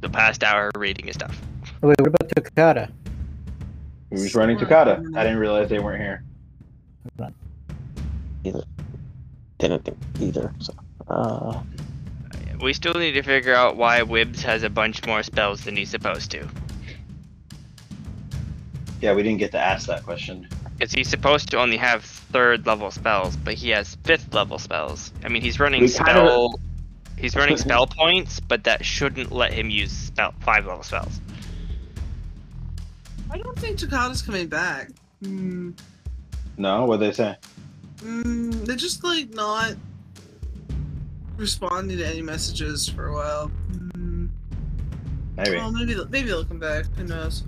the past hour reading his stuff. Oh, wait, what about Takata? We was running Takata. I didn't realize they weren't here. Didn't think either. So, uh, We still need to figure out why Wibbs has a bunch more spells than he's supposed to. Yeah, we didn't get to ask that question. Because he's supposed to only have third level spells, but he has fifth level spells. I mean, he's running We kinda- spell. He's running spell points, but that shouldn't let him use spell five level spells. I don't think Takata's coming back. Hmm. No, what they say? Mm, they're just like not responding to any messages for a while. Mm. Maybe. Well, maybe they'll- maybe they'll come back. Who knows?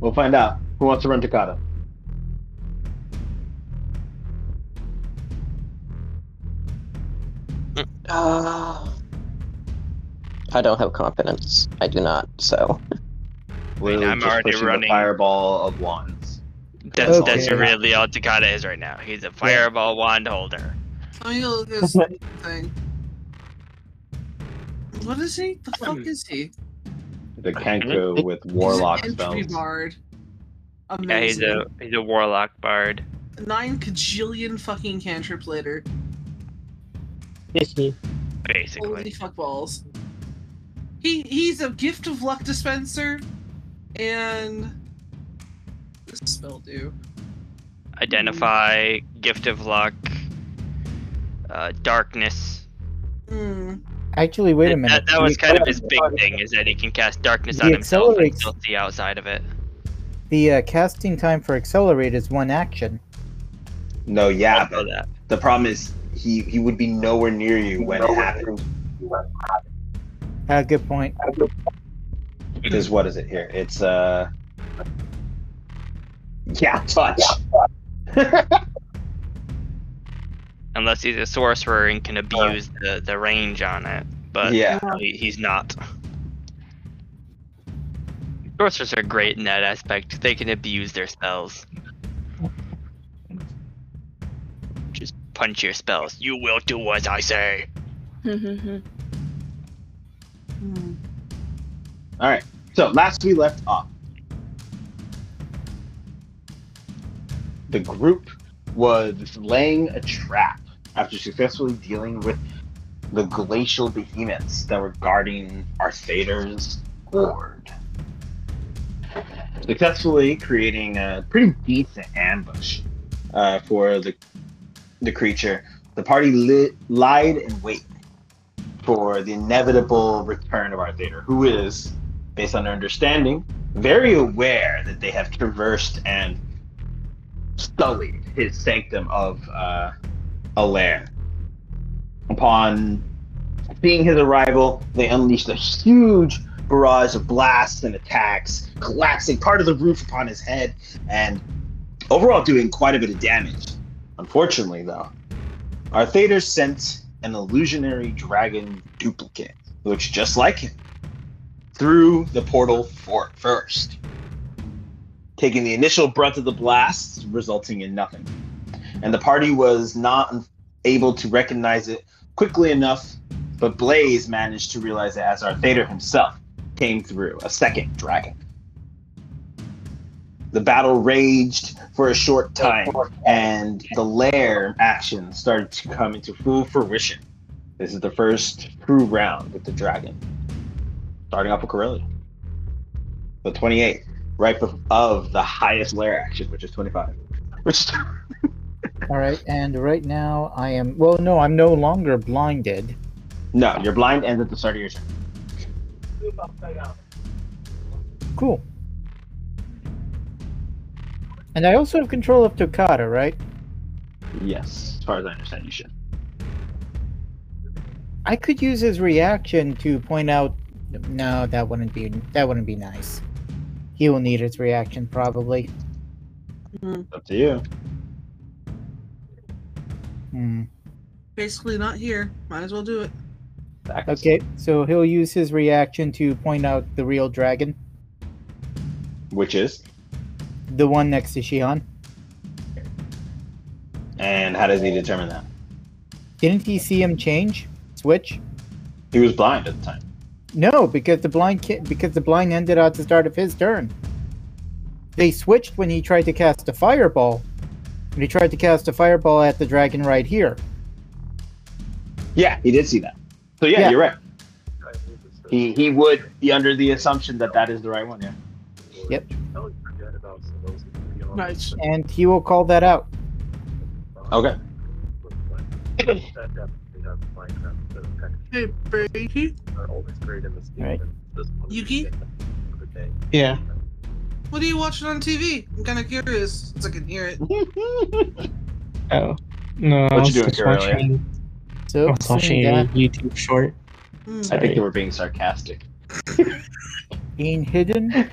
We'll find out. Who wants to run Takata? uh, I don't have confidence. I do not. So Literally I'm just already pushing the running- fireball of wands. That's that's Okay. really all Takata is right now. He's a fireball wand holder. Let me look at this thing. What is he? The fuck is he? He's The Kenku with warlock an entry spells. bard. Amazing. Yeah, he's a he's a warlock bard. nine cajillion fucking cantrip later. Holy basically. fuck balls. He he's a gift of luck dispenser, and this spell do Identify, gift of luck, uh, darkness. Hmm. Actually, wait a That- minute. That, that was The- kind of his big thing, is that he can cast darkness He on himself and accelerates. still see outside of it. The uh, casting time for accelerate is one action. No, yeah, Also but that. the problem is he he would be nowhere near you when it happened. Ah, good point. Because what is it here? It's uh. Yeah, touch. Unless he's a sorcerer and can abuse the, the range on it, but yeah. he, he's not. Sorcerers are great in that aspect. They can abuse their spells. Just punch your spells. You will do as I say. Mm-hmm. Hmm. All right. So last we left off, the group was laying a trap after successfully dealing with the glacial behemoths that were guarding Arthader's ward. Successfully creating a pretty decent ambush uh, for the the creature. The party li- lied in wait for the inevitable return of Arthader, who is based on their understanding, very aware that they have traversed and sullied his sanctum of uh, Alair. Upon seeing his arrival, they unleashed a huge barrage of blasts and attacks, collapsing part of the roof upon his head and overall doing quite a bit of damage. Unfortunately, though, Arthader sent an illusionary dragon duplicate, who looks just like him through the portal for first, taking the initial brunt of the blast, resulting in nothing. And the party was not able to recognize it quickly enough, but Blaze managed to realize it as Arthader himself came through, a second dragon. The battle raged for a short time, and the lair action started to come into full fruition. This is the first true round with the dragon starting off with Corelli. The 28th, right bef- of the highest layer action, which is 25. Which All right, and right now I am. Well, no, I'm no longer blinded. no, your blind ends at the start of your turn. Cool. And I also have control of Tokata, right? Yes, as far as I understand, you should. I could use his reaction to point out. No, that wouldn't be. That wouldn't be nice. He will need his reaction probably. It's up to you. Hmm. Basically not here. Might as well do it. Back. Okay, so he'll use his reaction to point out the real dragon, Which is, the one next to Shion. and how does he determine that? Didn't he see him change, switch? He was blind at the time. No, because the blind ki- because the blind ended at the start of his turn. They switched when he tried to cast a fireball. When he tried to cast a fireball at the dragon right here. Yeah, he did see that. So yeah, Yeah. you're right. He he would be under the assumption that that is the right one. Yeah. Yep. Oh. Nice. And he will call that out. Okay. Hey, baby. Right. Yuki? Yeah. What are you watching on TV? I'm kind of curious since I can hear it. Oh. No, I you was doing, just Carol, yeah? watching, I So was watching seeing a that, YouTube short. Hmm. I think Sorry. you were being sarcastic. being hidden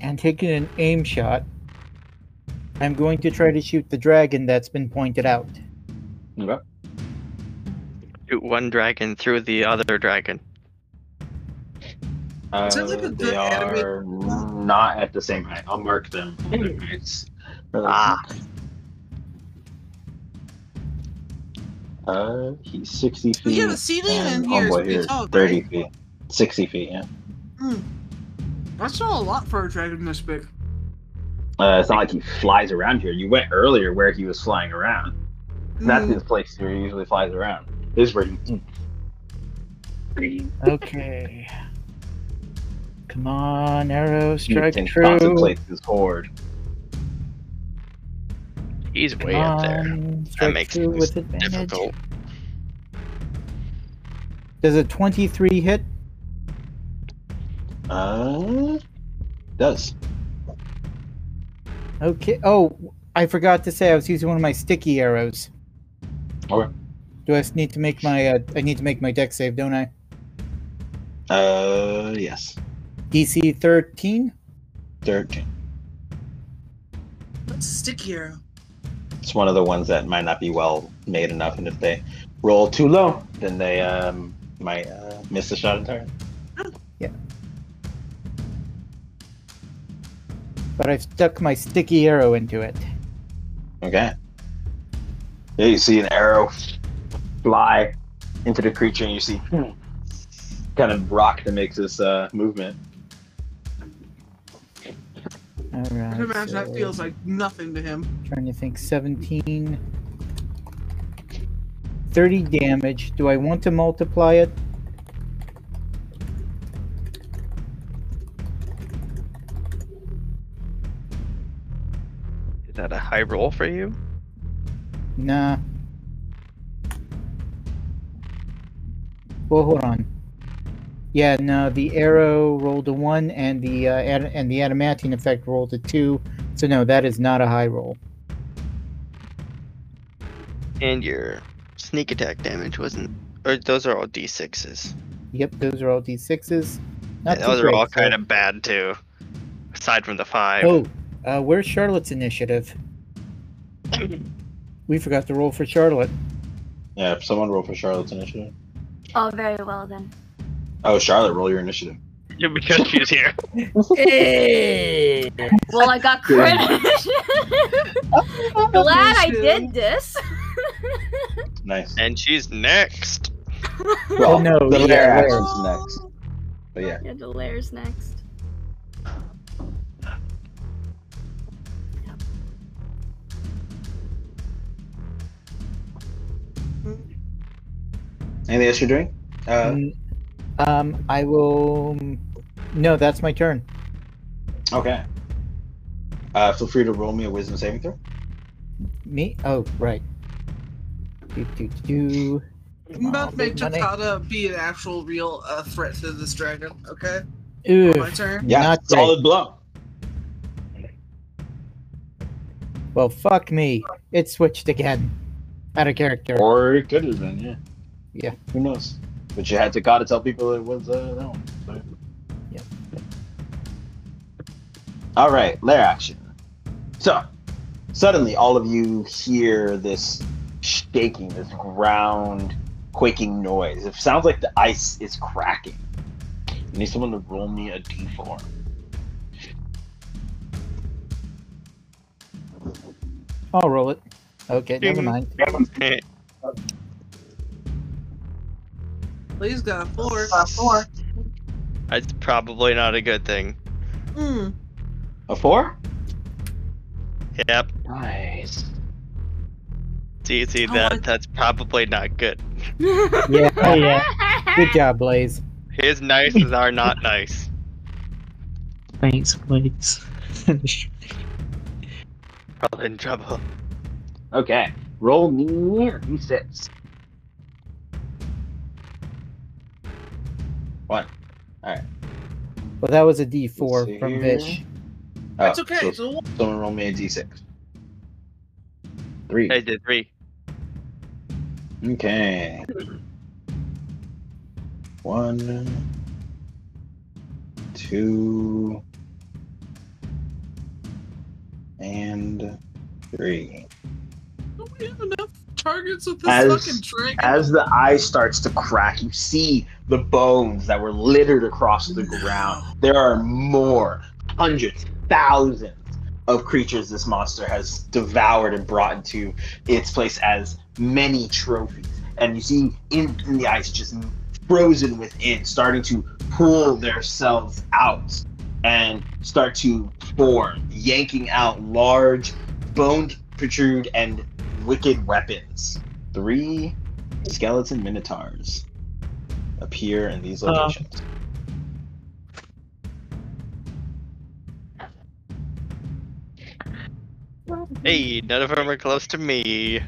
and taking an aim shot, I'm going to try to shoot the dragon that's been pointed out. Okay. Shoot one dragon through the other dragon. Uh, Sounds like a they good anime. are not at the same height. I'll mark them. on their heights. Ah. Uh, he's 60 feet. We haven't seen him and in years. Homeboy Pretty here is tall, right? 30 feet. 60 feet, yeah. That's not a lot for a dragon this big. Uh, it's not like he flies around here. You went earlier where he was flying around. That's Hmm. his place where he usually flies around. This is where he mm, eats. Okay. Come on, arrow, strike and true. contemplates his hoard. He's way Come up there. on, Um, strike makes true things with advantage. Difficult. Does a 23 hit? Uh, does. Okay. Oh, I forgot to say I was using one of my sticky arrows. Okay. Do I s- need to make my uh, I need to make my deck save, don't I? Uh, yes. DC 13. 13. That's a sticky arrow. It's one of the ones that might not be well made enough, and if they roll too low, then they um, might uh, miss the shot entirely. But I've stuck my sticky arrow into it. Okay. Yeah, you see an arrow fly into the creature, and you see hmm, kind of rock that makes this uh, movement. All I right. can imagine that so feels like nothing to him. Trying to think. 17. 30 damage. Do I want to multiply it? Is that a high roll for you? Nah. Well, hold on. Yeah, no, the arrow rolled a one, and the uh, ad- and the adamantine effect rolled a two. So no, that is not a high roll. And your sneak attack damage wasn't. Or those are all d6s. Yep, those are all d sixes. Not Yeah, too those are all great, kind of bad too. Aside from the five. so- Oh, uh, where's Charlotte's initiative? we forgot to roll for Charlotte. Yeah, if someone roll for Charlotte's initiative. Oh, very well then. Oh, Charlotte, roll your initiative. Yeah, because she's here. Well, I got crit. Glad I did this. Nice. And she's next. Well, no, the yeah, lair lair. action's next. But yeah. Yeah, the lair's next. Anything else you're doing? Uh, Mm, um, I will. No, that's my turn. okay. Uh, feel free to roll me a wisdom saving throw. Me? Oh, right. Do, do, do. Come I'm about on, to make big money. Takata be an actual real uh, threat to this dragon, okay? Ooh, My turn. Yeah, Not solid blow. well, fuck me. It switched again. Out of character. Or it could have been, yeah. Yeah. Who knows? But you had to gotta tell people it was uh, that one. So. Yeah. All right, lair action. So suddenly, all of you hear this shaking, this ground quaking noise. It sounds like the ice is cracking. I need someone to roll me a d4. I'll roll it. Okay, never mind. Lee's got a four. Uh, four. That's probably not a good thing. Uh, Mm. A four? Yep. Nice. See, see Oh, that I- that's probably not good. Yeah, oh yeah. Good job, Blaze. His nices are not nice. Thanks, please. Probably in trouble. Okay. Roll me a d6. One. Well, that was a D4 Let's see from here. Vish. That's Oh, okay. so So we'll- someone roll me a d6. Three. I did three. Okay. One, two, and three. don't we have enough targets with this As- fucking dragon? As the eye starts to crack, you see the bones that were littered across the ground. There are more, hundreds, thousands of creatures this monster has devoured and brought into its place as many trophies. And you see in, in the ice, just frozen within, starting to pull themselves out and start to form, yanking out large, boned, protrude, and wicked weapons three skeleton minotaurs appear in these Uh. locations. Hey, none of them are close to me. This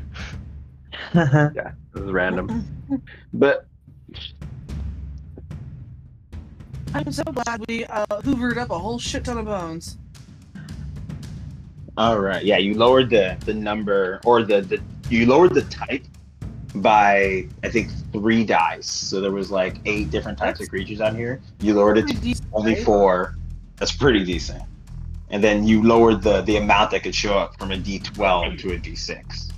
is Mm-hmm. random. But I'm so glad we uh, hoovered up a whole shit ton of bones. All right, yeah, you lowered the the number or the the you lowered the type by I think three dice. So there was like eight different types of creatures on here. You lowered it to only four. That's pretty decent. And then you lowered the the amount that could show up from a D12 to a D6.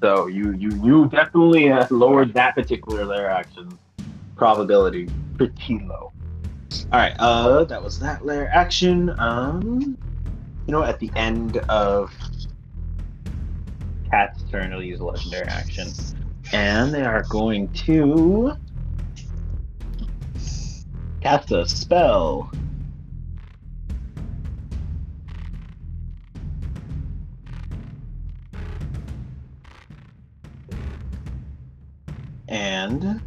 So you you you definitely uh, lowered that particular layer action probability pretty low. All right, uh, that was that layer action. Um, you know, at the end of Cat's turn, it'll use a legendary action, and they are going to cast a spell. And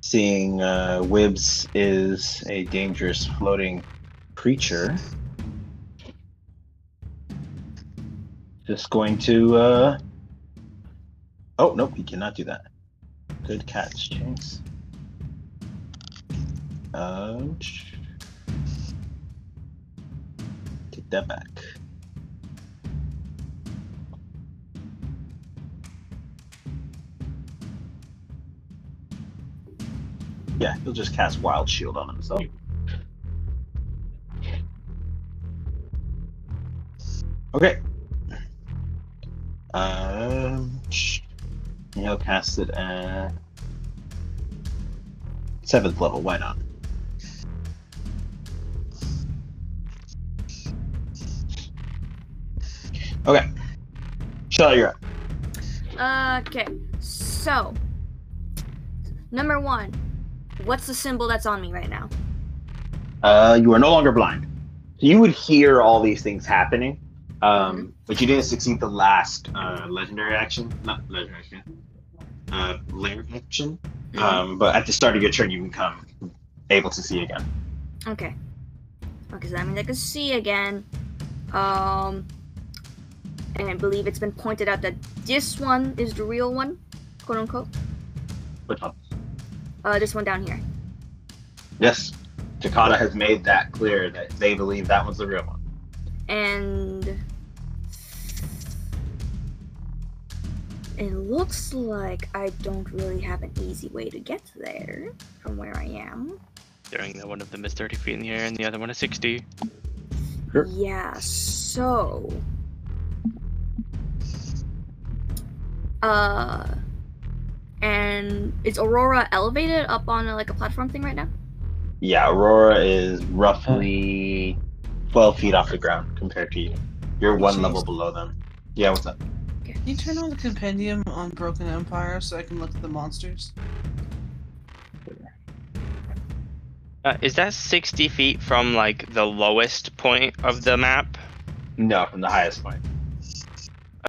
seeing uh, Wibbs is a dangerous floating creature, just going to. Uh... Oh, nope, he cannot do that. Good catch, Chase. Um, take that back. Yeah, he'll just cast Wild Shield on himself. Okay. Um, he'll cast it at seventh level. Why not? Okay. Shell, you're up. Okay, so number one, what's the symbol that's on me right now? Uh, you are no longer blind. So you would hear all these things happening, um, but you didn't succeed the last uh, legendary action. Not legendary action. Uh, layer action. Um, but at the start of your turn, you become able to see again. Okay. Okay, so that means I can see again. Um, and I believe it's been pointed out that this one is the real one, quote unquote. Which one? Uh, this one down here. Yes. Takata has made that clear that they believe that was the real one. and it looks like I don't really have an easy way to get there from where I am. During that one of them is 30 feet in the air and the other one is 60. Sure. Yeah, so uh and is Aurora elevated up on a, like a platform thing right now? Yeah, Aurora is roughly 12 feet off the ground compared to you. You're one Jeez. level below them. Yeah, what's up? Okay. Can you turn on the compendium on Broken Empire so I can look at the monsters? Uh, is that 60 feet from like the lowest point of the map? No, from the highest point.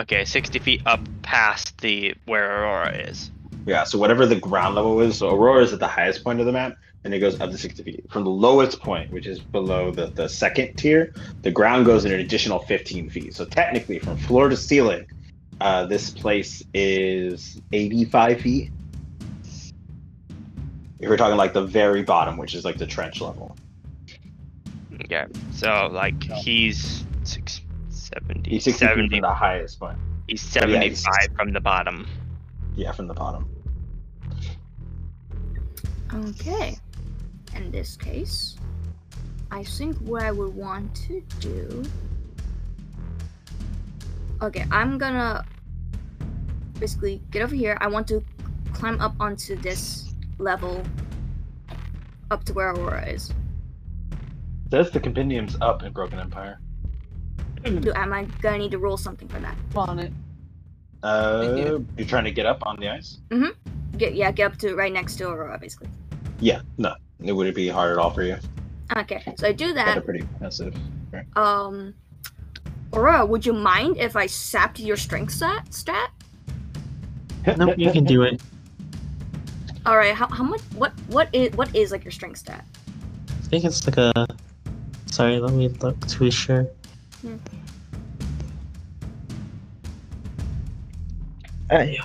Okay, 60 feet up past the where Aurora is. Yeah, so whatever the ground level is, so Aurora is at the highest point of the map, and it goes up to 60 feet. From the lowest point, which is below the, the second tier, the ground goes in an additional 15 feet. So technically, from floor to ceiling, uh, this place is 85 feet. If we're talking like the very bottom, which is like the trench level. Yeah. So like he's six, 70, He's 60 feet 70 from the highest point. he's yeah, 75 he's- from the bottom. Yeah, from the bottom. Okay. In this case, I think what I would want to do. Okay, I'm gonna basically get over here. I want to climb up onto this level up to where Aurora is. Says the compendium's up in Broken Empire. Do am I gonna need to roll something for that? On it. Uh, you're trying to get up on the ice? Get yeah, get up to right next to Aurora basically. Yeah, no. It wouldn't be hard at all for you. Okay, so I do That are that. pretty massive. Um Aurora, would you mind if I sapped your strength stat stat? Nope, you can do it. All right. How, how much? What? What is? What is like your strength stat? I think it's like a. Sorry, let me look to be sure. Hmm. Hey,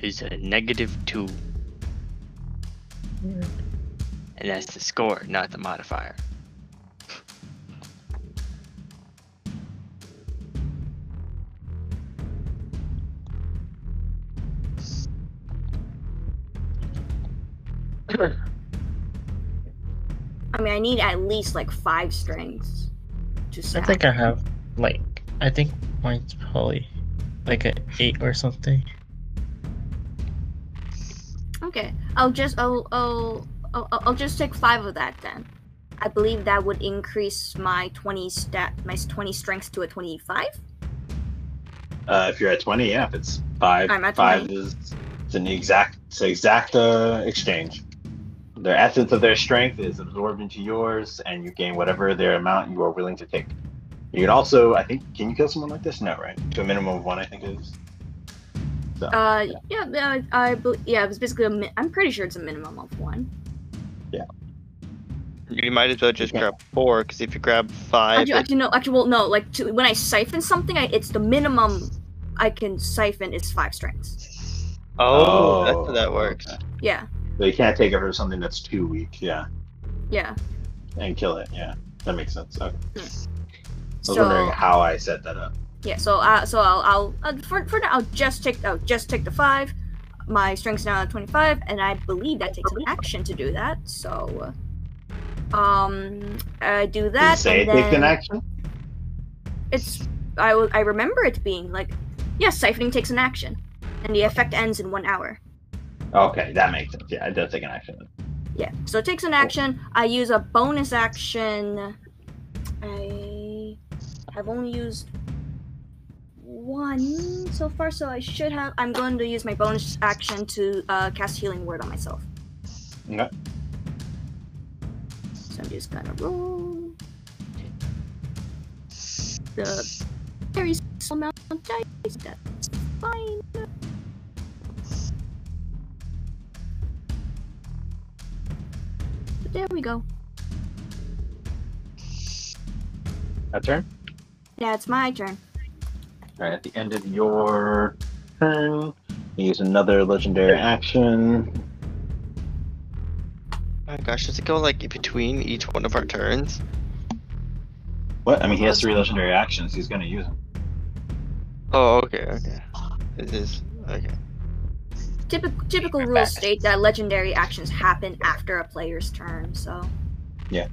He's a negative 2. And that's the score, not the modifier. I mean, I need at least like five strengths to I sap. think I have like I think mine's probably like a eight or something. okay. I'll just. I'll. I'll. I'll, I'll just take five of that then. I believe that would increase my twenty stat, my twenty strengths to a twenty-five. Uh, if you're at 20, yeah, if it's 5 I'm at five 20. is it's an exact it's an exact uh, exchange. Their essence of their strength is absorbed into yours, and you gain whatever their amount you are willing to take. You can also, I think, can you kill someone like this? No, right? To a minimum of one, I think it is. Uh, yeah, yeah, I, I bel- yeah, it was basically a mi- I'm pretty sure it's a minimum of one. You might as well just Yeah. grab four, because if you grab five, Actually, actually, no, actually, well, no, like to, when I siphon something, I, it's the minimum I can siphon is five strengths. oh, that's Oh, how that works. okay. Yeah, So you can't take it for something that's too weak, yeah, yeah. and kill it, yeah. That makes sense. Okay. I So was wondering how I set that up. Yeah, so uh, so I'll, I'll uh, for for now I'll just take I'll just take the five. My strength's now at twenty five, and I believe that takes an action to do that. So, uh, um, I do Did it that. say and it takes then an action? It's I will- I remember it being like, yes, siphoning takes an action, and the effect ends in one hour. Okay, that makes sense. Yeah, it does take an action. Yeah, so it takes an action. I use a bonus action. I have only used one so far, so I should have. I'm going to use my bonus action to uh, cast Healing Word on myself. Okay. So I'm just gonna roll the very small amount of dice. That's fine. There we go. That turn? Now it's my turn. Alright, at the end of your turn, you use another legendary action. Oh My gosh, does it go like between each one of our turns? What? I mean, he has three legendary actions. He's going to use them. Oh, okay, okay. It is okay. Typical, typical rules state that legendary actions happen after a player's turn, so. Yeah,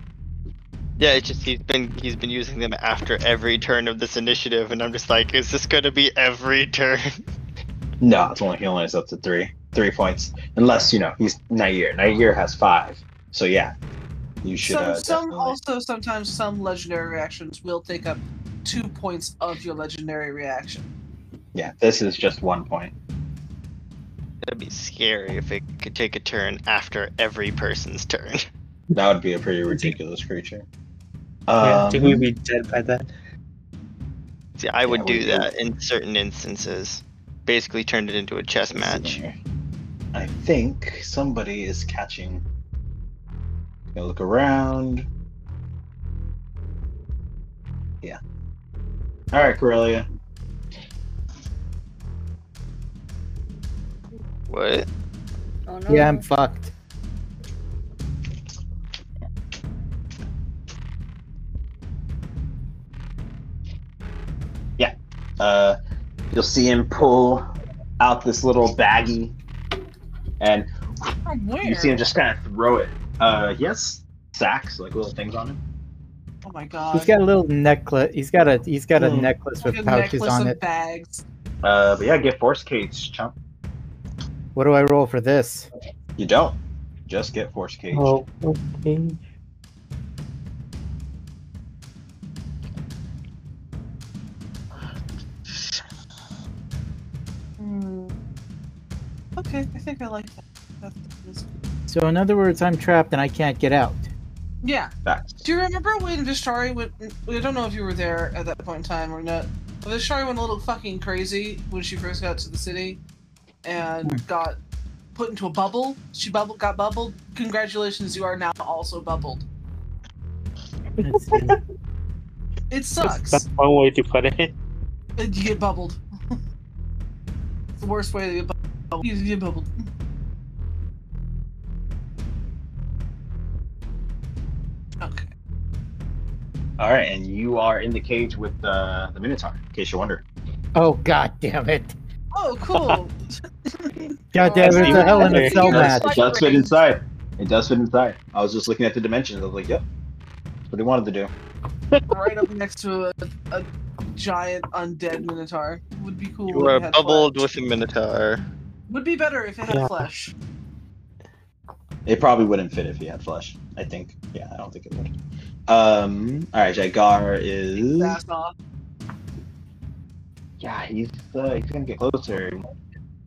it's just he's been he's been using them after every turn of this initiative, and I'm just like, is this gonna be every turn? No, it's only he only has up to three, three points, unless you know he's Nair. Nair has five. So yeah, you should. Some, uh, some definitely- also sometimes some legendary reactions will take up two points of your legendary reaction. Yeah, this is just one point. That'd be scary if it could take a turn after every person's turn. That would be a pretty ridiculous creature. I Um, think we'd be dead by then. See, I would Yeah, we do would. that in certain instances. Basically, turned it into a chess match. I think somebody is catching. Gonna look around. Yeah. All right, Corellia. What? Oh no. Yeah, I'm fucked. Uh, you'll see him pull out this little baggie, and From where? you see him just kind of throw it. Uh, he has sacks, like little things on him. oh my god. He's got a little necklace. He's got a he's got a Mm. necklace Like with a pouches necklace on of it. bags. Uh, but yeah, get force cage, chump. What do I roll for this? You don't. Just get force cage. Oh, okay. Hmm. Okay, I think I like that. That's, that's- So in other words, I'm trapped and I can't get out. yeah. That's Do you remember when Vistari went? I don't know if you were there at that point in time or not. But Vistari went a little fucking crazy when she first got to the city, Hmm. and got put into a bubble. She bubble got bubbled. Congratulations, you are now also bubbled. Let's see. It sucks. That's one way to put it. Uh, You get bubbled. it's the worst way to get bubbled. You get bubbled. Okay. All right, and you are in the cage with uh, the Minotaur, in case you wonder. oh god damn it! Oh, cool. God damn it! It's a hell in a cell Oh, it, does, match. man. it does fit inside. It does fit inside. I was just looking at the dimensions. I was like, yep. That's what he wanted to do. right up next to a, a giant undead minotaur would be cool. You if it are had bubbled flesh. with a minotaur. Would be better if it had Yeah. flesh. It probably wouldn't fit if he had flesh. I think. Yeah, I don't think it would. Um. All right, Jagar is. That's off. Yeah, he's uh, he's gonna get closer.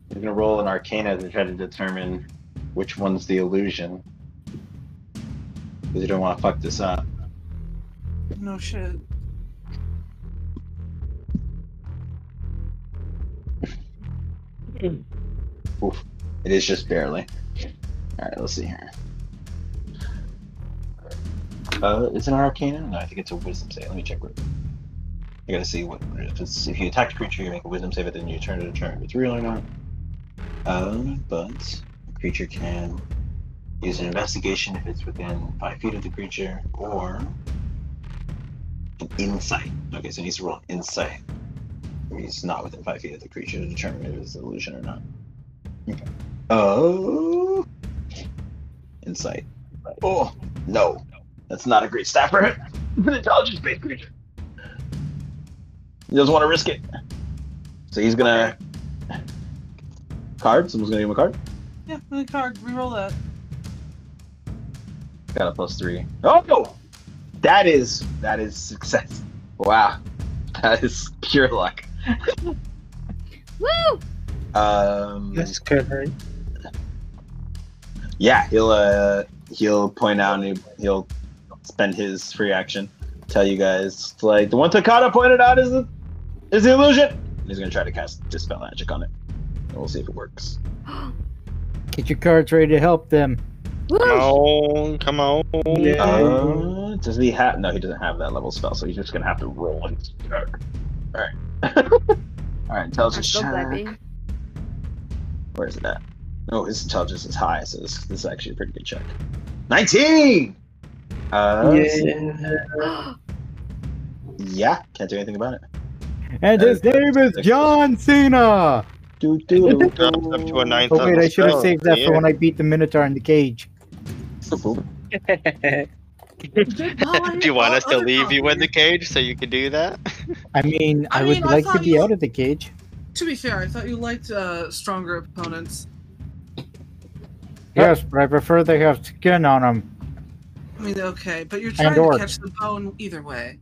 He's gonna roll an Arcana to try to determine which one's the illusion. Because you don't want to fuck this up. No shit. It is just barely. All right, let's see here. Uh, is it an Arcana? No, I think it's a Wisdom save. Let me check. real quick. I gotta see what if it's if you attack the creature, you make a Wisdom save, and then you turn to determine if it's real or not. Um, but the creature can use an investigation if it's within five feet of the creature, or an insight. Okay, so he needs to roll an insight. He's not within five feet of the creature to determine if it's an illusion or not. Oh, insight. Oh no, that's not a great stat for him. It's an intelligence-based creature. He doesn't want to risk it, so he's gonna card. Someone's gonna give him a card. Yeah, the card. Reroll that. Got a plus three. Oh no, that is that is success. Wow, that is pure luck. Woo! Um, That's good, right? Yeah, he'll uh, he'll point out and he- he'll spend his free action. Tell you guys like the one Takata pointed out is the is the illusion. And he's gonna try to cast dispel magic on it. And we'll see if it works. Get your cards ready to help them. Woo! Come on, come on. Uh, does he have? No, he doesn't have that level spell, so he's just gonna have to roll his check. All right. All right. Intelligence Let's go, check. baby. Where is it at? Oh, his intelligence is high, so this, this is actually a pretty good check. Nineteen. Uh, Yeah. Yeah, can't do anything about it. And his name is John Cena. Do do. Jumps up to a ninth Oh wait, level I should have spell. saved that Yeah. for when I beat the Minotaur in the cage. Do you want us to leave you in the cage so you can do that? I mean, I I, would mean, I like to thought be you- out of the cage. To be fair, I thought you liked uh, stronger opponents. Yes, but I prefer they have skin on them. I mean, okay, but you're trying to orc. catch the bone either way.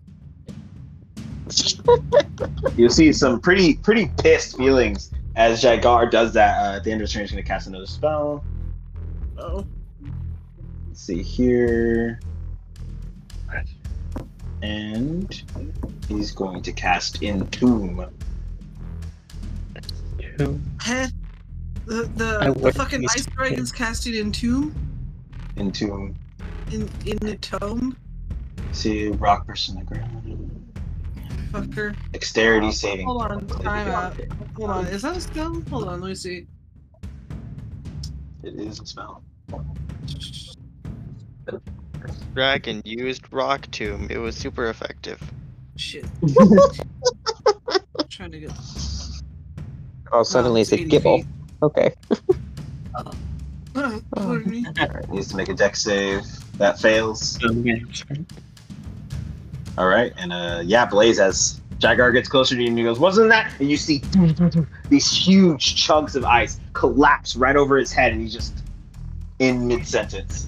You'll see some pretty pretty pissed feelings as Jagar does that. Uh, at the end of his turn, he's going to cast another spell. Oh. Let's see here. And he's going to cast Entomb. Two. Heh. The the, I the would fucking use- ice dragon's casting in tomb Entomb. in in the tome See, rock person on the ground. fucker. Dexterity saving. Hold on, throw. time out. Hold on, is that a spell? Hold on, let me see. It is a spell. Dragon used rock tomb. It was super effective. Shit. Trying to get. Oh, suddenly it's it's a 80 gibble. feet. Okay. Pardon Oh. me. Alright, needs to make a dex save. That fails. Oh, Okay, sorry. All right, and uh, yeah, Blaze as Jagar gets closer to you and he goes, "Wasn't that?" And you see these huge chunks of ice collapse right over his head, and he's just in mid sentence.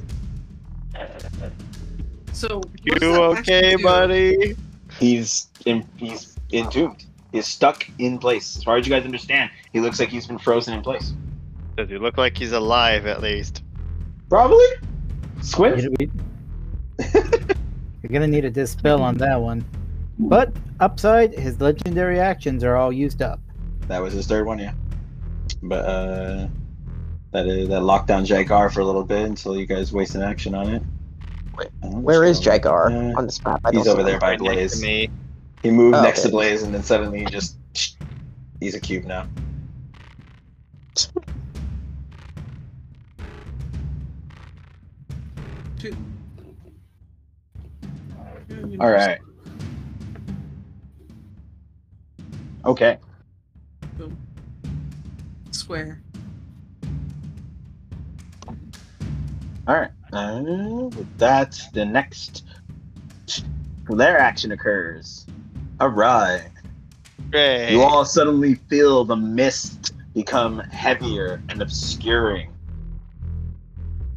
So what You does that actually okay, do? buddy? He's in, he's entombed. He's stuck in place. As far as you guys understand, he looks like he's been frozen in place. Does he look like he's alive at least? Probably. We- Squint. we- You're gonna need a dispel on that one. But upside, his legendary actions are all used up. That was his third one, yeah. But uh, that is, that locked down Jagar for a little bit until you guys waste an action on it. Wait, I don't Where is know. Jagar Uh, on this map? I he's don't over see there him. by Right next Blaze. to me. He moved Oh, next okay. to Blaze, and then suddenly he just he's a cube now. All right. Okay. Square. All right. Uh, with that, the next their action occurs. All right. Great. You all suddenly feel the mist become heavier and obscuring.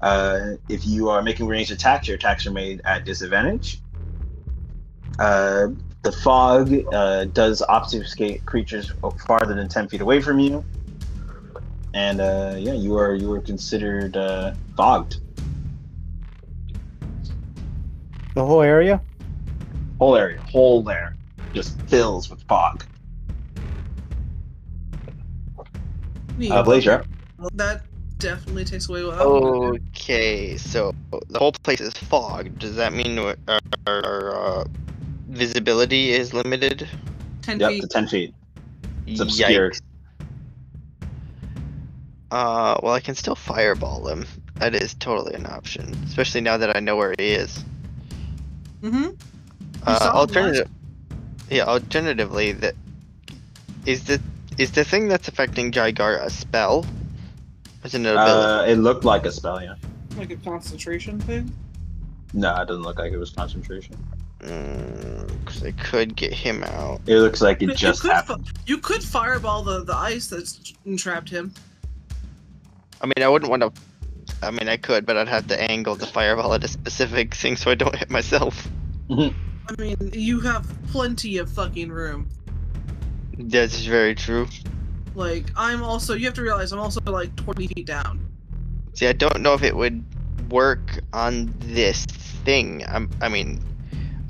Uh, if you are making ranged attacks, your attacks are made at disadvantage. Uh, the fog uh, does obfuscate creatures farther than ten feet away from you, and uh, yeah, you are you are considered uh, fogged. The whole area? Whole area, whole there, just fills with fog. Neat. Uh, Blaze, you're up. Well, that definitely takes away what I Oh, wanted Okay, so the whole place is fogged. Does that mean our, our, our uh, visibility is limited? to do. Ten Yep, feet. to ten feet. It's obscured. Yikes. Uh, well, I can still fireball him. That is totally an option, especially now that I know where he is. Uh, Mm-hmm. saw him last- alternative, yeah. Alternatively, that is the is the thing that's affecting Jaigar a spell? Is it an ability? Uh, it looked like a spell, yeah. Like a concentration thing. No, it doesn't look like it was concentration. Mm, 'cause I could get him out. It looks like You it just could fi- happened. You could fireball the, the ice that's entrapped him. I mean, I wouldn't want to. I mean, I could, but I'd have to angle the fireball at a specific thing so I don't hit myself. I mean, you have plenty of fucking room. That's very true. Like, I'm also. You have to realize I'm also like 20 feet down. See, I don't know if it would work on this thing. i I mean,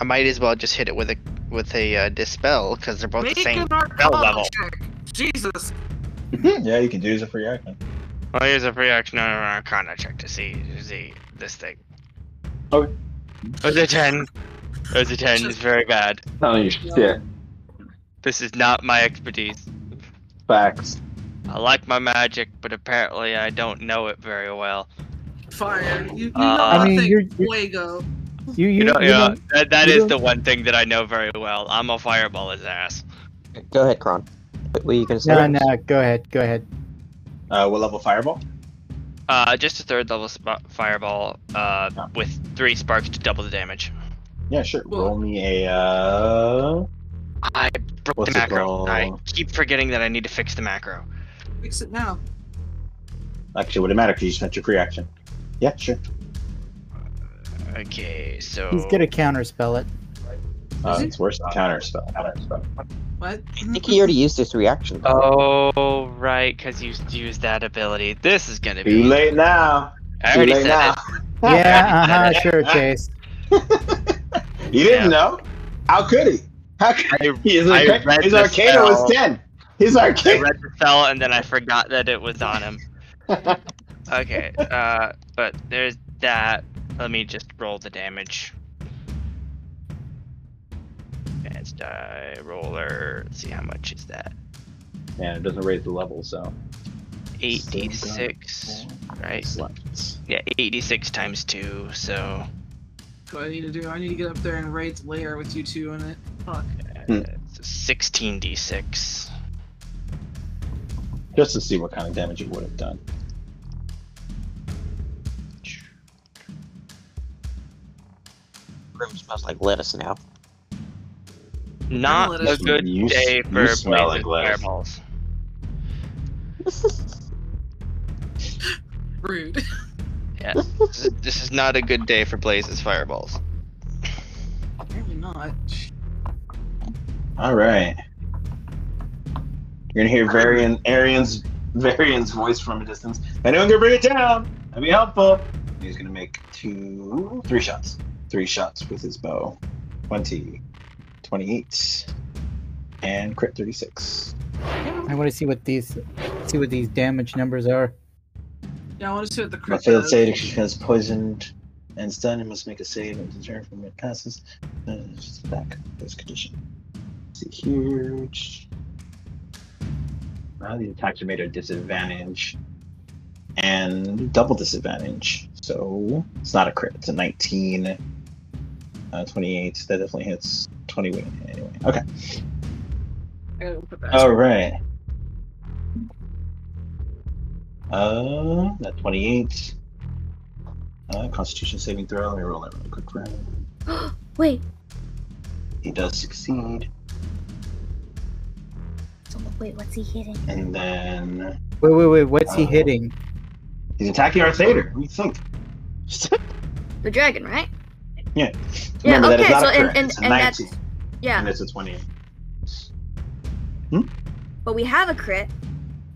I might as well just hit it with a with a uh, dispel because they're both Make the same. an arcana level. check. Jesus. yeah, you can do it as a free action. Well, here's a free action on an Arcana check to see see this thing. Okay. It was a ten. It was a ten. It's very bad. No, Oh, you No. shit. This is not my expertise. Facts. I like my magic, but apparently I don't know it very well. Fire. You, you know Uh, I I mean, mean, you're- you're- Fuego. You you, You know, you yeah, know- that, that you is know- the one thing that I know very well. I'm a fireball his ass. Go ahead, Kron. What were you gonna say? No, no, go ahead, go ahead. Uh, what level fireball? Uh, just a third level sp- fireball uh, with three sparks to double the damage. Yeah, sure. Well- Roll me a. Uh... I broke What's it the macro. called? I keep forgetting that I need to fix the macro. Fix it now. Actually, would it matter because you spent your free action? Yeah, sure. Okay, so He's gonna counterspell it. Uh, it's worse than counter spell. What? I think he already used his reaction. Uh, Oh right, because you used that ability. This is gonna be Too late now. I Too already late said now. it. Oh. Yeah, uh huh, sure, Chase. He Yeah. didn't know. How could he? How could I, His, I arca- read his the arcana was spell. ten. His I arcana. read the spell and then I forgot that it was on him. okay, uh, but there's that. Let me just roll the damage. Advanced die roller. Let's see how much is that. and it doesn't raise the level, so. Eighty-six, right? Yeah, eighty-six times two. So That's what I need to do. I need to get up there and raid the lair with you two in it. Fuck. Hmm. uh, sixteen d six. Just to see what kind of damage it would have done. room smells like lettuce now. Not Lettuce. a good You s- day you for smell blazes like lettuce. fireballs. Rude. Yeah. This is- this is not a good day for Blaze's fireballs. Apparently not. All right. You're gonna hear Varian, Arian's, Varian's voice from a distance. Anyone can bring it down. That'd be helpful. He's gonna make two, three shots. Three shots with his bow. 20, 28, and crit 36. I want to see what these see what these damage numbers are. Yeah, I want to see what the My crit failed does. save becomes poisoned and stunned. It must make a save and return from it passes. Uh, it's back. This condition. See huge. Now the attacks are made at disadvantage and double disadvantage. So it's not a crit. It's a 19, uh, 28. That definitely hits 20 weight anyway. Okay. I gotta put that. All right. Uh, that 28. Uh, Constitution saving throw. Let me roll that real quick. round. Wait, He does succeed, so wait, what's he hitting? and then Wait, wait, wait. What's he Wow. hitting? he's attacking our theater. What do you think? The dragon, right? Yeah. Yeah. Remember, that okay. is not So a and crit, and, it's a and that's 19, yeah. and it's a 28. But we have a crit,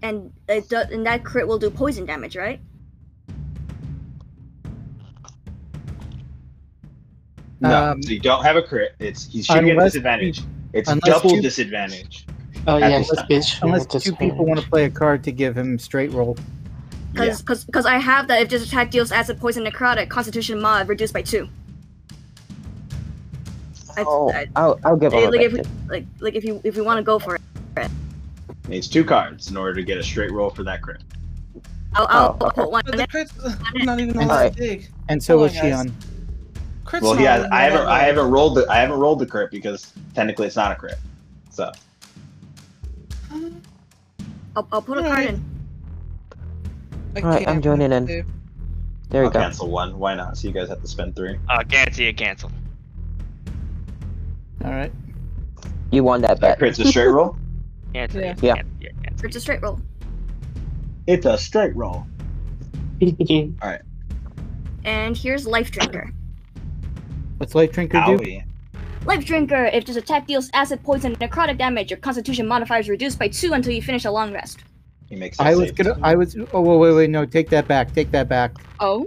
and it do, and that crit will do poison damage, right? No, Um, so you don't have a crit. It's he's shooting at unless disadvantage. It's unless double you- disadvantage. Oh yeah, yeah, he's this bitch. uh, Unless two people want to play a card to give him straight roll. Because I have that if this attack deals acid, poison, necrotic, constitution mod reduced by two. I, Oh, I, I'll, I'll give Hey, him a look at- bit. like like if you if you want to go for it, Needs two cards in order to get a straight roll for that crit. I'll, I'll Oh, okay. put one. But in the there. crit's not even all Alright. that big. And so Hold was on, guys. Shion. Crit's Well, not yeah, even I all haven't, that I big. haven't rolled the, I haven't rolled the crit because technically it's not a crit. So I'll, I'll put a card Alright. in. I Alright, can't I'm joining in. save. There I'll you go. cancel one. Why not? So you guys have to spend three. Uh, Gansey, cancel. All right. You won That that bet. crit's a straight roll. Cancel. Yeah. Yeah. Gansey, Gansey. It's a straight roll, It's a straight roll. and here's life drinker. What's Life Drinker do? Owie. Life Drinker, if this attack deals acid, poison, and necrotic damage, your constitution modifier is reduced by two until you finish a long rest. He makes. I was gonna. I was. Oh wait, wait, wait. No, take that back. Take that back. Oh?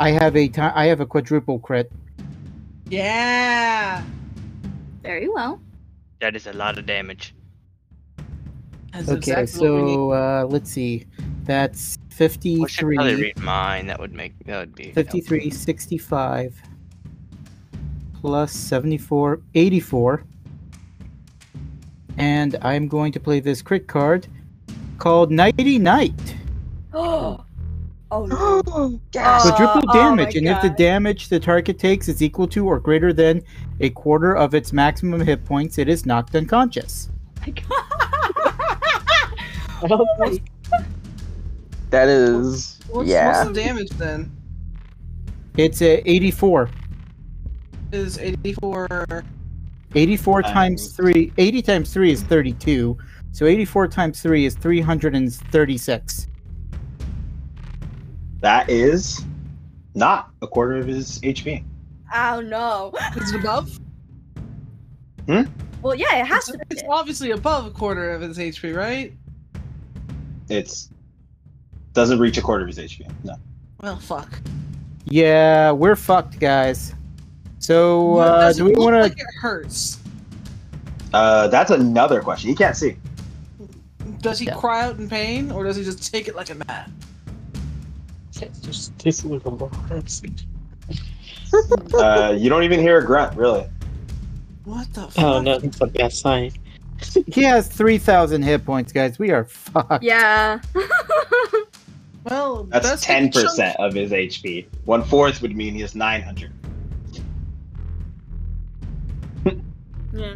I have a ti- I have a quadruple crit. Yeah. Very well. That is a lot of damage. That's Okay, exactly what we need. so uh, let's see. That's I should probably 53, read mine. That would make that would be 53, 65, plus 74, 84. And I'm going to play this crit card called Nighty Night. oh. no. Oh, Quadruple Oh, damage, oh and my if the God. damage the target takes is equal to or greater than a quarter of its maximum hit points, it is knocked unconscious. That is. What's, yeah. what's the damage then? It's a 84. Is 84. 84 Times- times 3 80 times 3 is 32 so 84 times 3 is 336 That is not a quarter of his HP. Oh no. Is it above? Well, yeah, it has It's, to be. it's there. obviously above a quarter of his HP, right? It's doesn't reach a quarter of his HP. No. Well, fuck. Yeah, we're fucked, guys. So, It uh, doesn't do we look want to Like it hurts. Uh, that's another question. He can't see. Does he Yeah. cry out in pain, or does he just take it like a man? Just this little box. Uh, you don't even hear a grunt, really. What the? Fuck? Oh, no, that's a bad sign. He has 3,000 hit points, guys. We are fucked. Yeah. Well, That's that's a ten chunk. percent of his HP. One fourth would mean he has nine hundred. yeah.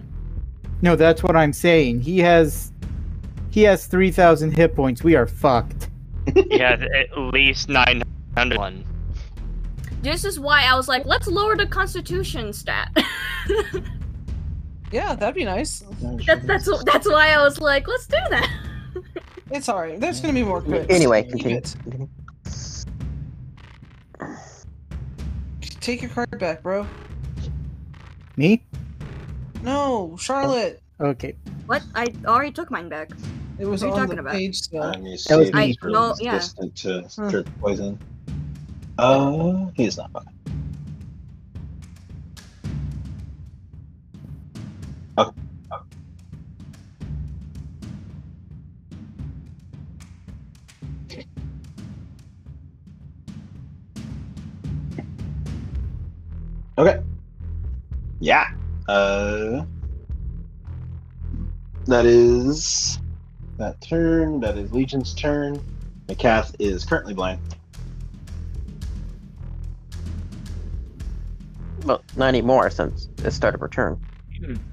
No, that's what I'm saying. He has he has 3,000 hit points. We are fucked. He has at least 901. This is why I was like, let's lower the Constitution stat. Yeah, that'd be nice. that's that's that's why I was like, let's do that. It's alright. There's gonna be more crits. Anyway, Keep continue. it. Take your card back, bro. Me? No, Charlotte. Okay. What? I already took mine back. It was What are you on talking the about? page still. And you That was see me. he's I- no, yeah. resistant to Hmm. drip poison. Uh, he's not. fine. Okay. Okay. Yeah. Uh. That is that turn. That is Legion's turn. Macath is currently blind. Well, not anymore since the start of return.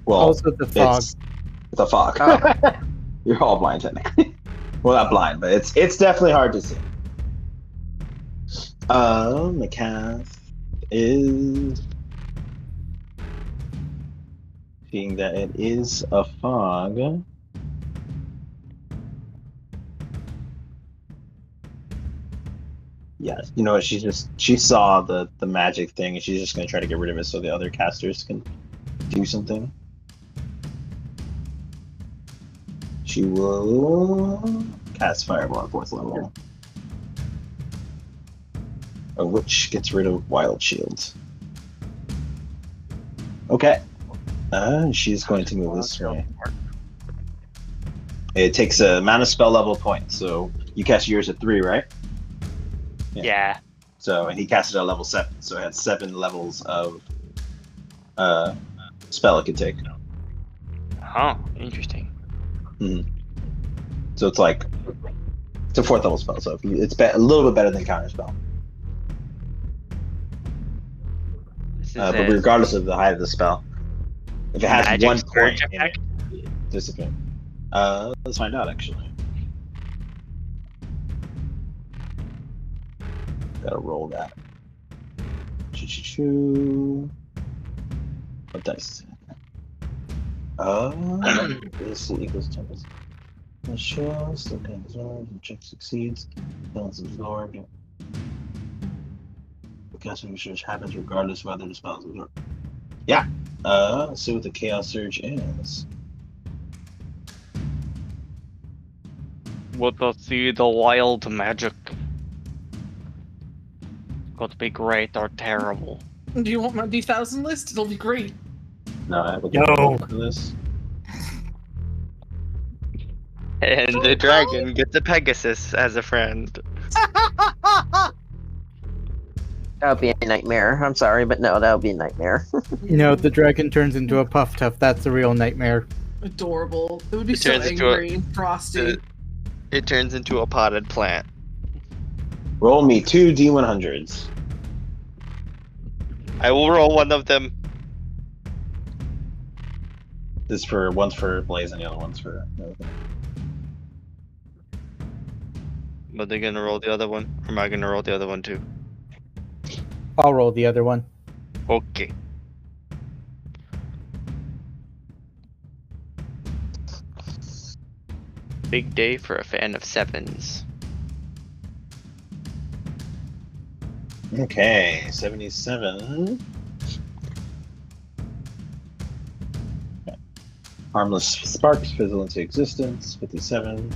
Well, also, the fog. it's the fog. Oh. You're all blind technically. well, not blind, but it's it's definitely hard to see. Uh, Macath is seeing that it is a fog. Yeah, you know what? She just she saw the the magic thing, and she's just gonna try to get rid of it so the other casters can do something. She will cast Fireball at fourth level. A witch gets rid of Wild Shield. Okay. Uh, she's going to move this way. It takes a mana spell level point, so you cast yours at three, right? Yeah. Yeah. So and he cast it at level seven, so it had seven levels of uh, spell it could take. Huh. Interesting. So it's like it's a fourth level spell, so if you- it's be- a little bit better than counter spell. This is Uh, but a regardless of the height of the spell, if it has magic one surge point, in it, effect. it disappears. Uh, let's find out actually. Gotta roll that. Choo-choo-choo. What dice? is it? Uh, this equals ten percent. The show still can absorb and check succeeds. Balance absorbed. The casting research happens regardless whether the spell is absorbed. Yeah. Uh, let's see what the chaos surge is. Would that see the wild magic? Could be great or terrible. Do you want my D thousand list? It'll be great. No, I have a No. for this. And the dragon gets a Pegasus as a friend. That would be a nightmare. I'm sorry, but no, that would be a nightmare. You know, the dragon turns into a puff tuff. That's the real nightmare. Adorable. It would be It so turns into a- angry and frosty. It turns into a potted plant. Roll me two d100s. I will roll one of them. This is for one's for Blaze and the other one's for. uh, But they're gonna roll the other one. Or am I gonna roll the other one too? I'll roll the other one. Okay. Big day for a fan of sevens. Okay, 77. Harmless sparks fizzle into existence. 57.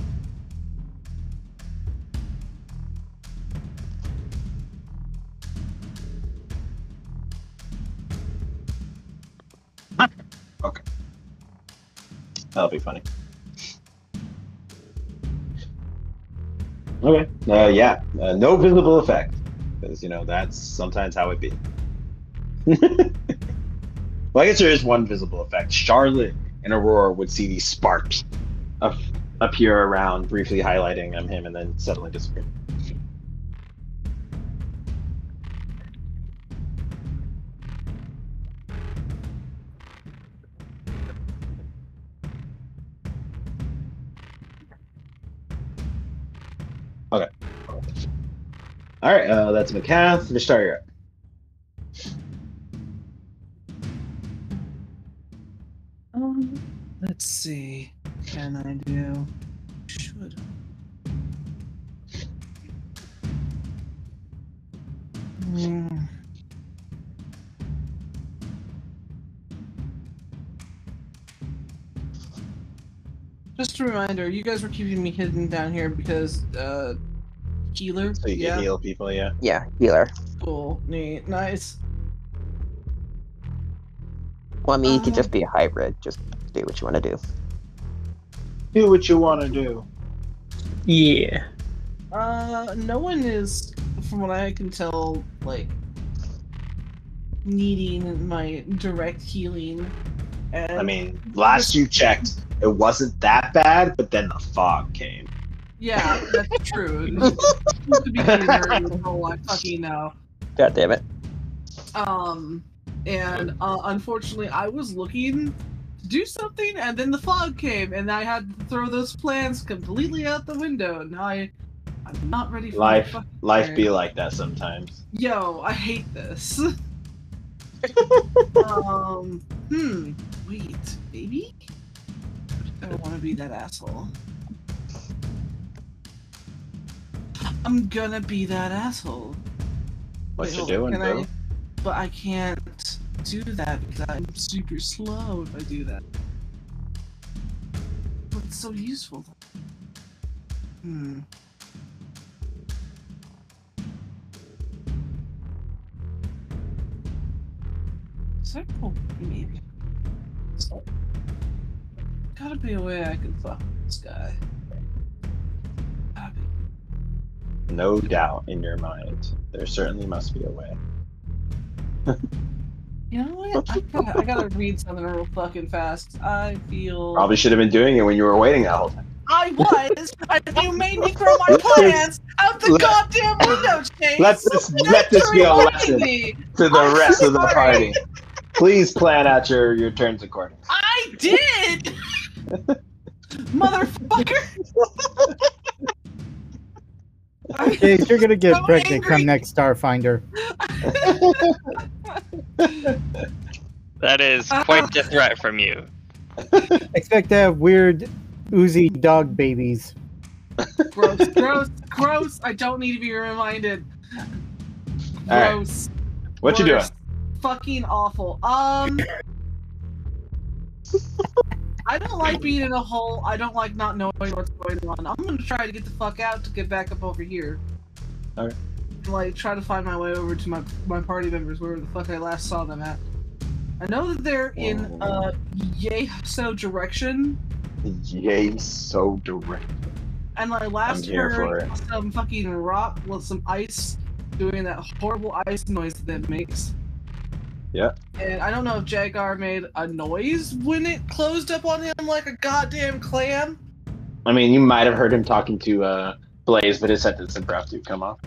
Okay. That'll be funny. Okay. Uh, yeah. Uh, no visible effect. Because, you know, that's sometimes how it be. well, I guess there is one visible effect. Charlotte and Aurora would see these sparks up, appear around, briefly highlighting um, him, and then suddenly disappear. Okay. All right, uh, that's McCath. Vishtar, you're up. Um, let's see. Can I do? Should. Hmm. Just a reminder, you guys were keeping me hidden down here because uh, healer. So you can heal people, yeah. Yeah, healer. Cool. Neat. Nice. Well, I mean, you could Um, just be a hybrid. Just do what you want to do. Do what you want to do. Yeah. Uh, no one is, from what I can tell, like needing my direct healing. And I mean, last you checked, it wasn't that bad, but then the fog came. yeah, that's true. It's the beginning of all I fucking know. God damn it. Um, and uh, unfortunately, I was looking to do something, and then the fog came, and I had to throw those plans completely out the window. And I, I'm not ready for my Life- fucking Life day. be like that sometimes. Yo, I hate this. um, hmm. Wait, maybe? I don't want to be that asshole. I'm gonna be that asshole. What Wait, you hold on, doing, can I- bro? But I can't do that because I'm super slow if I do that. But it's so useful. Hmm. Circle, maybe. So, gotta be a way I can fuck this guy. Gotta be- No doubt in your mind. There certainly must be a way. You know what? I gotta, I gotta read something real fucking fast. I feel. Probably should have been doing it when you were waiting that whole time. I was. and you made me throw my Let's just- plans out the let- goddamn window, Chase. Let this Thanks let this for be a reminding lesson me. to the I'm rest of the sorry. party. Please plan out your, your turns accordingly. I did. Motherfucker. Hey, you're gonna get So pregnant come angry. next Starfinder. That is quite the threat from you. Expect to have weird, oozy dog babies. gross, gross, gross. I don't need to be reminded. All right. Gross. What you doing? worst. Fucking awful. Um. I don't like being in a hole. I don't like not knowing what's going on. I'm gonna try to get the fuck out to get back up over here. Alright. Like try to find my way over to my my party members where the fuck I last saw them at. I know that they're in uh Yeso direction, Yay, so direct. and I last I'm here for heard some fucking rock with some ice doing that horrible ice noise that it makes. Yeah. And I don't know if Jagar made a noise when it closed up on him like a goddamn clam. I mean, you might have heard him talking to uh, Blaze, but his sentence abrupt to come off.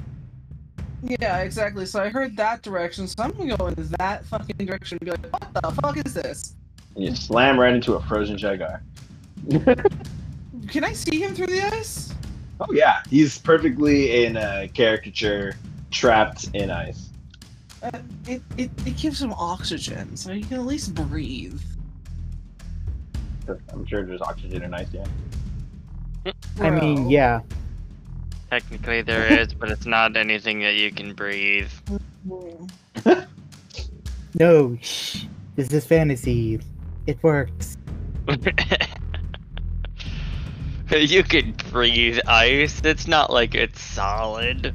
Yeah, exactly. So I heard that direction, so I'm gonna go in that fucking direction and be like, what the fuck is this? And you slam right into a frozen Jagar. Can I see him through the ice? Oh yeah, he's perfectly in a caricature, trapped in ice. Uh, it, it, it gives him oxygen, so he can at least breathe. I'm sure there's oxygen in ice. Yeah. I mean, Bro. yeah. Technically, there is, but it's not anything that you can breathe. Mm. No, shh. This is fantasy. It works. you can breathe ice. It's not like it's solid.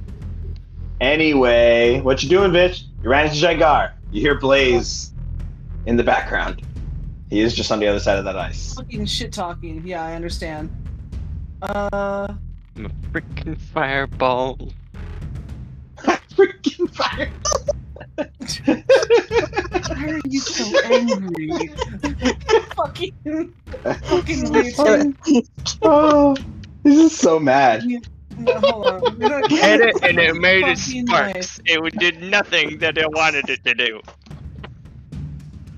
Anyway, what you doing, bitch? You ran into Jagar. You hear Blaze in the background. He is just on the other side of that ice. Fucking shit talking. Yeah, I understand. Uh, I'm a freaking fireball. Freaking fire! why are you so angry? fucking, fucking weird. oh, this is so mad. No, hold on. We don't- And it, and it made it Fucking sparks. It did nothing that it wanted it to do.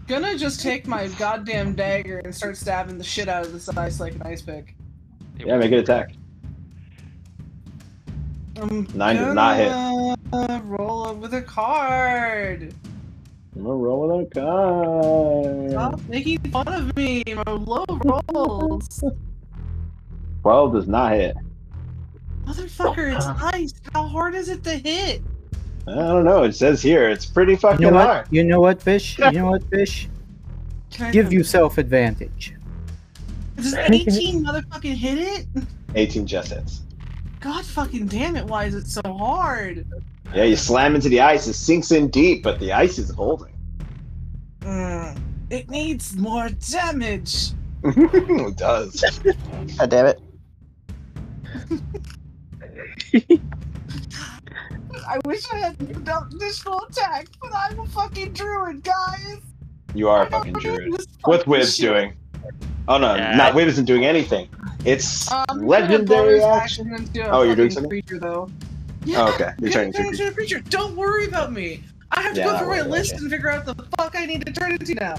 Gonna just take my goddamn dagger and start stabbing the shit out of this ice like an ice pick. Yeah, make an attack. I'm Nine did not hit. gonna Roll up with a card. I'm gonna roll with a card. Stop making fun of me. My low rolls. Twelve does not hit. Motherfucker, it's ice. How hard is it to hit? I don't know. It says here it's pretty fucking You know hard. what? You know what, Fish? You know what, Fish? Can I Give yourself advantage. Does 18 motherfucking hit it? Eighteen just hits. God fucking damn it, why is it so hard? Yeah, you slam into the ice. It sinks in deep, but the ice is holding. Mm, It needs more damage. it does. God damn it. I wish I had an additional attack, but I'm a fucking druid, guys. You are I a don't fucking know druid. this What's fucking Wiz shit. doing? Oh no, Yeah. not Wiz isn't doing anything. It's Um, I'm gonna legendary bonus action. action into a Oh, you're doing fucking something? creature though. Yeah, Oh, okay, you're I'm turning gonna to. turn into a creature. Don't worry about me. I have to Yeah, go not through my worried about list you. and figure out the fuck I need to turn into now.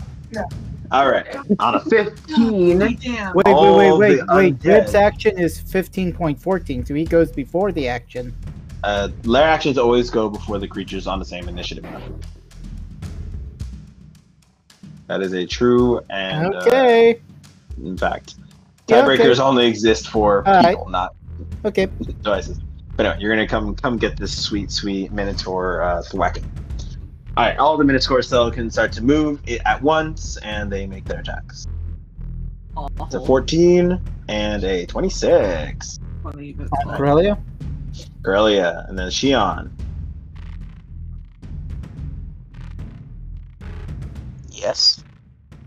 All right, on a fifteen. Damn. Wait, All wait, the wait, wait, wait. undead. Rib's action is 15.14, so he goes before the action. Uh, lair actions always go before the creatures on the same initiative. That is a true and uh, Okay. in fact, Yeah, okay. tiebreakers only exist for All right. people, not Okay. devices. But anyway, you're gonna come come get this sweet sweet minotaur uh, thwacking. All right, all the minotaurs still can start to move i- at once, and they make their attacks. It's a Awful. 14 and a 26. Funny, but- Corellia? Corellia, and then Shion. Yes.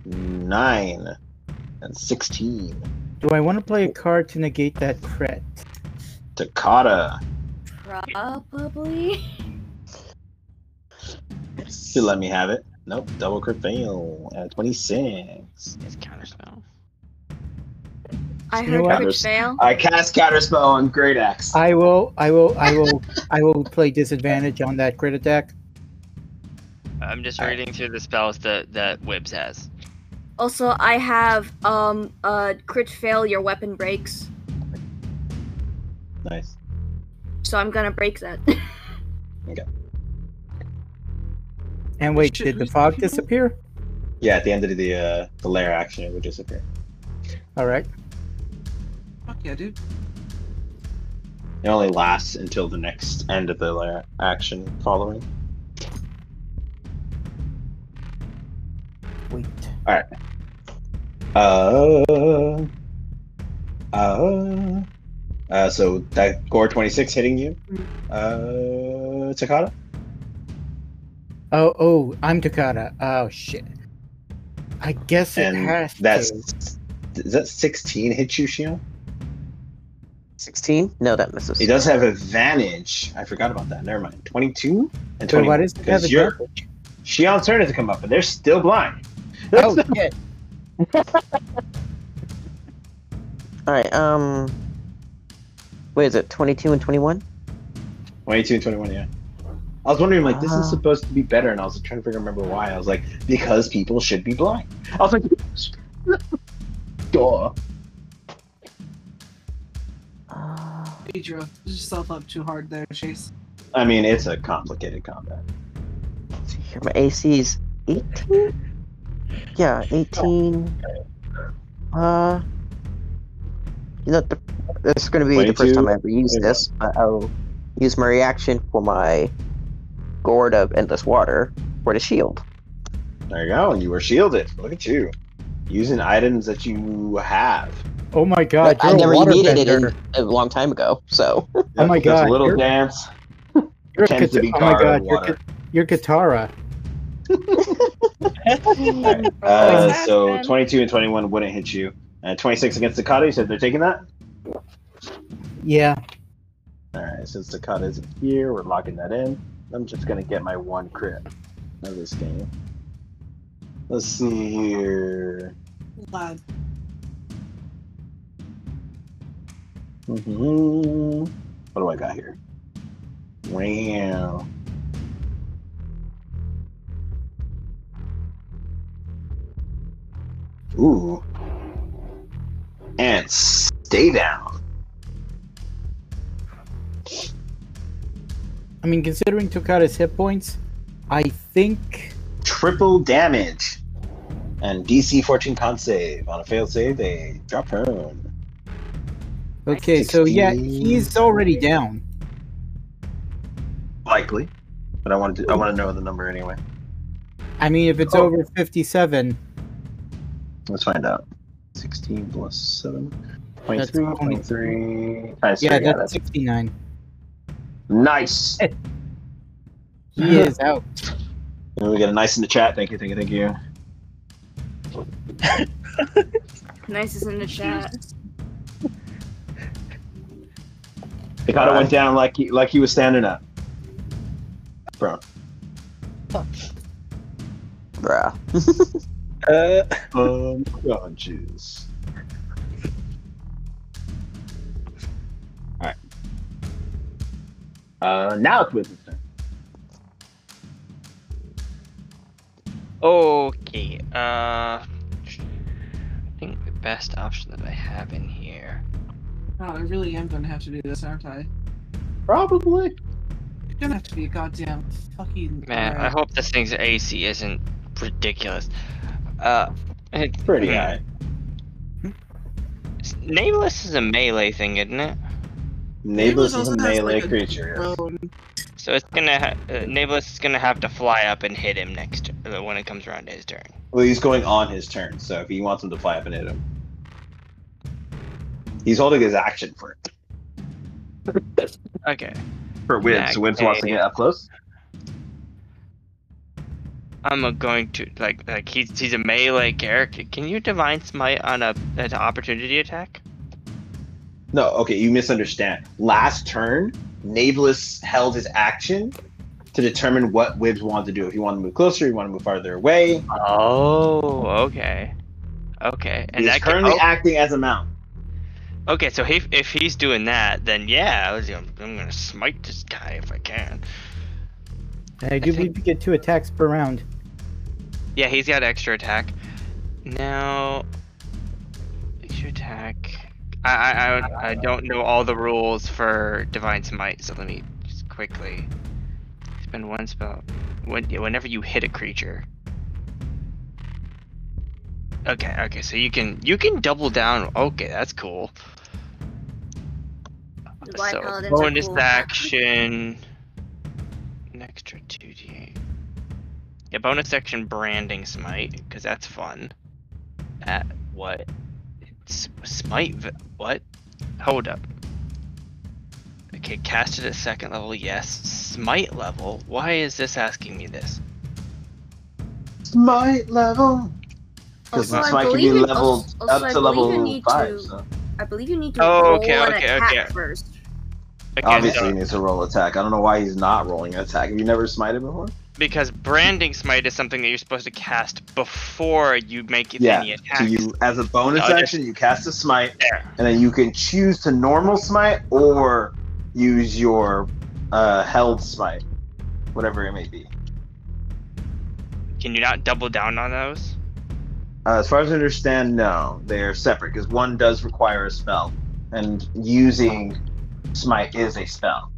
nine and 16. Do I want to play a card to negate that crit? Takata, Probably. she let me have it. Nope, double crit fail at 26. It's counter spell. I You know heard what? crit fail. I cast counter spell on Great Axe. I will, I will, I will, I will play disadvantage on that crit attack. I'm just Alright. reading through the spells that that Wibbs has. Also, I have um uh crit fail. Your weapon breaks, Nice. so I'm gonna break that. Uh, And wait, Should did the we- fog disappear? Yeah, at the end of the uh, the lair action, it would disappear. All right. Fuck yeah, dude. It only lasts until the next end of the lair action following. Wait. Uh, uh, uh, so that gore 26 hitting you, uh, Takata? Oh, oh, I'm Takata. Oh shit. I guess it and has that's to. does that 16 hit you shield 16? No, that misses. it does have advantage i forgot about that never mind 22 and Wait, 20 why does it have because you're advantage? Shion's turn has to come up but they're still blind Oh shit. Alright, um. What is it? 22 and 21? 22 and 21 yeah i was wondering like this Ah. is supposed to be better and i was trying to figure remember why i was like because people should be blind i was like duh Uh, You drove yourself up too hard there, Chase. i mean it's a complicated combat let's see here. My AC is 18? Yeah, 18. Uh. You know, the, this is going to be the 22, first time I ever use this, but I'll use my reaction for my Gourd of Endless Water for the shield. there you go and you were shielded look at you using items that you have. Oh my god, I you're a never water needed it bender. in a long time ago, so Oh my There's a God, little you're- dance You're a tends to Kata- be oh my colored god, you're, water. Ka- you're Katara. Uh, so Assassin. 22 and 21 wouldn't hit you. Uh, 26 against Takata, you said they're taking that? Yeah. Alright, since Takata isn't here, we're locking that in. I'm just gonna get my one crit of this game. Let's see here. Lad. Mhm. What do I got here? Wow. Ooh. And stay down. I mean, considering Tokata's hit points, I think Triple damage. And DC 14 con save. On a failed save, they drop prone. Okay, so yeah, 16. he's already down. Likely. But I want to I want to know the number anyway. I mean, if it's Oh. over 57, Let's find out. 16 plus 7. That's 23, only- 23. Nice. yeah, Yeah, that's 69. nice. He is out. And we got a nice in the chat. Thank you, thank you, thank you. Nice is in the chat. Takata went down like he, like he was standing up. Bro. bruh. Uh, Um, Unconscious. Alright. Uh, now it's Wizard's turn. Okay. Uh, I think the best option that I have in here. God, I really am gonna have to do this, aren't I? Probably. You're gonna have to be a goddamn fucking. Man, I alright. hope this thing's AC isn't ridiculous. Uh, it, Pretty hmm. high. S- Nameless is a melee thing, isn't it? Nameless is a also has, melee like, a creature. yes. drone. So it's gonna ha- uh, Nameless is gonna have to fly up and hit him next uh, when it comes around to his turn. Well, he's going on his turn, so if he wants him to fly up and hit him, he's holding his action for Okay. for Wibbs. Nag- Wibbs wants to get up close. I'm uh, going to like like he's he's a melee character. Can you divine smite on a an opportunity attack? No, okay, you misunderstand. Last turn, Naveless held his action to determine what Wibbs wanted to do. If he wanted to move closer, he wanted to move farther away. Oh, okay, okay. And he's that can, currently oh, acting as a mount. okay. So he, if he's doing that, then yeah, I was gonna, I'm gonna smite this guy if I can. I do think- believe you get two attacks per round. Yeah, he's got extra attack. Now, extra attack. I I, I, would- I don't know all the rules for divine smite, so let me just quickly spend one spell. When, whenever you hit a creature. Okay, okay, so you can you can double down. Okay, that's cool. The Black So Paladins are bonus cool. action, an extra two d8. Yeah, bonus action branding smite because that's fun. At what? It's smite. v- What? Hold up. Okay, cast it at second level. Yes, smite level. Why is this asking me this? Smite level. Because Also, I Smite can be believe it- leveled also- also, up I to believe you level need five. to- So I believe you need to Oh, roll okay, an okay, attack okay. first. Okay, obviously, so- he needs to roll attack. I don't know why he's not rolling attack. Have you never smited before? because branding smite is something that you're supposed to cast before you make Yeah, any attack. So you, as a bonus No, I just- action, you cast a smite, There. and then you can choose to normal smite or use your uh, held smite, whatever it may be. Can you not double down on those? Uh, as far as I understand, no, they're separate because one does require a spell, and using smite is a spell.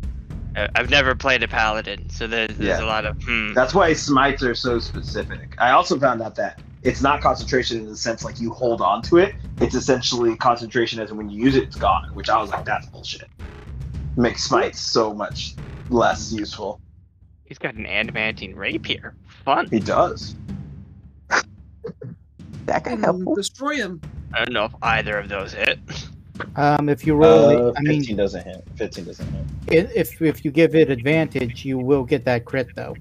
Uh, I've never played a paladin, so there's, there's Yeah. a lot of hmm. That's why smites are so specific. I also found out that it's not concentration in the sense like you hold on to it. It's essentially concentration as in when you use it, it's gone. Which I was like, that's bullshit. Makes smites so much less useful. He's got an adamantine rapier. Fun. He does. That could and help. Mm. destroy him. I don't know if either of those hit. Um, if you roll, Uh, it I 15 mean, doesn't hit. 15 doesn't hit. it, if if you give it advantage, you will get that crit though.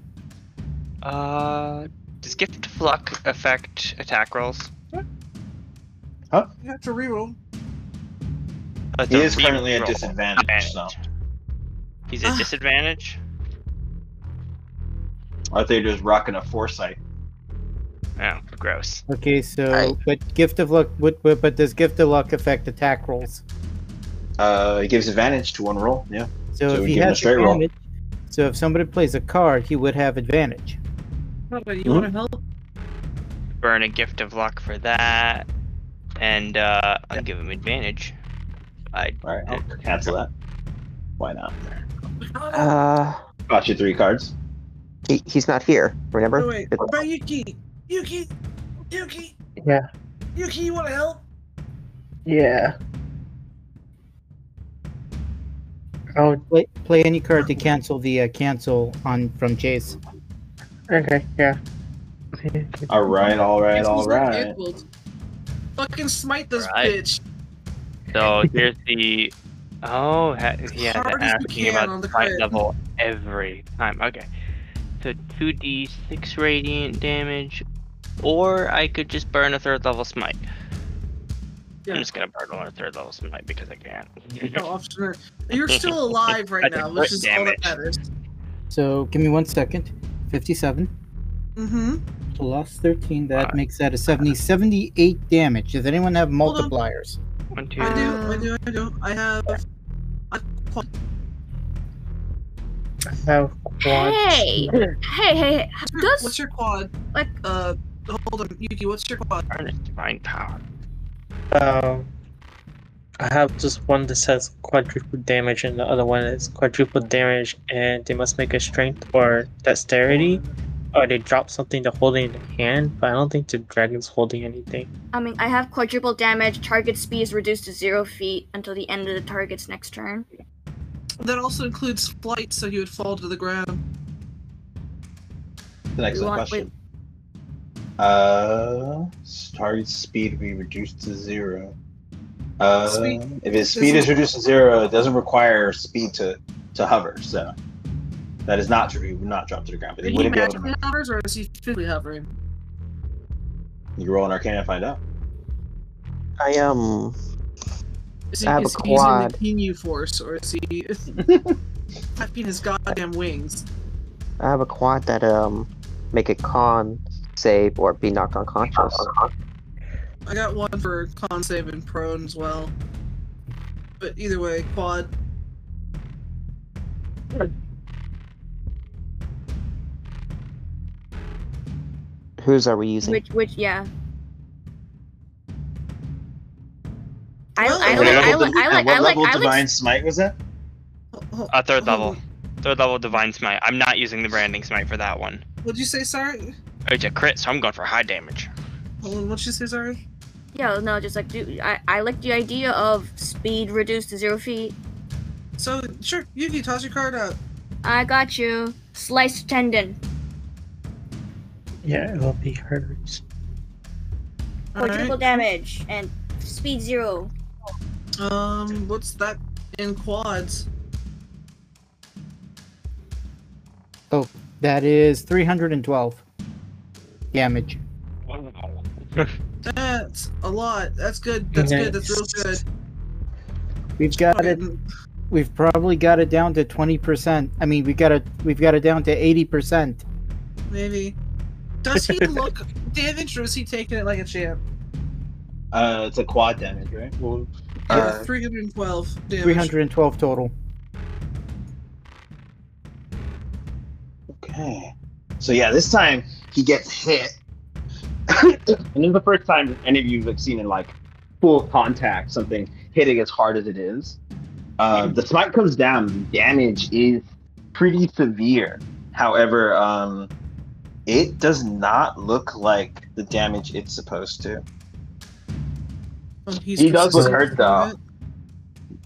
Uh, does gift of luck affect attack rolls? You have to reroll. That's He a is currently at reroll. disadvantage, so He's at disadvantage. I think just rocking a foresight. Oh, gross. Okay, so Right. but gift of luck, but, but but does gift of luck affect attack rolls? Uh, it gives advantage to one roll. Yeah. So, So if we he give him a has straight roll. advantage, so if somebody plays a card, he would have advantage. Papa, you want to help? Burn a gift of luck for that, and uh, I'll give him advantage. I All right, I'll cancel that. Why not? Uh, Got you three cards. he, he's not here. Remember? No, wait. What about Yuki? Yuki? Yuki? Yeah. Yuki, you want to help? Yeah. Oh, Play, play any card to cancel the uh, cancel on from Chase. okay, yeah. Okay. All right, all right, Guess all who's not right. canceled? Fucking smite this Right. bitch. so here's the. Oh, ha- he has Hard to as you ask me can about on the the fight crit. level every time. Okay, so two d six radiant damage, or I could just burn a third level smite. Yeah. I'm just gonna burn a third level smite because I can. No, officer. You're still alive right That's a now, which crit is damage. all that matters. So give me one second. Fifty-seven Mm-hmm. plus thirteen. That Alright. makes that a 70, 78 damage. Does anyone have Hold on. multipliers? One, two, I do, I do, I do. I have. How quad? Hey! Hey, hey, hey. Does What's your quad? like Uh, hold on, Yuki. What's your quad? burn his divine power. Um, I have just one that says quadruple damage, and the other one is quadruple damage, and they must make a strength or dexterity, or they drop something to hold it in the hand. But I don't think the dragon's holding anything. I mean, I have quadruple damage. Target speed is reduced to zero feet until the end of the target's next turn. That also includes flight, so he would fall to the ground. That's an excellent want- question. Uh, target speed will be reduced to zero. Uh, Speed- if his speed is reduced to zero, it doesn't require speed to to hover. So that is not true. He would not drop to the ground, but Are he you wouldn't be able to. magically Move. hovers, or is he physically hovering? You can roll an arcana and find out. I um. Is he, I have a is he quad. using the Kinyu force, or is he flapping his goddamn wings? I have a quad that um make a con save or be knocked unconscious. I got one for con save and prone as well. But either way, quad. Whose are we using? Which, which, yeah. I, Well, I, what like, I, level like, I like, I like, I like, divine smite was that? Oh, oh, A Uh, third oh, level. Third level divine smite. I'm not using the branding smite for that one. Oh, What'd you say, sorry? It's a crit, so I'm going for high damage. Hold on, what'd you say, sorry? yeah, no, just like, do I, I like the idea of speed reduced to zero feet. So, sure, Yuki, toss your card out. I got you. Sliced tendon. Yeah, it will be hers. Quadruple damage and speed zero. Um, what's that in quads? That is three hundred and twelve damage. Oh, That's a lot. That's good. That's good. That's real good. We've got it. Fucking- We've probably got it down to twenty percent. I mean, we got it. We've got it down to eighty percent. Maybe. Does he look damaged or is he taking it like a champ? Uh, it's a quad damage, right? Well, Uh, Yeah, 312 damage. Three hundred and twelve total. Okay. So yeah, this time he gets hit. and this is the first time any of you have seen in like full contact something hitting as hard as it is. Um, the smite comes down. The damage is pretty severe. However, um, it does not look like the damage it's supposed to. Oh, he's He does look persistent. hurt,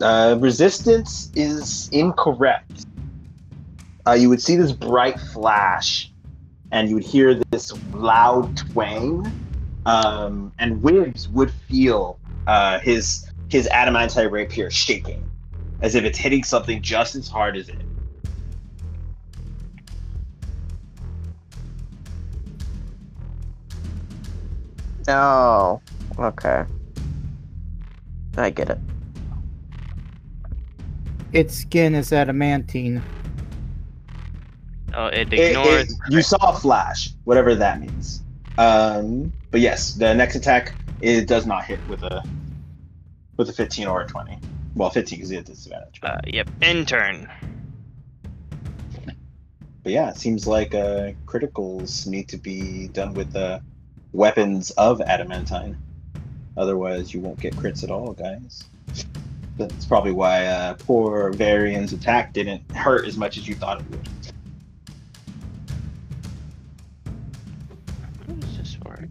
though. Uh, resistance is incorrect. Uh, you would see this bright flash, and you would hear this loud twang um, and Wibbs would feel uh, his his adamantite rapier shaking, as if it's hitting something just as hard as it. No. Oh, Okay. I get it. Its skin is adamantine. Oh, it It- ignores. it- you saw a flash, whatever that means. Um, but yes, the next attack it does not hit with a with a 15 or a 20. Well, 15 because he had disadvantage. Uh, yep, intern. But yeah, it seems like uh, criticals need to be done with uh, weapons of adamantine. Otherwise, you won't get crits at all, guys. That's probably why uh, poor Varian's attack didn't hurt as much as you thought it would. How does this work?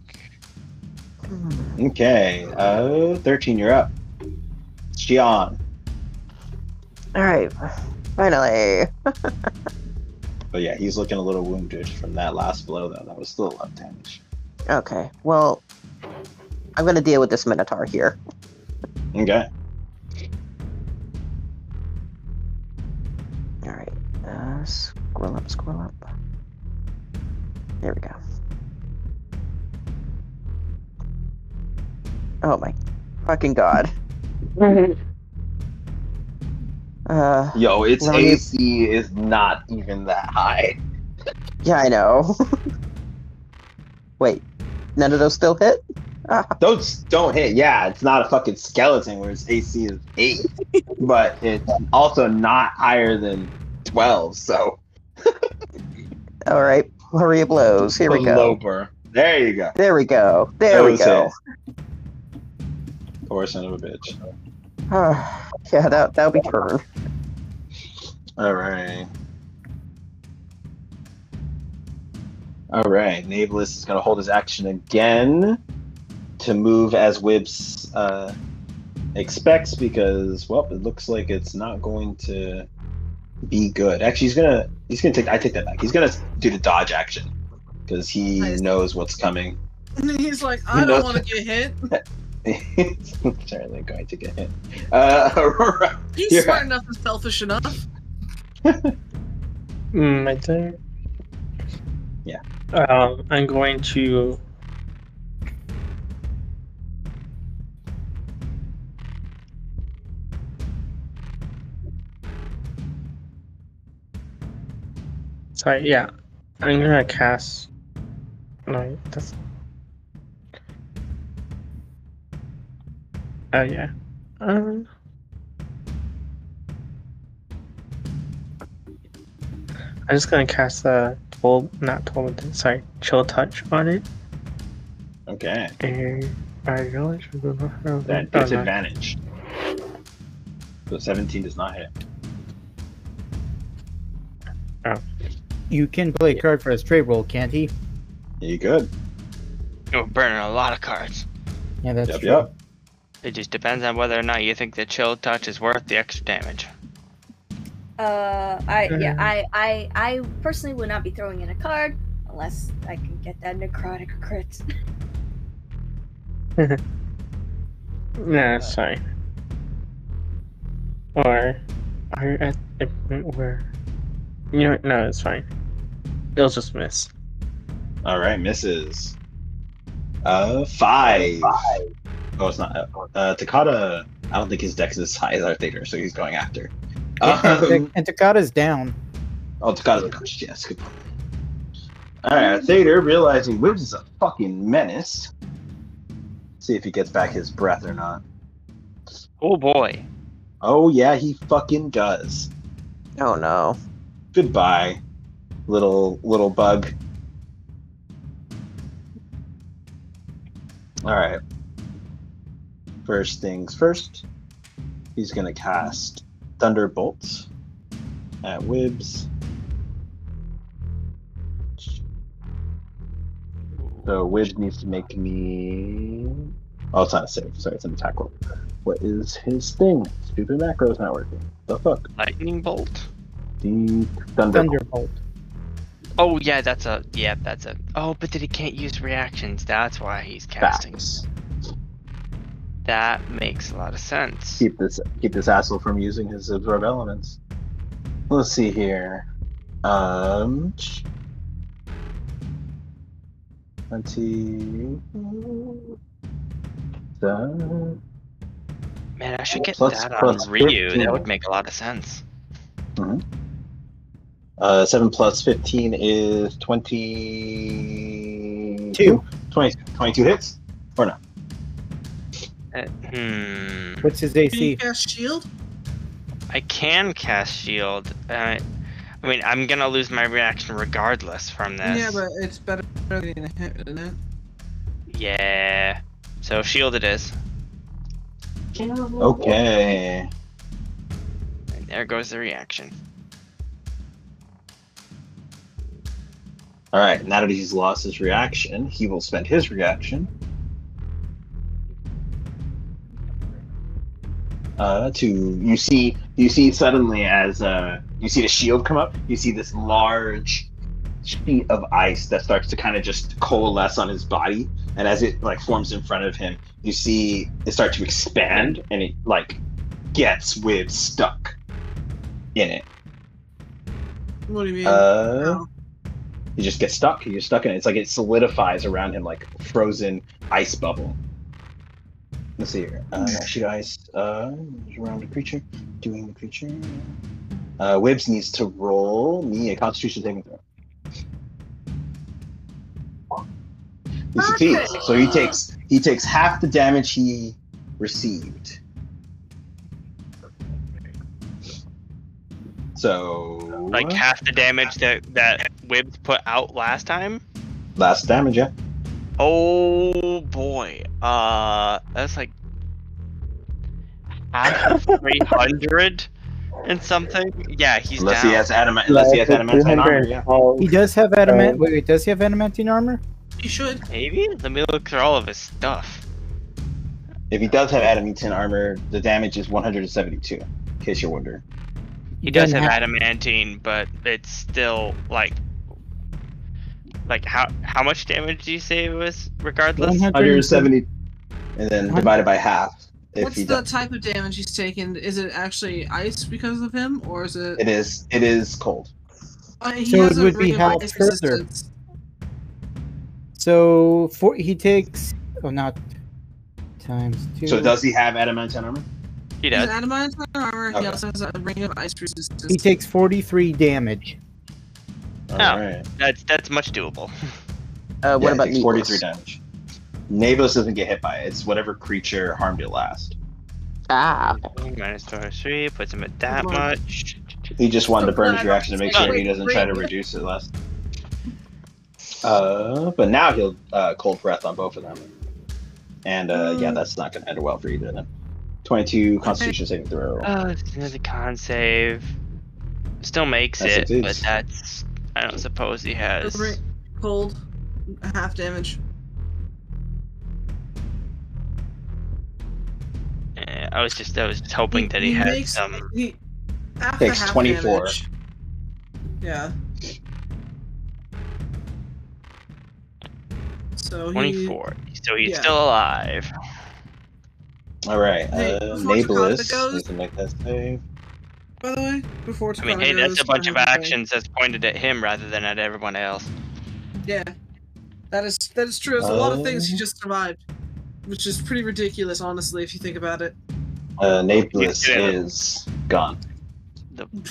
Okay, uh, 13, you're up. Xion, All right. Finally. But yeah, he's looking a little wounded from that last blow, though. That was still a lot of damage. Okay. Well, I'm gonna deal with this Minotaur here. Okay. All right. Uh, scroll up. Scroll up. There we go. Oh my fucking god. uh, Yo, its Let me- AC is not even that high. yeah, I know. Wait, none of those still hit? Those don't hit. Yeah, it's not a fucking skeleton where its AC is 8, but it's also not higher than 12, so. All right, flurry of blows. Here we go. Lower. There you go. There we go. There we Those go. hit. Poor son of a bitch. yeah, that that'll be turn. All right. All right. Navelist is going to hold his action again to move as Wibbs uh, expects because, well, it looks like it's not going to be good. Actually, he's gonna he's gonna take I take that back. He's gonna do the dodge action because he Nice. knows what's coming. And he's like, Who I knows? don't want to get hit. He's certainly going to get hit. Uh, He's Yeah. smart enough and selfish enough. Mm, my turn. Yeah. Um, I'm going to. Sorry. Yeah, I'm gonna cast. No, that's. Oh yeah. Um. I'm just gonna cast a toll, not toll, sorry, chill touch on it, okay, and I realize we don't have oh, that no. disadvantage. So seventeen does not hit. You can play a card for a straight roll, can't he? You good? You're burning a lot of cards. Yeah, that's Yep, true. yep. It just depends on whether or not you think the chill touch is worth the extra damage. Uh, I yeah, Mhm. I I I personally would not be throwing in a card unless I can get that necrotic crit. Nah, it's fine. Or are you at the point where? You know, what? no, it's fine. It'll just miss. All right, misses. Uh, five. Oh, it's not. Uh, Takata. I don't think his dex is as high as our theater, so he's going after. Um, And, and Takata's down. oh, Takata's yes. Good point. All right, our theater realizing Wibbs is a fucking menace. See if he gets back his breath or not. Oh boy. Oh yeah, he fucking does. Oh no. Goodbye, little little bug. All right. First things first. He's gonna cast Thunderbolts at Wibbs. So Wibbs needs to make me. Oh, it's not a save. Sorry, it's an attack roll. What is his thing? Stupid macro is not working. The fuck? Lightning bolt. The Thunderbolt. Thunderbolt. Oh yeah, that's a yeah, that's a. Oh, but then he can't use reactions. That's why he's casting. Facts. That makes a lot of sense. Keep this keep this asshole from using his absorb elements. Let's see here. Um, twenty. Uh, Man, I should get Plus- that on plus Ryu. That 15. would make a lot of sense. Uh, 7 plus 15 is 22. Two. 20, 22 hits? Uh, hmm. What's his Can you AC? cast shield? I can cast shield. Uh, I mean, I'm gonna lose my reaction regardless from this. Yeah, but it's better than a hit, isn't it? Yeah. So shield it is. Okay. And there goes the reaction. Alright, now that he's lost his reaction, he will spend his reaction. Uh, to you see you see suddenly as uh, you see the shield come up you see this large sheet of ice that starts to kind of just coalesce on his body and as it like forms in front of him you see it start to expand and it like gets with stuck in it What do you mean? uh, you just get stuck. You're stuck in it. It's like it solidifies around him like frozen ice bubble. Let's see here. Uh, shoot ice uh, around the creature, doing the creature. Uh, Wibbs needs to roll me a Constitution saving throw. He succeeds, so he takes he takes half the damage he received. So Like half the damage that that Wibbs put out last time. last damage, yeah. Oh boy. Uh, that's like half three hundred and something. Yeah, he's Unless down. he has adamant, unless he has adamantine armor, yeah. He does have Um, adamant. Wait, wait, does he have adamantine armor? you should. Maybe. Let me look through all of his stuff. If he does have adamantine armor, the damage is 172. In case you're wondering. He does doesn't have adamantine, but it's still like, like how how much damage do you say it was regardless? 170, and then divided by half. If What's he the does, type of damage he's taken? Is it actually ice because of him, or is it? it is it is cold. Uh, he So it has a would be ring of half ice further. resistance. So four, he takes. Oh, not times two. So does he have adamantine armor? He He has does. adamantine armor. Okay. He also has a ring of ice resistance. He takes forty-three damage. All No. right. That's that's much doable. Uh, what Yeah, it about takes Needles? 43 damage? Navos doesn't get hit by it. It's whatever creature harmed it last. Ah, Minus three puts him at that Come on. much. He just wanted to burn his Okay. reaction to make sure he doesn't try to reduce it last. Uh, but now he'll uh, cold breath on both of them, and uh, yeah, that's not going to end well for either of them. Twenty-two Constitution saving throw. roll. Uh, another con save. Still makes That it, but succeeds. that's I don't suppose he has. Ring- cold, half damage. Eh, I was just I was just hoping that he had makes- some. he- half the Takes half 24. damage. Yeah. So he, 24. So he's yeah. still alive. All right, Hey, uh, before Nablus Takata goes- needs to make that save. By the way, before I mean, Takara hey, that's goes, a bunch of I have to- actions that's pointed at him rather than at everyone else. Yeah, that is that is true. There's a lot of things he Um, just survived, which is pretty ridiculous, honestly, if you think about it. Uh, Nablus Yeah. is gone.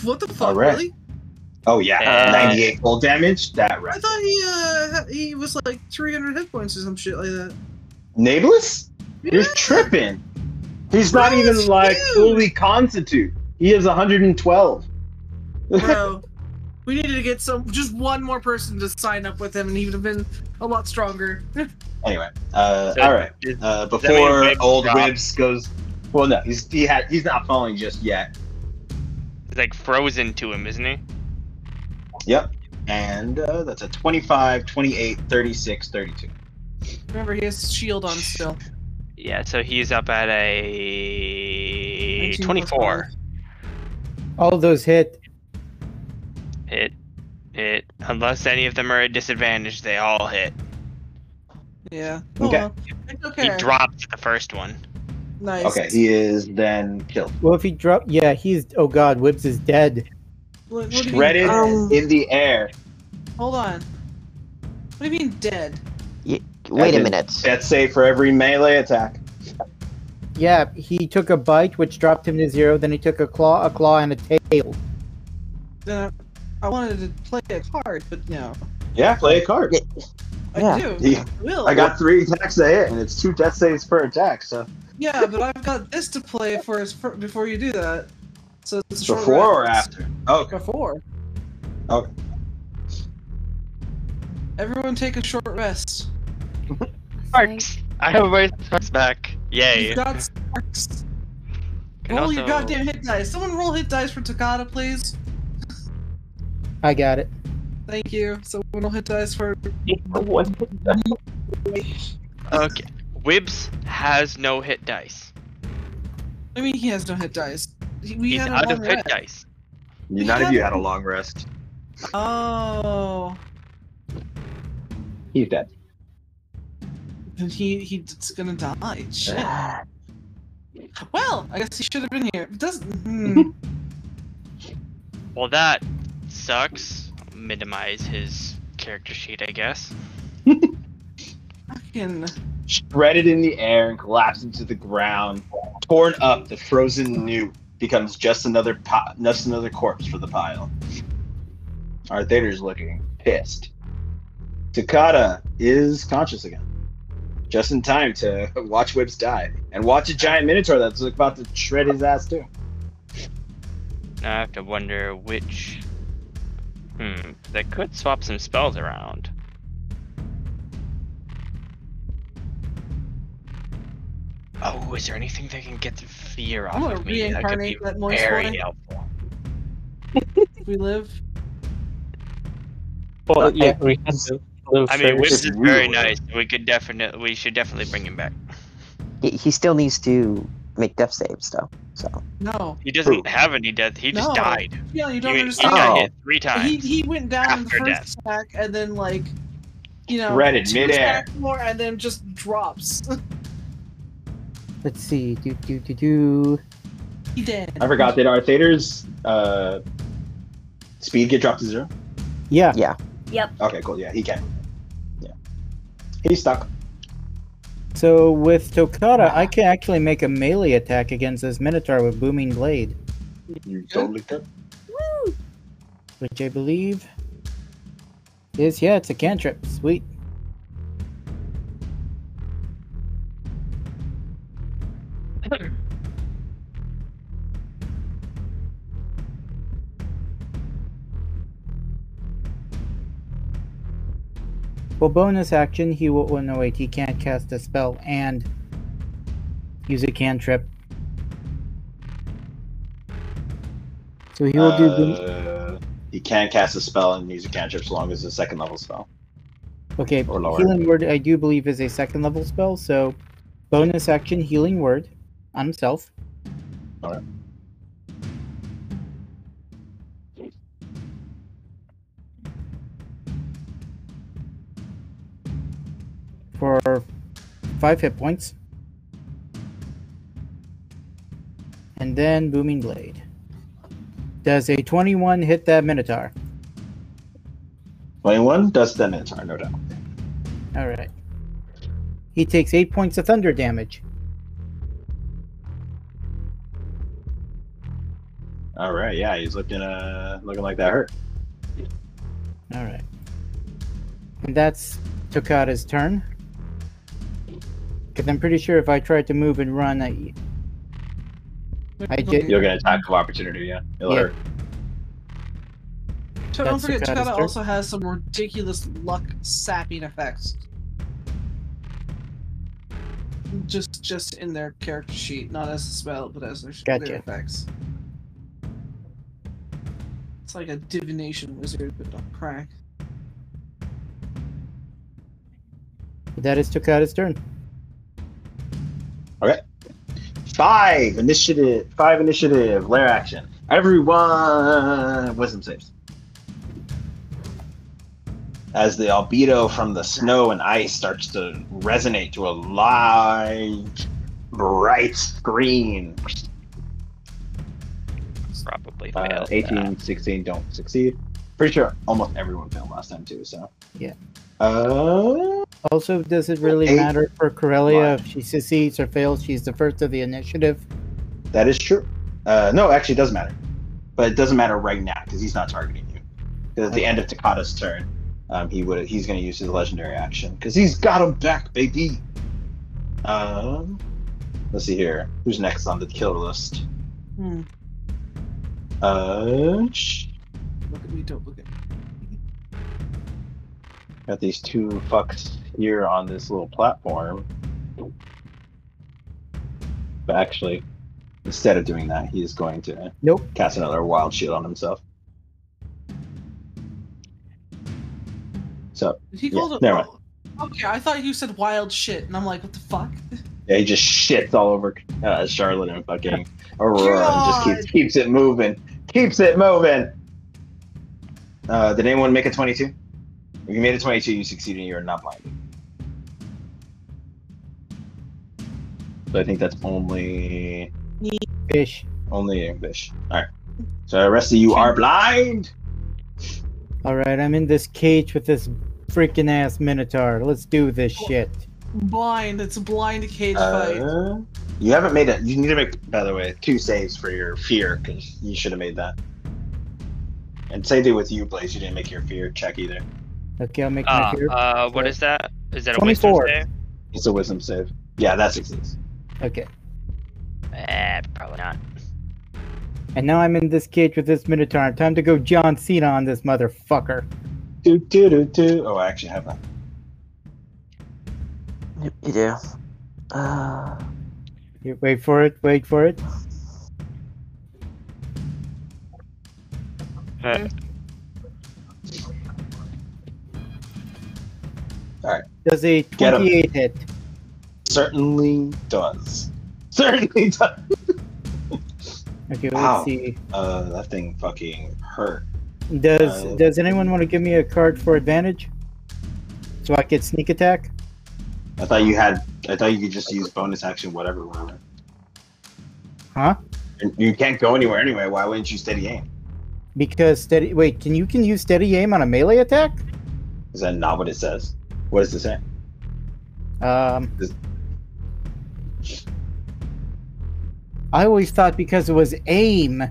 What the fuck, All right. really? Oh yeah, Uh, ninety-eight cold damage. That I right. thought he uh he was like 300 hit points or some shit like that. Nablus, you're Yeah. tripping. He's not Bro, even it's like huge. fully constitute. He is one hundred and twelve. Bro, we needed to get some just one more person to sign up with him, and he would have been a lot stronger. Anyway, uh, So- all right. Uh, that mean before Wibbs old dropped? Wibbs goes, well, no, he's he had he's not falling just yet. He's like frozen to him, isn't he? Yep. And uh, that's a 25, 28, 36, 32. Remember, he has shield on still. Yeah, so he's up at a 19 plus 24 All those hit. hit. It unless any of them are at disadvantage, they all hit. Yeah. Oh, Okay. well. It's okay. He dropped the first one. nice. Okay, he is then killed. Well, if he drop, yeah, he's. Oh God, Wibbs is dead. What, what do you mean- Shredded um, in the air. Hold on. What do you mean dead? Wait a Evan. minute. That's safe for every melee attack. Yeah, he took a bite, which dropped him to zero. Then he took a claw, a claw, and a tail. Then I, I wanted to play a card, but no. Yeah, play a card. I Yeah. do. Yeah. I will. I got three attacks to hit, and it's two death saves per attack. So Yeah, but I've got this to play for, us fir- before you do that. So it's a short before or rest. after? Oh, okay. Before. Okay. Everyone take a short rest. Thank- Sparks. I have my sparks back. You've Yay. got sparks. And Roll also- your goddamn hit dice. Someone roll hit dice for Takata, please. I got it. Thank you. Someone roll hit dice for. Okay. Wibbs has no hit dice. I mean, he has no hit dice. He, we He's had a out of long hit rest. dice. We none of have- you had a long rest. Oh. He's dead. Then he he's gonna die. Shit. Ah. Well, I guess he should have been here. It doesn't. Hmm. Well, that sucks. Minimize his character sheet, I guess. Fucking. Shredded in the air and collapsed into the ground. Torn up, the frozen new becomes just another po- just another corpse for the pile. Our theater's looking pissed. Takata is conscious again, just in time to watch Whips die and watch a giant minotaur that's about to shred his ass too. Now I have to wonder which. Hmm. They could swap some spells around. Oh, is there anything that can get the fear off I'm gonna of me? That could be reincarnate that moist very one. helpful. If we live. Well, yeah, we had to live I mean, first. Wibbs It's is very real. nice. We could definitely, we should definitely bring him back. He, he still needs to make death saves though. So No. He doesn't Who? have any death. He just No. died. Yeah, you He, don't he understand. got Oh. hit three He, times. he went down in the After first death. attack and then like, you know, Threaded two midair. attacks more and then just drops. Let's see. Do do do do. he did. I forgot that our theater's uh, speed get dropped to zero. Yeah. Yep. Okay, cool. Yeah, he can. Yeah, he's stuck. So with Tokata, I can actually make a melee attack against this Minotaur with Booming Blade, You totally could. Woo! which I believe is yeah, it's a cantrip. Sweet. Well, bonus action, he will. Well, no, wait, he can't cast a spell and use a cantrip. So he will do. boom- Uh, he can cast a spell and use a cantrip so long as it's a second level spell. Okay, or lower. healing word I do believe is a second level spell, so bonus action healing word on himself. Alright. For five hit points. And then booming blade. Does a twenty-one hit that Minotaur? 21 does the Minotaur, no doubt. All right. He takes eight points of thunder damage. All right, yeah, he's looking uh looking like that hurt. All right. And that's Tokata's turn. Because I'm pretty sure if I tried to move and run, I, I did- You'll get an attack of opportunity, yeah. It'll Yeah. hurt. So don't That's forget, Takata's Takata turn. also has some ridiculous luck sapping effects. Just, just in their character sheet, not as a spell, but as their, Gotcha. their effects. It's like a divination wizard, but on crack. that is Tokata's turn. Five initiative. Five initiative. Lair action. Everyone wisdom saves. as the albedo from the snow and ice starts to resonate to a large, bright screen. Probably Uh, failed. 18 that. 16 don't succeed. Pretty sure almost everyone failed last time, too, so. Yeah. Uh, Also, does it really Eight. matter for Corellia if she succeeds or fails? She's the first of the initiative. that is true. Uh, no, actually, it does matter. But it doesn't matter right now because he's not targeting you. 'Cause at the end of Takada's turn, um, he would he's going to use his legendary action because he's got him back, baby. Um, let's see here. Who's next on the kill list? Hmm. Uh, sh- Look at me, don't look at me. got these two fucks here on this little platform. But actually, instead of doing that, he is going to Nope. cast another wild shield on himself. So Did he Yeah, called never it? Oh, okay, I thought you said wild shit, and I'm like, what the fuck? yeah, he just shits all over uh, Charlotte and fucking Aurora, and just keeps God. keeps it moving, keeps it moving. Uh, did anyone make a twenty-two? If you made a twenty-two, you succeeded. You're not blinded. So I think that's only Fish. Only English. All right. So the rest of you are blind. All right, I'm in this cage with this freaking ass Minotaur. Let's do this shit. Blind. It's a blind cage fight. Uh, you haven't made it. You need to make, by the way, two saves for your fear because you should have made that. And same thing with you, Blaze. You didn't make your fear check either. Okay, I'll make my Uh, fear. uh, what is that? Is that a wisdom 24. save? It's a wisdom save. Yeah, that succeeds. okay. ah. Eh, probably not. And now I'm in this cage with this Minotaur. Time to go John Cena on this motherfucker. Do do do do. Oh, I actually have that. Yep, you do. Uh, You- Wait for it. Wait for it. Uh, Does a Get him. 28 hit? Certainly does. Certainly does. Okay, Wow. let's see. Uh, that thing fucking hurt. Does Uh, Does anyone want to give me a card for advantage? So I get sneak attack. I thought you had. I thought you could just use bonus action, whatever. whatever. Huh? And You can't go anywhere anyway. Why wouldn't you steady aim? Because steady. Wait, can you can use steady aim on a melee attack? Is that not what it says? What does it say? Um. I always thought because it was aim.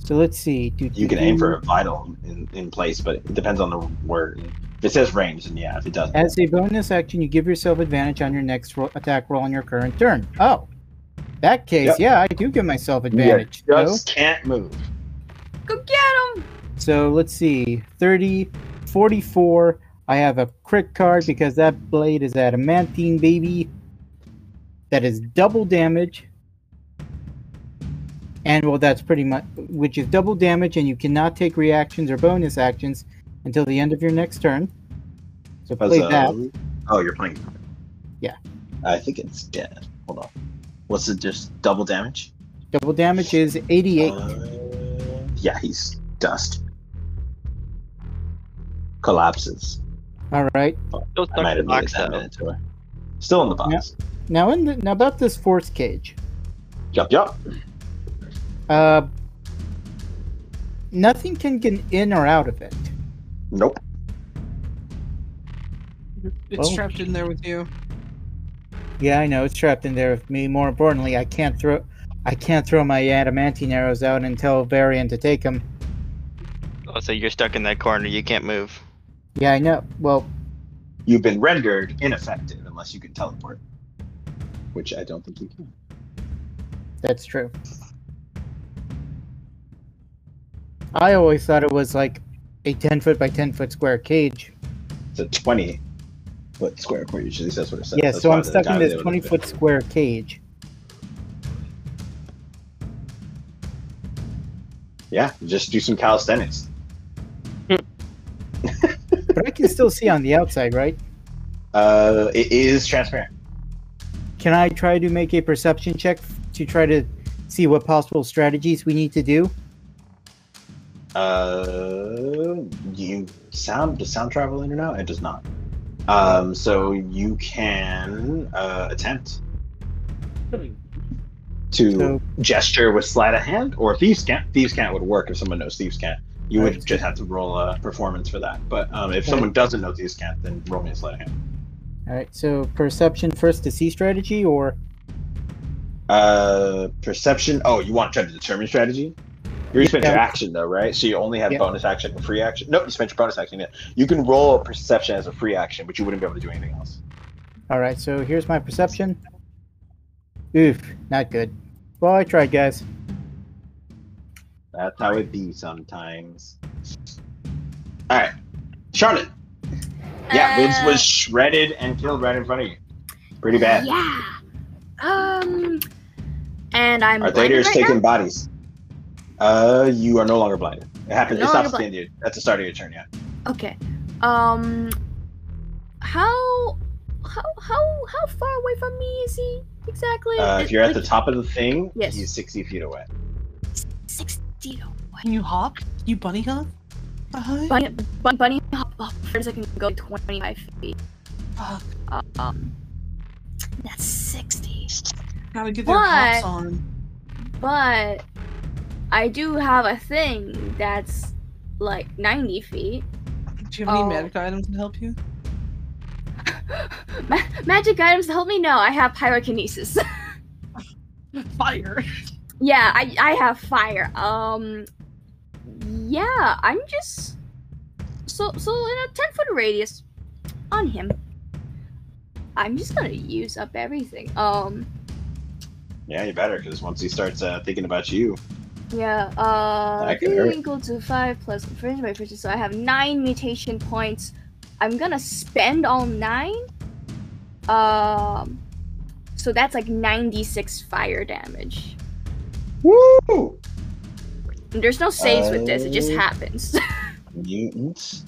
So let's see. Do, You do, can aim do. for a vital in, in place, but it depends on the word. If it says range, then yeah. If it doesn't, As a bonus action, you give yourself advantage on your next ro- attack roll on your current turn. Oh, that case, Yep. yeah, I do give myself advantage. you So, just can't move. Go get him! so let's see, 30, 44. I have a crit card because that blade is adamantine, baby. That is double damage. And well, that's pretty much, which is double damage, and you cannot take reactions or bonus actions until the end of your next turn. So play Huzzah. that. Oh, you're playing. Yeah. I think it's dead. Hold on. What's it? Just double damage. Double damage is 88. Uh, yeah, he's dust. Collapses. All right. still I stuck might in the have made box that though. minotaur. Still in the box. Yeah. Now in the, now about this fourth cage. Jump, jump. Uh, nothing can get in or out of it. Nope. It's Oh. trapped in there with you. Yeah, I know it's trapped in there with me. More importantly, I can't throw I can't throw my adamantine arrows out and tell Varian to take them. Oh, so you're stuck in that corner. You can't move. Yeah, I know. Well, You've been rendered ineffective unless you can teleport, which I don't think you can. that's true. I always thought it was like a 10 foot by 10 foot square cage. It's a 20 foot square court, usually. That's what it says. Yeah, That's so why I'm the stuck in guy this that 20 would've been- foot square cage. Yeah, just do some calisthenics. But I can still see on the outside, right? Uh, it is transparent. Can I try to make a perception check to try to see what possible strategies we need to do? Uh, you sound does sound travel in or out? It does not. Um, so you can uh, attempt to So- gesture with sleight of hand, or thieves can't. Thieves can't would work if someone knows thieves can't. You would Right. just have to roll a performance for that. But um, if Okay. someone doesn't know thieves can't, then roll me a sleight of hand. Alright, so perception first to see strategy or Uh, perception. Oh, you want to try to determine strategy? You already spent your Yeah. action though, right? So you only have Yeah. bonus action and free action. Nope, you spent your bonus action. Yeah. You can roll perception as a free action, but you wouldn't be able to do anything else. Alright, so here's my perception. Oof, not good. Well I tried guys. That's how it be sometimes. All right, Charlotte. Yeah, Vince Uh, was shredded and killed right in front of you. Pretty bad. Yeah. Um. And I'm. Our blinded theater is right taking now? bodies. Uh, you are no longer blinded. It happens. No it stops longer at the end. of your- At the start of your turn. Yeah. Okay. Um. How. How how how far away from me is he exactly? Uh, if you're at the Like, top of the thing, Yes. he's 60 feet away. sixty. Can you hop? You bunny hop? Uh-huh. Bunny, bunny, bunny hop up first. I can go twenty-five feet. Fuck. Um, that's sixty. Gotta get their What? hops on. But I do have a thing that's like ninety feet. Do you have any Oh. magic items to help you? Ma- magic items to help me? No, I have pyrokinesis. Fire. yeah, I I have fire. Um, yeah, I'm just so so in a ten foot radius on him. I'm just gonna use up everything. Um. Yeah, you better, because once he starts uh, thinking about you, Yeah, uh, That could hurt. equal to 5 plus infringement by infringement, so I have 9 mutation points. I'm gonna spend all 9. Um, so that's like 96 fire damage. woo, And there's no saves with this, it just Oh. happens. mutants,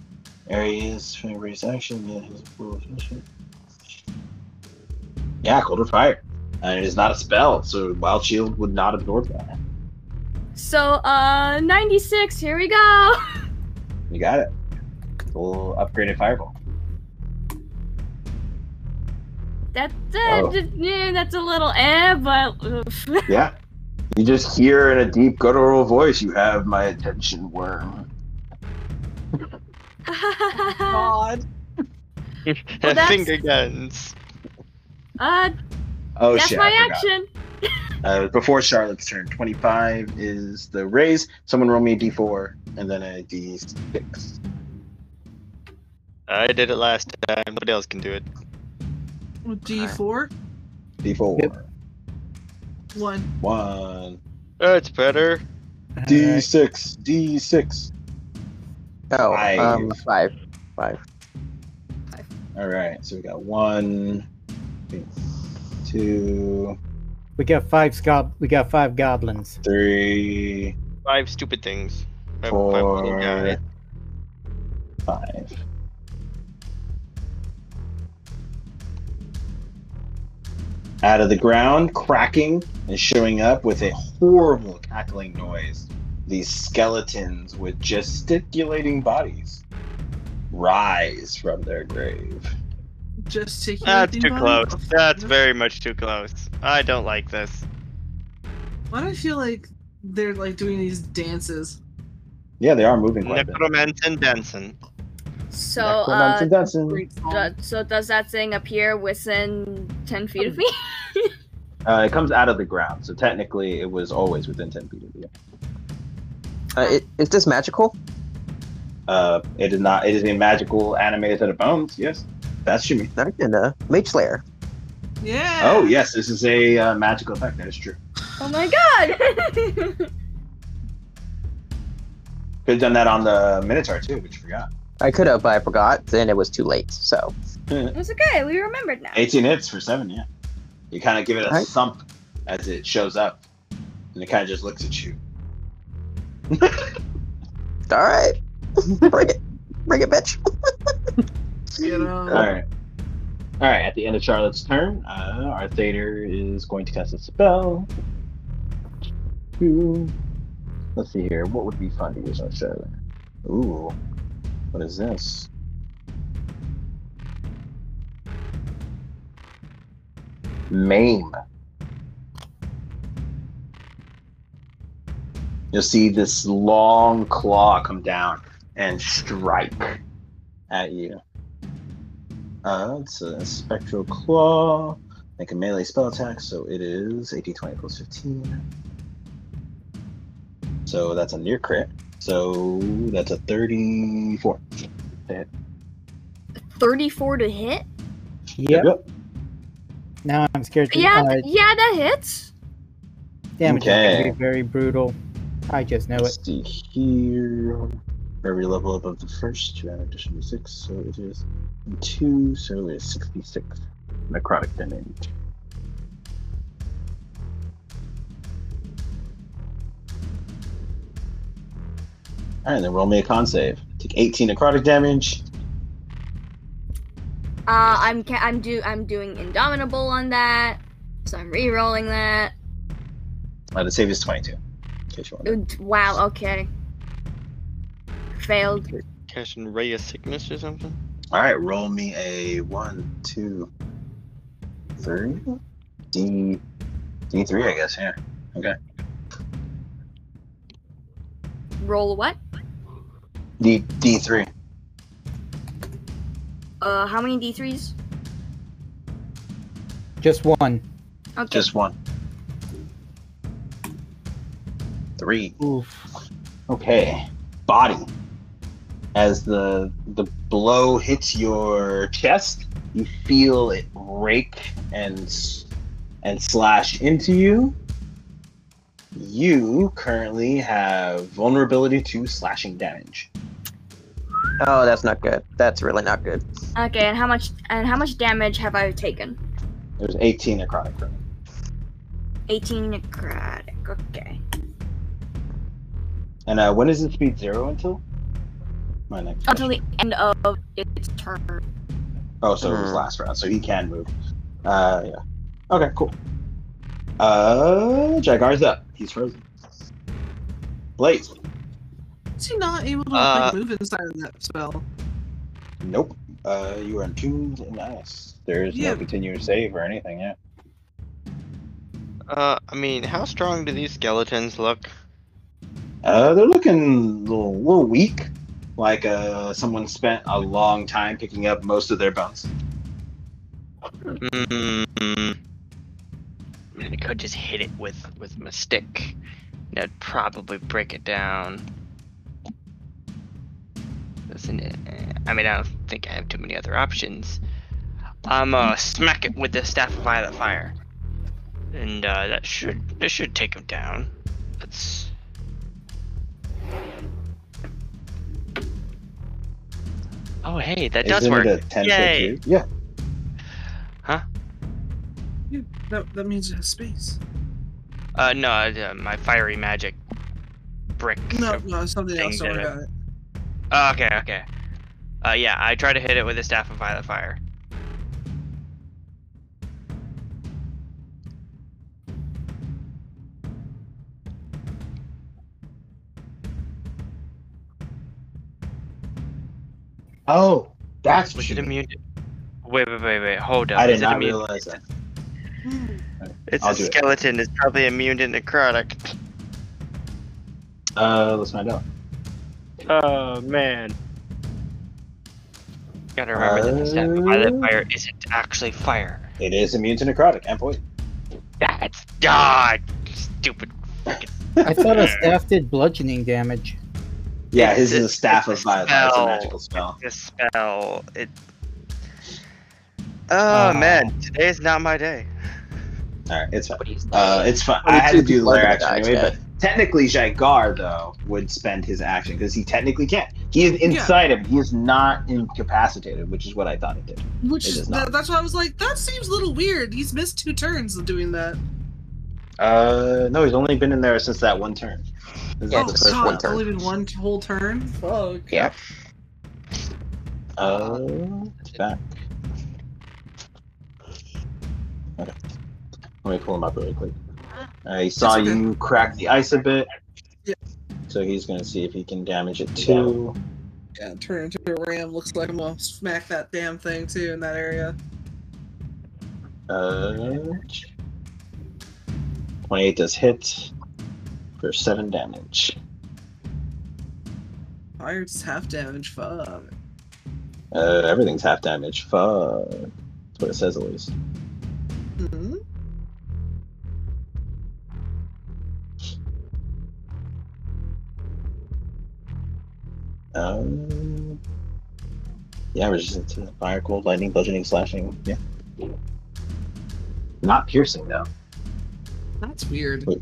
areas from race action. Yeah, his rule of action. yeah, colder fire, and it is not a spell, so wild shield would not absorb that. so, uh, 96, here we go! You got it. Full upgraded fireball. That, that Oh. yeah, that's a little eh, but. oof. Yeah. You just hear in a deep guttural voice, "You have my attention, worm." Uh, God. that's- Finger guns. uh, Oh that's shit! I my forgot. action! Uh, before Charlotte's turn, 25 is the raise. Someone roll me a d4 and then a d6. I did it last time. Nobody else can do it. With D4? D4. One. One. That's better. Alright, D6. D6. Oh, Five. um, five. All right. So we got one, two, we got five scob we got five goblins. three, Five stupid things. Five- five little guys. four, five. Out of the ground, cracking and showing up with a horrible cackling noise. These skeletons with gesticulating bodies rise from their grave. Just taking That's anything too by- close. Oh, That's no. very much too close. I don't like this. Why do I feel like they're like doing these dances? Yeah, they are moving quite a bit. Necromance and Benson. So, Necromancer uh, Dunson. Great song. Do- so does that thing appear within ten feet of me? Uh, it comes out of the ground, so technically it was always within 10 feet of you. Uh, i- is this magical? Uh, it is not. It is a magical anime set of bones. Yes, that's Shimi. Not in a mage slayer. Yeah. Oh yes, this is a uh, magical effect. That is true. oh my god! Could have done that on the Minotaur too, which you forgot. I could have, but I forgot. Then it was too late. So it's okay. We remembered now. 18 hits for seven. Yeah, you kind of give it a Alright. thump as it shows up, and it kind of just looks at you. all right, bring it, bring it, bitch. You know, All right. All right. At the end of Charlotte's turn, uh, our Thader is going to cast a spell. Two. Let's see here. What would be fun to use on Charlotte? Ooh, what is this? Maim. You'll see this long claw come down and strike at you. Uh, it's a spectral claw. Make a melee spell attack, so it is 18, 20 plus 15. So that's a near crit. So that's a 34. 34 to hit? Yep. Now I'm scared to Yeah, uh, yeah, that hits. damage is Okay. gonna be very brutal. I just know it. Let's see here. Every level above the first, you add additional six, so it is two, so it is 66 necrotic damage. Alright, then roll me a con save. Take 18 necrotic damage. Uh, I'm ca- I'm do I'm doing indomitable on that, so I'm re-rolling that. Uh, the save is 22. In case you want Ooh, Wow. Okay. Failed. Catching ray of sickness or something. All right, roll me a one, two, three, D, D three, I guess. Yeah. Roll a what? D D three. Uh, how many d3s? Just one. Okay. Just one. Three. Oof. Okay. Body. As the the blow hits your chest, you feel it rake and s- and slash into you. You currently have vulnerability to slashing damage. Oh, that's not good. That's really not good. Okay. And how much and how much damage have I taken? There's 18 necrotic damage. 18 necrotic. Okay. And uh, when is it speed zero until? My next. Until the end of its turn. Oh, so it was Hmm. last round, so he can move. Uh, yeah. Okay, cool. Uh, Jagar's up. He's frozen. Blaze. Is he not able to Uh, like, move inside of that spell? Nope. Uh, you are entombed in ice. There is Yeah. no continuous save or anything. Yeah. Uh, I mean, how strong do these skeletons look? Uh, they're looking a little, little weak. Like uh, someone spent a long time picking up most of their bones. Mm, Mm-hmm. Man, I could just hit it with with my stick. That'd probably break it down. Listen, eh, I mean, I don't think I have too many other options. I'm uh smack it with the staff of violet fire, and uh, that should that should take him down. That's oh hey, that does Isn't work. It a 10 foot Yay. cube? Yeah. Yeah, that, that means it has space. Uh, no, uh, my fiery magic brick. No, of- no, it's something Thing else. Don't worry did it. about it. Oh, okay, okay. Uh, yeah, I try to hit it with a staff of violet fire. Oh, that's what Was you. it mean. immune? To... Wait, wait, wait, wait. Hold up. I is did it not immune- realize that. it's I'll a do it. skeleton. It's probably immune to necrotic. Uh, let's find out. Oh man. Gotta remember that the staff of violet fire Uh. isn't actually fire. It is immune to necrotic and poison. That's ah stupid. I thought a staff did bludgeoning damage. Yeah, It's his is a- a staff of it's a violet. It's a spell. magical spell. The spell. It. Oh Oh, Ah. man, today is not my day. All right, it's fine. What is Uh, it's fine. I had to do the lair Legendary action anyway, but technically Jaigar though would spend his action because he technically can't. He is inside him. He is not incapacitated, which is what I thought it did. Which It is, is not. that, that's why I was like, that seems a little weird. He's missed two turns of doing that. Uh, no, he's only been in there since that one turn. This is Yeah, the just first Oh, God, one it's turn. only been one whole turn. Fuck. Yeah. Uh, it's back. Okay. Let me pull him up really quick. Uh, he saw That's okay. you crack the ice a bit. So he's going to see if he can damage it too. Yeah, turn into a ram. Looks like I'm gonna smack that damn thing too in that area. Uh, 28 does hit for 7 damage. Fire's half damage. Fuck. Uh, everything's half damage. Fuck. That's what it says at least. hmm Um, yeah, resistant to fire, cold, lightning, bludgeoning, slashing. Yeah. Not piercing though. That's weird. Wait.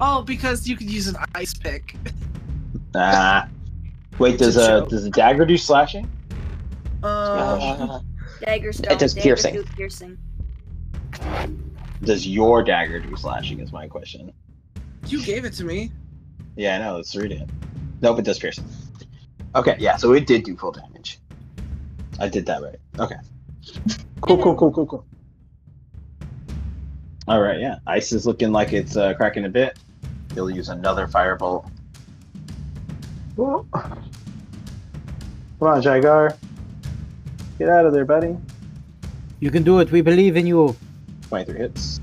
Oh, because you could use an ice pick. Ah. Wait, It's a does a joke. does a dagger do slashing? Oh. Uh, Uh, Dagger stone. does dagger piercing. do piercing. Does your dagger do slashing? Is my question. you gave it to me. Yeah, I know. Let's read it. Nope, it does piercing. Okay, yeah. So it did do full damage. I did that right. Okay. Cool, cool, cool, cool, cool. All right, yeah. Ice is looking like it's uh, cracking a bit. He'll use another firebolt. Whoa. Come on, Jagar. Get out of there, buddy. You can do it. We believe in you. 23 hits.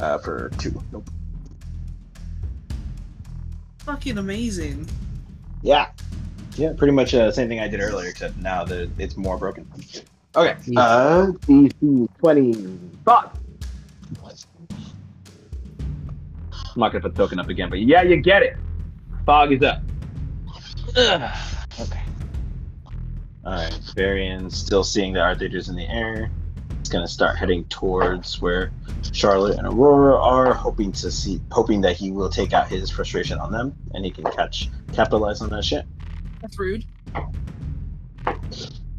Uh, for two. Nope. Fucking amazing. Yeah. Yeah, pretty much uh, same thing I did earlier, except now that it's more broken. Okay. Yeah. Uh, DC 20. Fuck! I'm not gonna put token up again, but yeah, you get it. Fog is up. okay. Alright, Varian, still seeing the Art Leaders in the air. It's gonna start heading towards where Charlotte and Aurora are, hoping to see hoping that he will take out his frustration on them and he can catch capitalize on that shit. That's rude.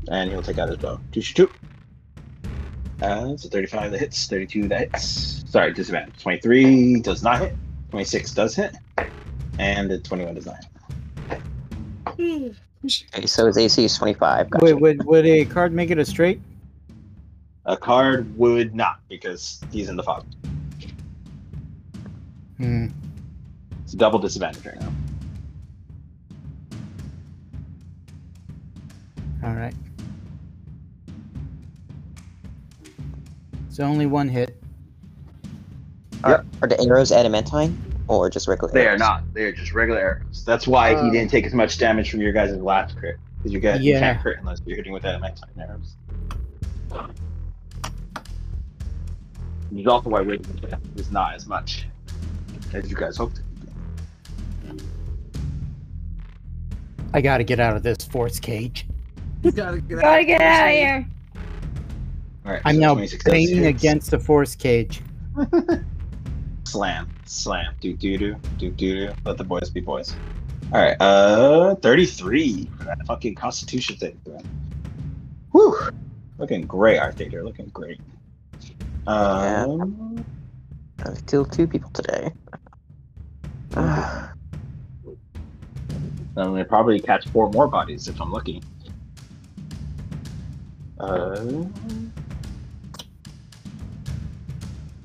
And he'll take out his bow. Two shoot two. Uh, so 35 that hits, 32 that hits. Sorry, disadvantage. 23 does not hit, 26 does hit, and the 21 does not hit. okay, so his AC is 25. Gotcha. Wait, would would a card make it a straight? A card would not because he's in the fog. Hmm. It's double disadvantage right now. All right. It's only one hit. Are, are the arrows adamantine or just regular? arrows? not. Ah, They are just regular arrows. That's why Uh. he didn't take as much damage from your guys' last crit. Because you guys you Yeah. can't crit unless you're hitting with adamantine arrows. Which is also why Raven is not as much as you guys hoped. I gotta get out of this force cage. You gotta get out. Gotta get out of here. Alright, I'm so now 26 does banging hit. against the force cage. Slam, slam, do do do, do do do. Let the boys be boys. All right, uh, thirty-three for that fucking Constitution thing. bro. Whew, looking great, Art Theater. Looking great. Um, I've killed two people today. Ah, I'm gonna probably catch four more bodies if I'm lucky. Uh,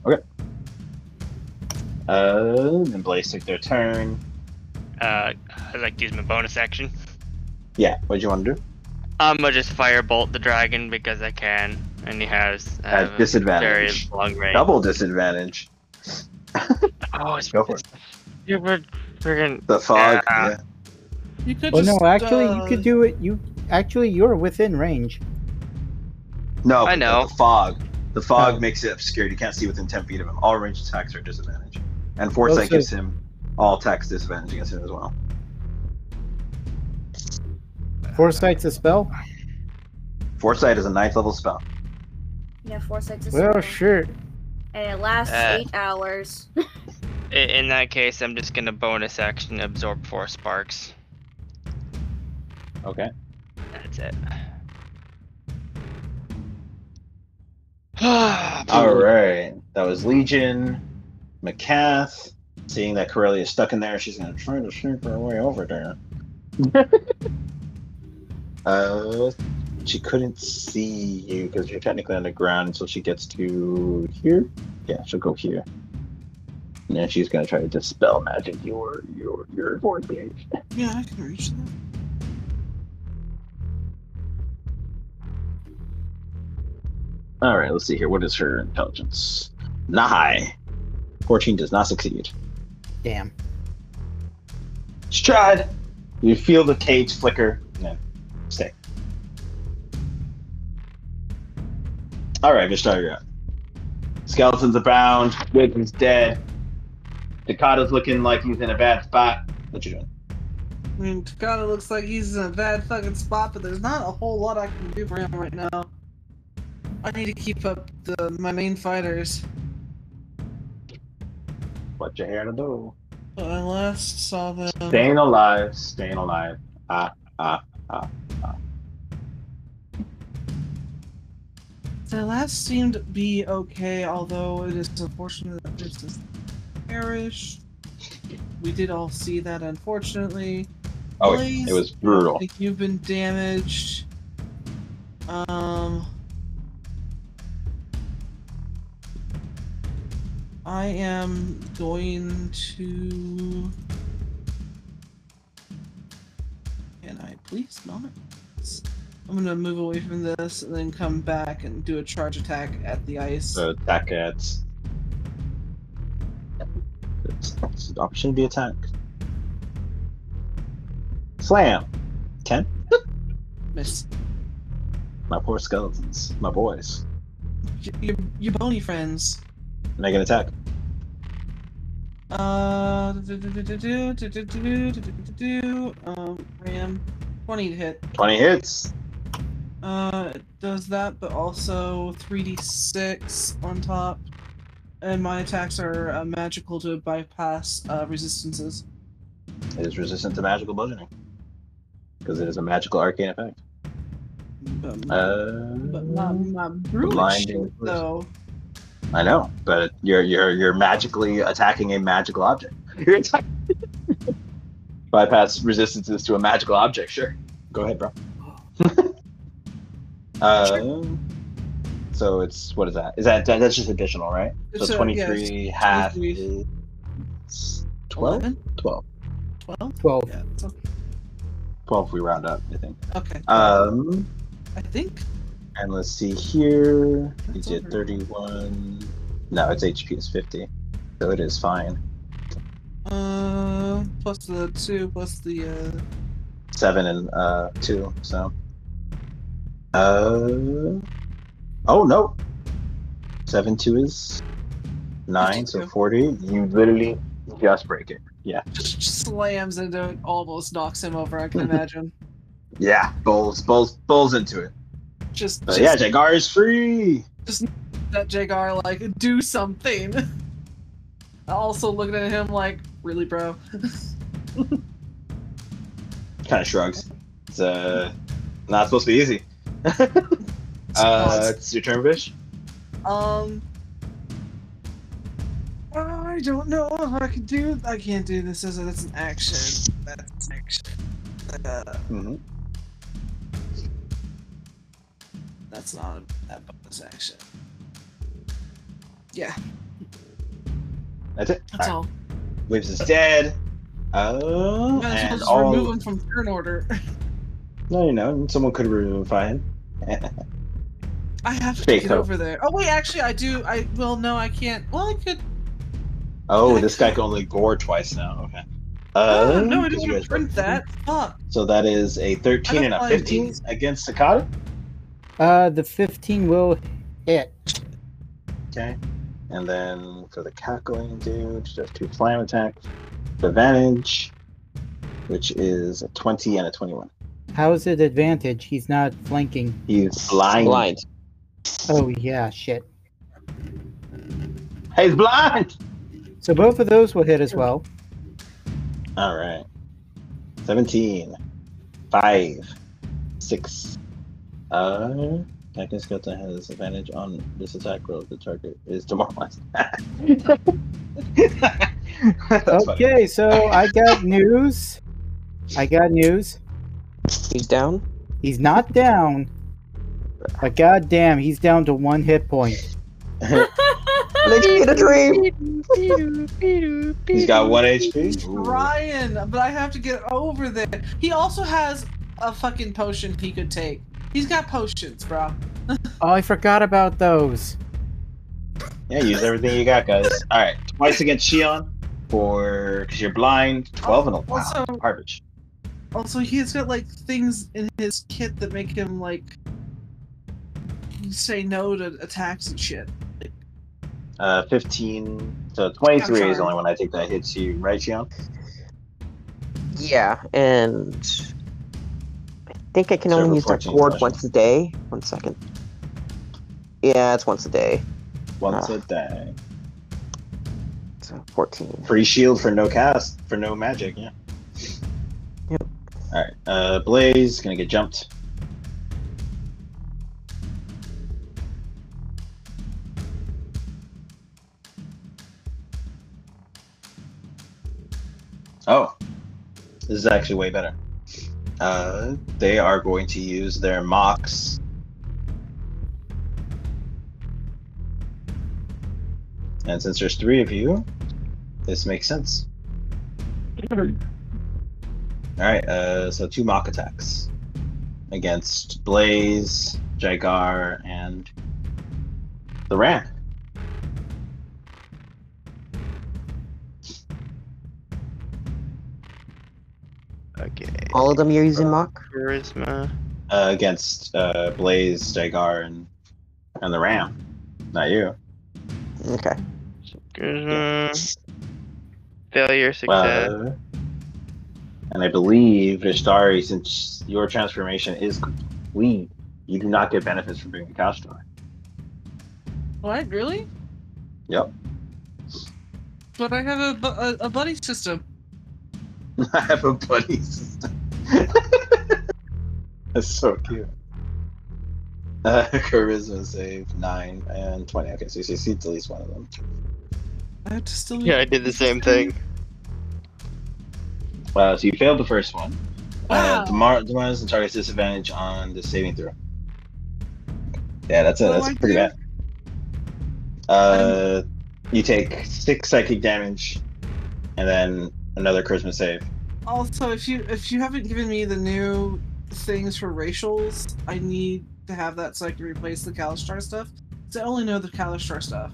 okay. Uh, then Blaze took their turn. Uh, I'd like to use my bonus action. Yeah, what'd you want to do? I'm gonna just firebolt the dragon because I can, and he has I At have a disadvantage. Very long range. Double disadvantage. Oh, it's Go for it. super friggin' The fog. Yeah. yeah. You could Well, just, no, actually, uh, you could do it. You actually, you're within range. No, I but know. The fog. The fog Oh. makes it obscured. You can't see within ten feet of him. All ranged attacks are disadvantage, and foresight Okay. gives him all attacks disadvantage against him as well. Foresight's a spell. Foresight is a ninth level spell. Yeah, foresight's a Well, spell. sure. And it lasts Uh. eight hours. I- In that case, I'm just gonna bonus action absorb four sparks. Okay. That's it. Um, All right. That was Legion, Macath. Seeing that Corellia is stuck in there, she's gonna try to sneak her way over there. uh, she couldn't see you because you're technically on the ground until she gets to here. Yeah, she'll go here. And then she's gonna try to dispel magic your your your vortex. Yeah, I can reach that. All right, let's see here. What is her intelligence? Not high. Fourteen does not succeed. Damn. She tried. You feel the cage flicker. No, stay. All right, Vishtar, you're up. Skeletons abound. Wiggin's dead. Dakata's looking like he's in a bad spot. What you doing? I mean, Takata looks like he's in a bad fucking spot, but there's not a whole lot I can do for him right now. I need to keep up the my main fighters. What you here to do? But I last saw them. Staying alive. Staying alive. Ah, ah. The last seemed to be okay, although it is unfortunate that this is perished. We did all see that, unfortunately. Oh, it, it was brutal. I think you've been damaged. Um, I am going to. Can I please not? I'm gonna move away from this and then come back and do a charge attack at the ice. So attack at. It's, it's option B attack. Slam. Ten. Miss My poor skeletons. My boys. y- your, your bony friends. Make an attack. Uh, do-do-do-do-do, do-do-do-do, do-do-do-do, um, ram, twenty to hit. Twenty hits. Uh, it does that, but also three d six on top, and my attacks are uh, magical to bypass uh, resistances. It is resistant to magical bludgeoning because it is a magical arcane effect. But my, Uh, but my, my brutish blinding shit, though. I know, but you're you're you're magically attacking a magical object. You're attacking. Bypass resistances to a magical object. Sure, go ahead, bro. uh, so it's what is that? Is that, that that's just additional, right? It's, uh, so yeah, twenty three half 23. is 12? 11? 12. 12? 12. Yeah, it's okay. 12 if we round up, I think. okay. Um, I think and let's see here. You That's did over. 31. No, its HP is 50, so it is fine. Uh, plus the two, plus the uh, seven and uh two. So, uh, oh no, seven two is nine, so 52. forty. You literally just break it. just uh, slams into it, almost knocks him over. I can imagine. Yeah, bowls, bowls, bowls into it. Just, So just Uh, yeah, Jagar is free. that Jagar like do something. also looking at him like, really, bro? Kind of shrugs. It's uh not supposed to be easy. Uh, it's your turn, Vish. um, I don't know if I can do. I can't do this. As a, that's an action. That's an action. Uh, Mm-hmm. that's not a, that bonus action. Yeah, That's it. that's All all. right. Waves is dead. Oh, Might as well and just all. remove him from turn order. No, you know, someone could revive him. I have to Fake get hope. over there. Oh wait, actually, I do. I well, no, I can't. Well, I could. Oh, this guy can only gore twice now. Okay. Uh, oh, no, I did didn't you guys want to print both- that. Fuck. So that is a 13 I and a don't 15 like these. against Sakata. Uh, the 15 will hit. Okay. And then for the cackling dude, just two flam attacks. with Advantage, which is a 20 and a 21. How is it advantage? He's not flanking. He's blind. Blind. Oh yeah, shit. He's blind! So both of those will hit as well. All right. 17. 5. 6. Uh, Captain Skeleton has advantage on this attack roll. The target is demoralized. That's funny. Okay, so I got news. I got news. He's down. He's not down. But goddamn, he's down to one hit point. Legit a dream. He's got one HP. Ooh. Ryan, but I have to get over there. He also has a fucking potion he could take. He's got potions, bro. Oh, I forgot about those. Yeah, use everything you got, guys. All right, twice against Shion for because you're blind. Twelve and a wow, Also- garbage. Also, he's got like things in his kit that make him like say no to attacks and shit. Uh, fifteen. So twenty-three is the sorry. only one I think that hits you, right, Shion? Yeah, and I think I can Server only use that 14 board session. once a day. One second. Yeah, it's once a day. Once Ah. a day. So 14. Free shield for no cast for no magic. Yeah. Yep. All right. Uh, Blaze gonna get jumped. Oh, this is actually way better. Uh, they are going to use their mocks. And since there's three of you, this makes sense. Alright, uh, so two mock attacks against Blaze, Jagar, and the Ram. Okay. All of them you're using mock? Charisma. Uh, against uh, Blaze, Jagar, and, and the Ram. Not you. Okay. Charisma. Failure, success. Uh, and I believe, Vishtari, since your transformation is complete, you do not get benefits from being a Kashdar. What? Really? Yep. But I have a bu- a, a buddy system. I have a buddy system. That's so cute. Uh, charisma save nine and twenty. Okay, so you succeed at least one of them. I have to still. Yeah, I did the same thing. Wow, so you failed the first one. Wow. Uh, Demar- Demar's and target's disadvantage on the saving throw. Yeah, that's it. What do That's Oh, I pretty do? bad. Uh, you take six psychic damage, and then another charisma save. Also, if you if you haven't given me the new things for racials, I need to have that so I can replace the Kalistrar stuff. So I only know the Kalistrar stuff.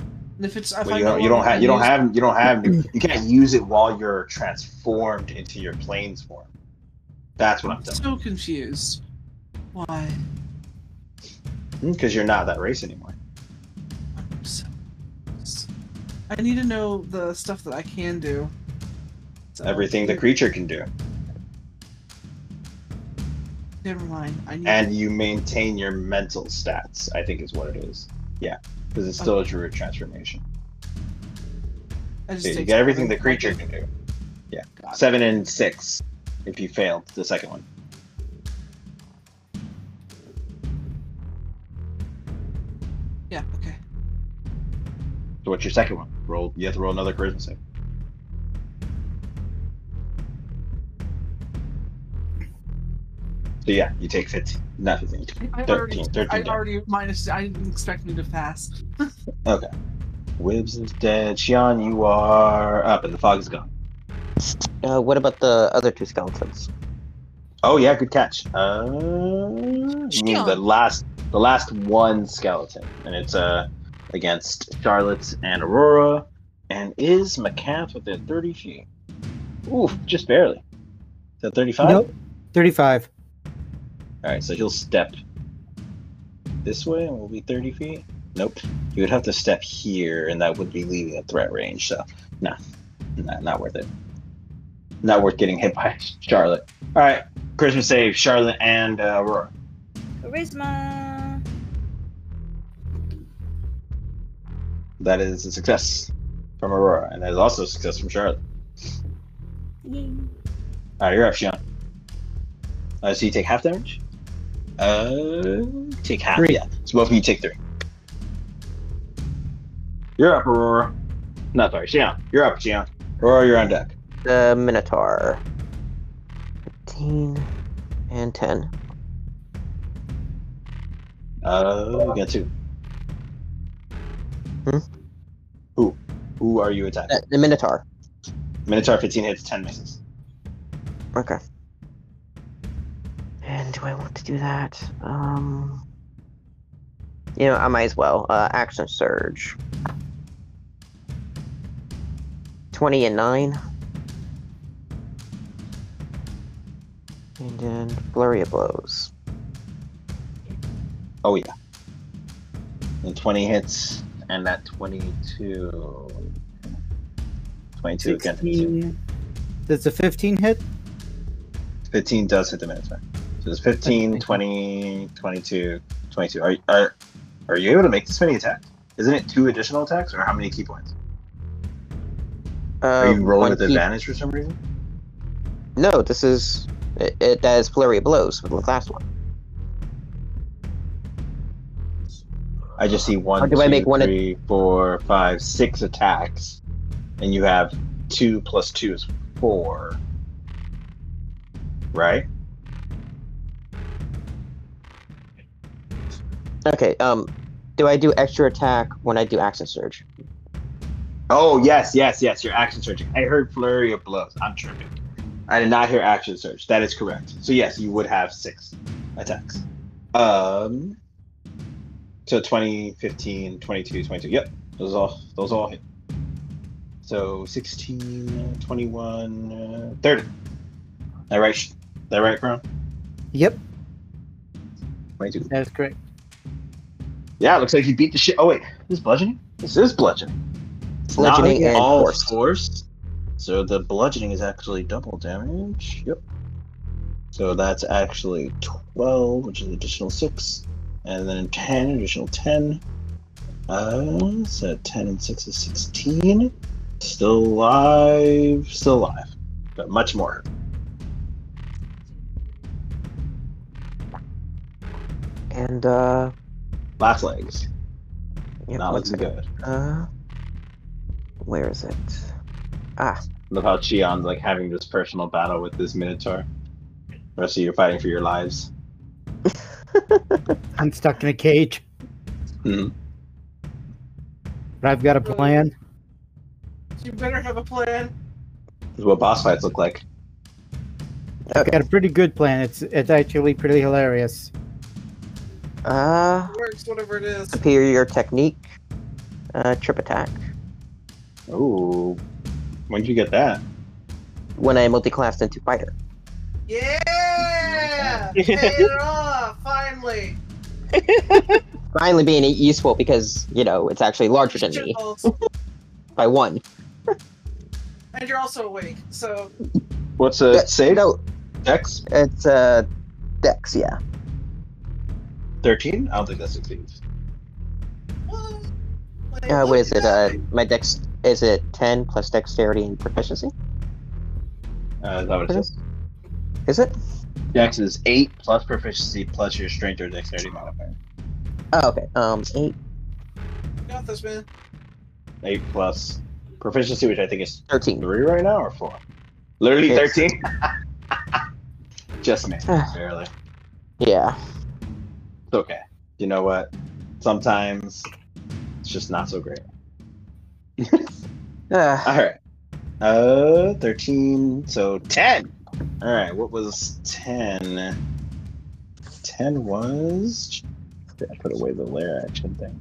And if it's if Well, I you no don't, you don't longer have you don't use- have you don't have you can't use it while you're transformed into your planes form. That's what I'm I'm saying. so confused. Why? Because Hmm, you're not that race anymore. I'm so. I need to know the stuff that I can do. So- Everything the creature can do, Never mind. I need. and you maintain your mental stats. I think is what it is. Yeah, because Oh. it's still a druid transformation. I just So you take get everything the something. creature can do. Got it. Seven and six, if you failed the second one. Yeah. Okay. So what's your second one? Roll. You have to roll another charisma save. So yeah, you take 15. Not 15. I 13. already. 13 I damage. already minus. I didn't expect me to pass. Wibbs is dead. Xion, you are up and the fog is gone. Uh, what about the other two skeletons? Oh yeah, good catch. Uh, you mean the Xion. last the last one skeleton. And it's uh against Charlotte and Aurora. And is McCath within 30 feet? Oof, just barely. Is that 35? Nope. 35. All right, so he'll step this way, and we'll be thirty feet. Nope, you would have to step here, and that would be leaving a threat range. So, nah, nah not worth it. Not worth getting hit by Charlotte. All right, Christmas save, Charlotte and uh, Aurora. Charisma. That is a success from Aurora, and that is also a success from Charlotte. Yay. All right, you're up, Sean. Uh, so you take half damage. Uh, take half. Three. Yeah. So both of you take three. You're up, Aurora. Not sorry, Sean. You're up, Sean. Aurora, you're on deck. The Minotaur. 15 and 10. Uh, you got two. Hmm? Who are you attacking? Uh, the Minotaur. Minotaur 15 hits, 10 misses. Okay. And do I want to do that? Um. You know, I might as well. Uh, action surge. Twenty and nine. And then flurry of blows. Oh yeah. And 20 hits, and that 22. 22 against 15. 16. Does the 15 hit? 15 does hit the Minotaur. So it's 15, 20, 22, 22. Are, are, are you able to make this many attacks? Isn't it two additional attacks, or how many key points? Uh, Are you rolling one with key- advantage for some reason? No, this is it, it. That is flurry of blows from the last one. I just see one, Or do I two, make one a- three, four, five, six attacks, and you have two plus two is four, right? Okay. Um, do I do extra attack when I do action surge? Oh yes, yes, yes. Your action surge. I heard flurry of blows. I'm tripping. I did not hear action surge. That is correct. So yes, you would have six attacks. Um. So 20, 15, 22, 22. Yep, those all those all hit. So 16, 21, uh, 30. That right? Sh- That right, Brown? Yep, 22. that's correct. Yeah, it looks like he beat the shit. Oh wait, this is bludgeoning. This is bludgeoning. It's not Bludgeoning and all force. force. So the bludgeoning is actually double damage. Yep. So that's actually twelve, which is an additional six, and then ten, additional ten. Uh, so ten and six is sixteen. Still alive. Still alive, but much more. And uh, Last legs. yeah, Not one looking second. good. Uh, where is it? Love how Chion's like having this personal battle with this Minotaur. Rest of you are fighting for your lives. I'm stuck in a cage, Hmm. but I've got a plan. You better have a plan. This is what boss fights look like. I've got a pretty good plan. It's it's actually pretty hilarious. Uh, It works, whatever it is. superior technique. Uh, trip attack. Ooh. When'd you get that? When I multi-classed into fighter. Yeah! Pay it off, finally! Finally being useful because you know it's actually larger than me Chills. by one. And you're also awake, so What's a That- save? No, Dex? it's uh, dex. Yeah. 13? I don't think that succeeds. what? Like, Uh, look what is at it? Uh, that. my dex is it ten plus dexterity and proficiency? Uh, is that what it is? Is it? Dex is 8 plus proficiency plus your strength or dexterity modifier. Oh, okay. Um, eight, You Got this, man. 8 plus proficiency, which I think is thirteen. 3 right now, or 4? Literally It's- 13? Just me. Barely. Yeah. It's okay. You know what? Sometimes it's just not so great. Uh, All right. Uh, thirteen. So ten. All right. What was ten? Ten was. Shit, I put away the lair action thing.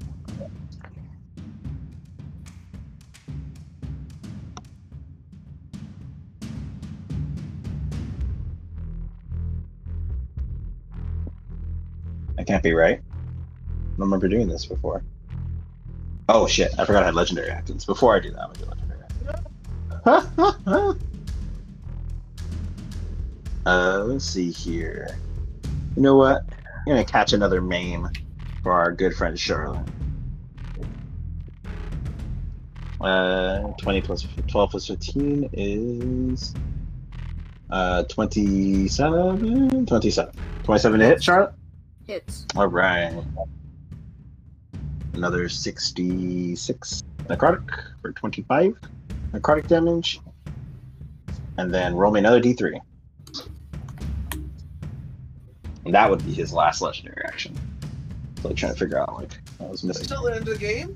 I can't be right. I don't remember doing this before. Oh shit! I forgot I had legendary actions. Before I do that, I'm gonna do legendary. Actions. uh, let's see here. You know what? I'm gonna catch another meme for our good friend Charlotte. Uh, 20 plus 12 plus 15 is uh 27 27 27 to hit charlotte Hits. all right another 66 necrotic for 25 necrotic damage and then roll me another d3. And that would be his last legendary action. So like trying to figure out like I was missing. Still the end of the game?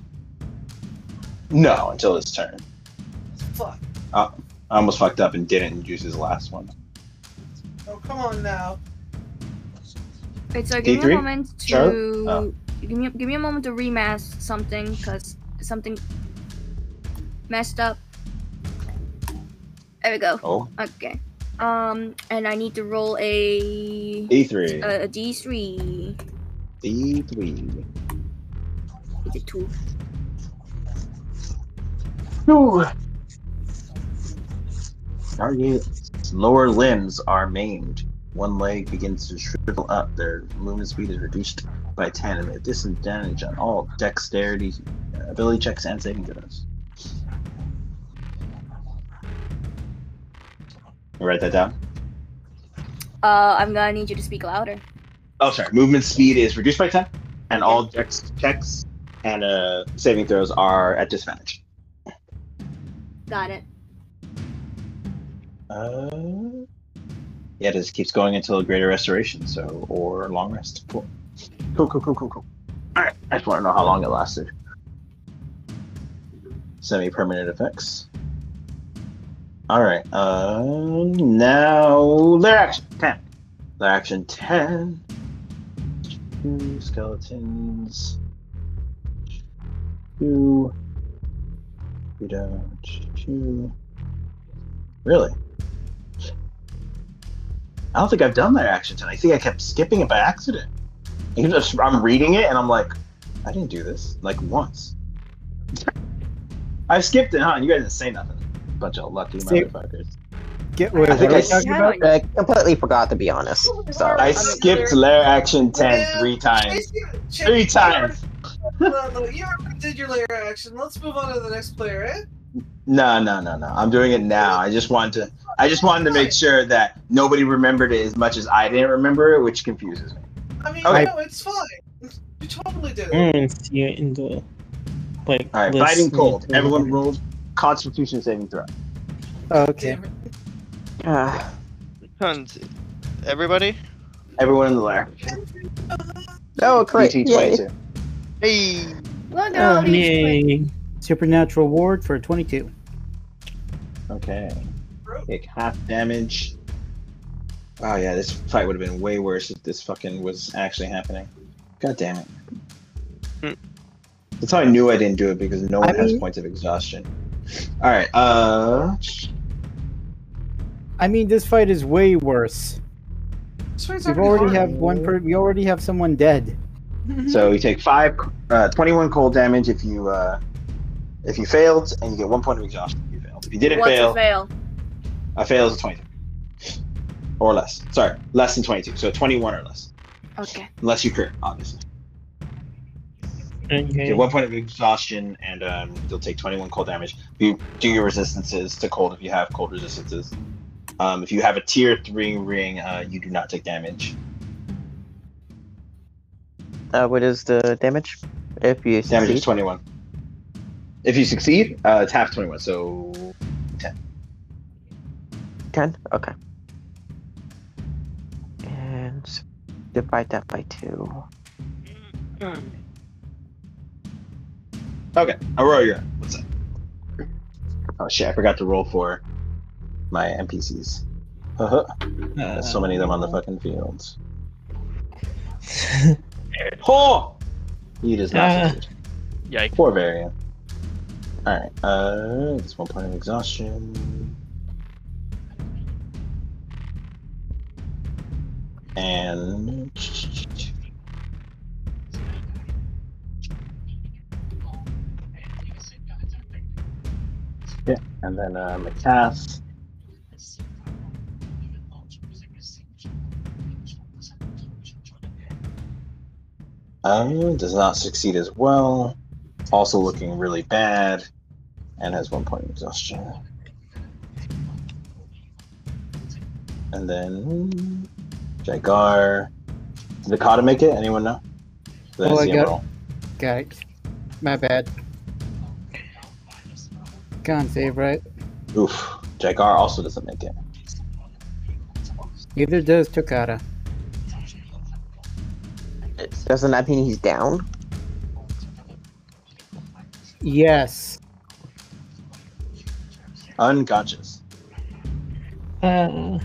No, until his turn. Fuck. I almost fucked up and didn't use his last one. Oh, come on now. Wait, so uh, give me D3? a moment to Sure. Oh. give me give me a moment to remask something because something messed up. There we go. Oh, Okay. Um, and I need to roll a D3. a, a D three. D3. Is it two? Target's lower limbs are maimed. One leg begins to shrivel up. Their movement speed is reduced by 10 and a disadvantage on all dexterity, ability checks, and saving throws. You write that down? Uh, I'm gonna need you to speak louder. Oh, sorry. Movement speed is reduced by 10, and all dex checks and uh, saving throws are at disadvantage. Got it. Uh, yeah, it just keeps going until a greater restoration, so or long rest. Cool. Cool, cool, cool, cool, cool. Alright, I just want to know how long it lasted. Semi permanent effects. Alright, uh, now their action 10. Their action 10. Two skeletons. Two. You don't. Two. Really? I don't think I've done that action tonight. I think I kept skipping it by accident. You just- I'm reading it and I'm like, I didn't do this like once. I skipped it, huh? And you guys didn't say nothing. Bunch of lucky See- motherfuckers. Get wait, I what think are I we s- talking Yeah, about? I know. I completely forgot to be honest. Sorry. I mean, skipped there- layer action 10 Yeah. three times. Chase, you- Chase, Three you times. already- no, no, you already did your layer action. Let's move on to the next player, eh? No, no, no, no. I'm doing it now. I just wanted to. I just wanted to make sure that nobody remembered it as much as I didn't remember it, which confuses me. I mean, Okay. no, it's fine. You totally did it. Mm, see you in the like. All right, list biting and cold. then- Everyone rolled Constitution saving throw. Oh, Okay. Ah, Tons. Everybody? Everyone in the lair. Oh, great. BT Yay. 22. Hey! Look at all these quick- Oh, Yay! Supernatural ward for 22. Okay. Take half damage. Oh yeah, this fight would have been way worse if this fucking was actually happening. God damn it. Hmm. That's how I knew I didn't do it because no I one has mean- points of exhaustion. Alright, uh I mean, this fight is way worse. This fight's We've already already hard. have one per- we already have someone dead. so you take five uh, 21 cold damage if you uh if you failed and you get one point of exhaustion if you failed. If you didn't What's fail, a fail? a fail is a twenty-two. Or less. Sorry, less than twenty-two. So twenty-one or less. Okay. Unless you crit, obviously. Okay. Get one point of exhaustion, and um, you'll take 21 cold damage. You do your resistances to cold if you have cold resistances. Um, if you have a tier three ring, uh, you do not take damage. Uh, what is the damage? If you Damage is succeed. 21. If you succeed, uh, it's half 21. So 10? Okay. And divide that by 2. okay, Aurora, you're up. What's up? Oh shit! I forgot to roll for my NPCs. Uh-huh. There's so many of them on the fucking fields. oh! He does not Ah. succeed. Yikes. Poor variant. Alright, uh, that's one point of exhaustion. And. Yeah, and then uh, Macass. Um, does not succeed as well also looking really bad and has one point of exhaustion. And then Jagar. Did the Kata make it? Anyone know? That Well, is I the got- Emerald. Got it. My bad. Can't save, right? Oof. Jagar also doesn't make it. Neither does Tokata. Doesn't that mean he's down? Yes. unconscious. Uh,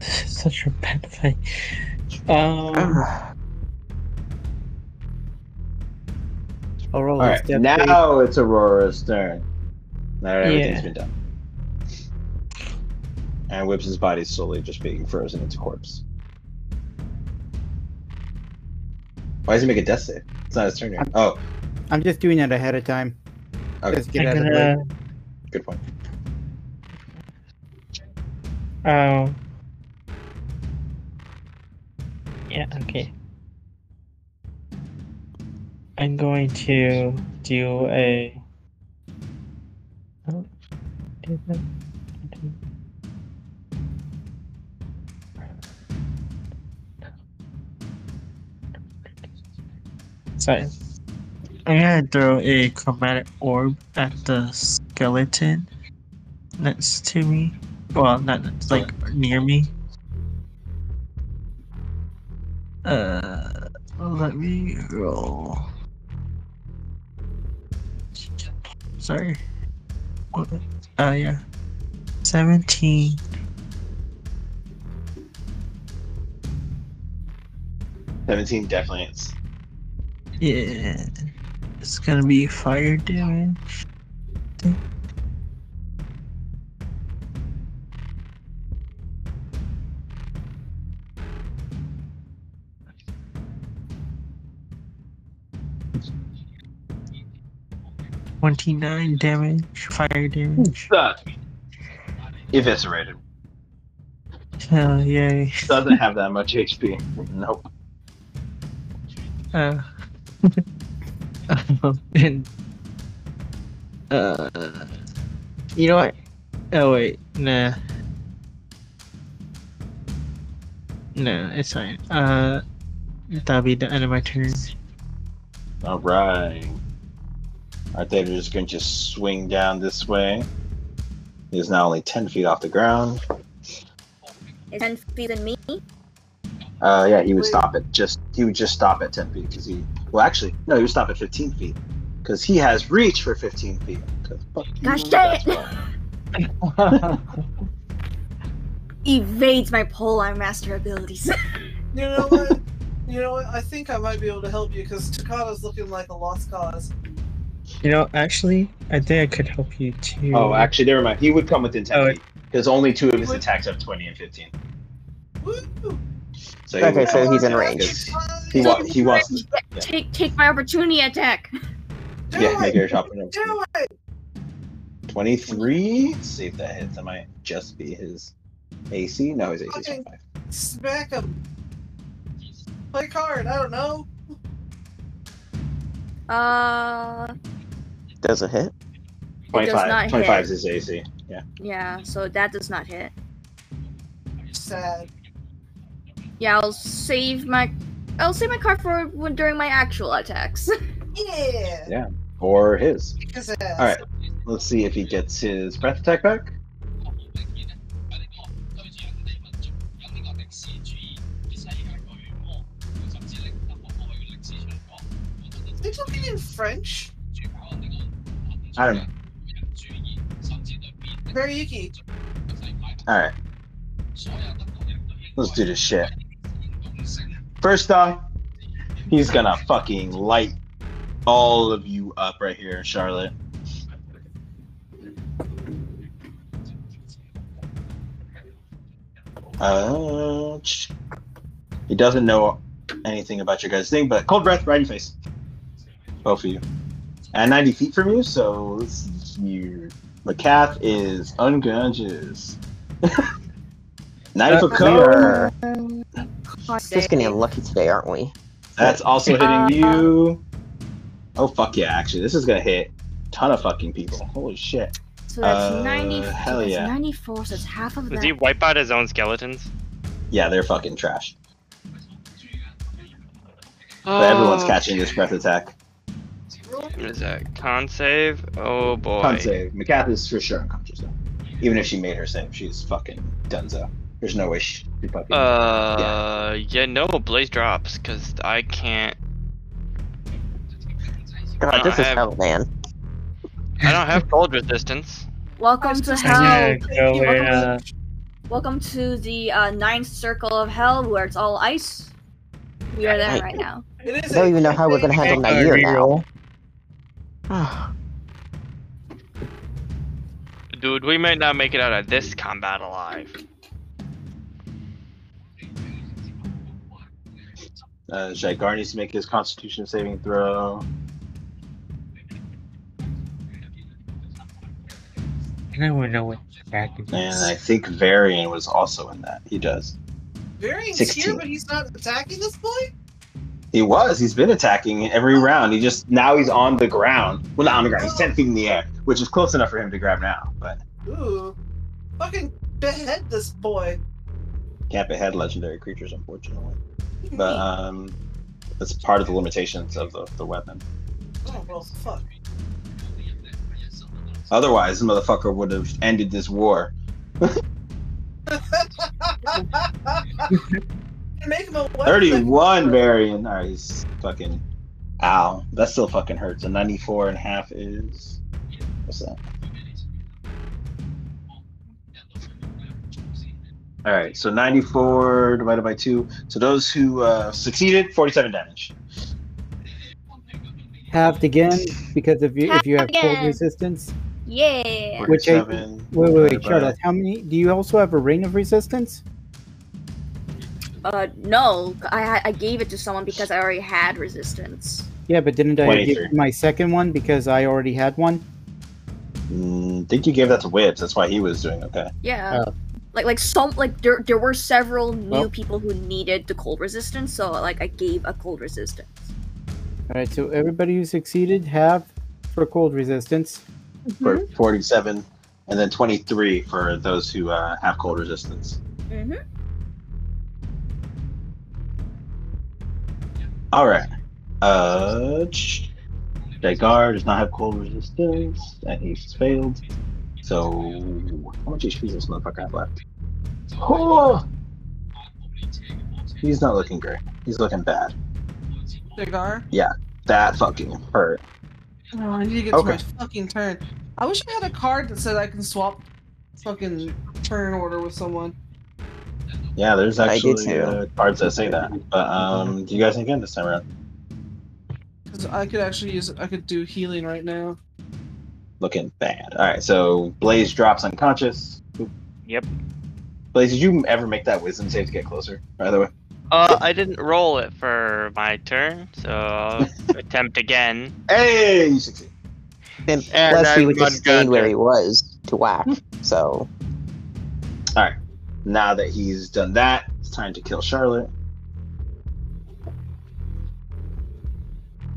such a bad thing. Ah. Um, I'll Oh, roll All a right, step now it's Aurora's turn. Now that everything's Yeah. been done, and Whipson's body is slowly just being frozen into corpse. Why does he make a death save? It's not his turn yet. Oh, I'm just doing it ahead of time. Okay. Just I'm get out of the way. gonna. good point. Um. Yeah. Okay. I'm going to do a. Oh, did that- did- Sorry. I'm gonna throw a chromatic orb at the skeleton next to me. Well, not it's like near me. Uh, let me roll. Sorry. What? Uh, yeah. Seventeen. Seventeen definitely hits. Yeah. It's gonna be fire damage. Twenty-nine damage, fire damage. Suck. Eviscerated. Oh yay! Doesn't have that much HP. Nope. Uh, and, uh, you know what? Oh wait, nah. No, it's fine. Uh, that'll be the end of my turn. All right. All right, they're just going to just swing down this way. He is now only 10 feet off the ground. Is ten feet than me? Uh, yeah, he would Wait. stop at just he would just stop at 10 feet because he well actually no he would stop at 15 feet because he has reach for 15 feet. 'Cause fuck you, Gosh dang it! that's why. Evades my polearm master abilities. You know what? you know what? I think I might be able to help you because Takata's looking like a lost cause. You know, actually, I think I could help you too. Oh, actually, never mind. He would come within 10 Oh, feet because only two of his Would- attacks have 20 and 15. Woo! So he Okay, would- so he's in Oh, range. He, wa- he wants to Yeah. Take take my opportunity attack. Do yeah make it! your shopping. Do it! 23. Let's see if that hits. That might just be his AC. No, his AC is Okay. 25. Smack him. Play card. I don't know. Uh, Does it hit? It does not 25. 25 hit. is his AC. Yeah. yeah. So that does not hit. Sad. Yeah, I'll save my. I'll save my card for when during my actual attacks. Yeah. Yeah. Or his. Kick his ass. All right. Let's see if he gets his breath attack back. They talking in French? I don't know. Very yucky. All right. Let's do this shit. First off, he's gonna fucking light all of you up right here, Charlotte. Uh, ch- he doesn't know anything about your guys' thing, but cold breath right in your face. Both of you. And 90 feet from you, so let's see here. McCaff is unconscious. Knife of cover. We're just getting lucky today, aren't we? That's also hitting Uh, you. Oh fuck yeah! Actually, this is gonna hit ton of fucking people. Holy shit! So that's Uh, 90. so hell that's yeah. 94, so it's half of Does that. he wipe out his own skeletons? Yeah, they're fucking trash. But Oh. Oh. everyone's catching this breath attack. What is that? Con save? Oh boy. Con save. McCath is for sure unconscious though. Even if she made her save, she's fucking donezo. There's no way she she fucking. Uh, yeah. no, Blaze drops because I can't. God, this I is have- hell, man. I don't have cold resistance. Welcome to Nice to hell. Yeah, go Welcome where, to- uh, Welcome to the uh, ninth circle of hell, where it's all ice. We are there Right. right now. It I is don't a- even know how we're gonna handle Make a Nair now. reroll. Dude, we might not make it out of this combat alive. Uh, Zygar needs to make his Constitution saving throw. I don't even know what back it And is. I think Varian was also in that. He does. Varian's 16. here, but he's not attacking this boy? He was. He's been attacking every round. He just now he's on the ground. Well, not on the ground. He's ten feet in the air, which is close enough for him to grab now. But Ooh. Fucking behead this boy. can't behead legendary creatures, unfortunately. But um, that's part of the limitations of the, the weapon. oh, well, fuck. Otherwise, the motherfucker would have ended this war. Make him a weapon. Thirty-one Varian. All right, he's fucking. Ow, that still fucking hurts. A ninety-four and a half is. What's that? All right, so 94 divided by 2. So those who uh, succeeded, 47 damage. Halved again because if you if you have cold Again. resistance. Yeah. Which I- 47 Wait, wait, wait, divided by- Charlotte. How many? Do you also have a ring of resistance? Uh, no, I ha- I gave it to someone because I already had resistance. Yeah, but didn't I give 23. you my second one because I already had one? Mm, I think you gave that to Wibbs. That's why he was doing okay. Yeah. Like like some like there there were several new Oh. Well- people who needed the cold resistance, so like I gave a cold resistance. All right, so everybody who succeeded have for cold resistance. Mm-hmm. For Mm-hmm. 47, and then 23 for those who uh, have cold resistance. Mm-hmm. hmm All right. Uh, Dagar does not have cold resistance, and he's failed. So, how much HP does this motherfucker have left? Oh! He's not looking great. He's looking bad. Cigar. That fucking hurt. Oh, I need to get Okay. to my fucking turn. I wish I had a card that said I can swap fucking turn order with someone. Yeah, there's I did actually too. uh, cards that say that. But um, do you guys think in this time around? Because I could actually use I could do healing right now. Looking bad. All right, so Blaze drops unconscious. Yep. Blaze, did you ever make that wisdom save to get closer? By the way, Uh, I didn't roll it for my turn, so I'll attempt again. hey, you succeed. And And plus, he I'm was unguarded. just staying where he was to whack. So Now that he's done that, it's time to kill Charlotte.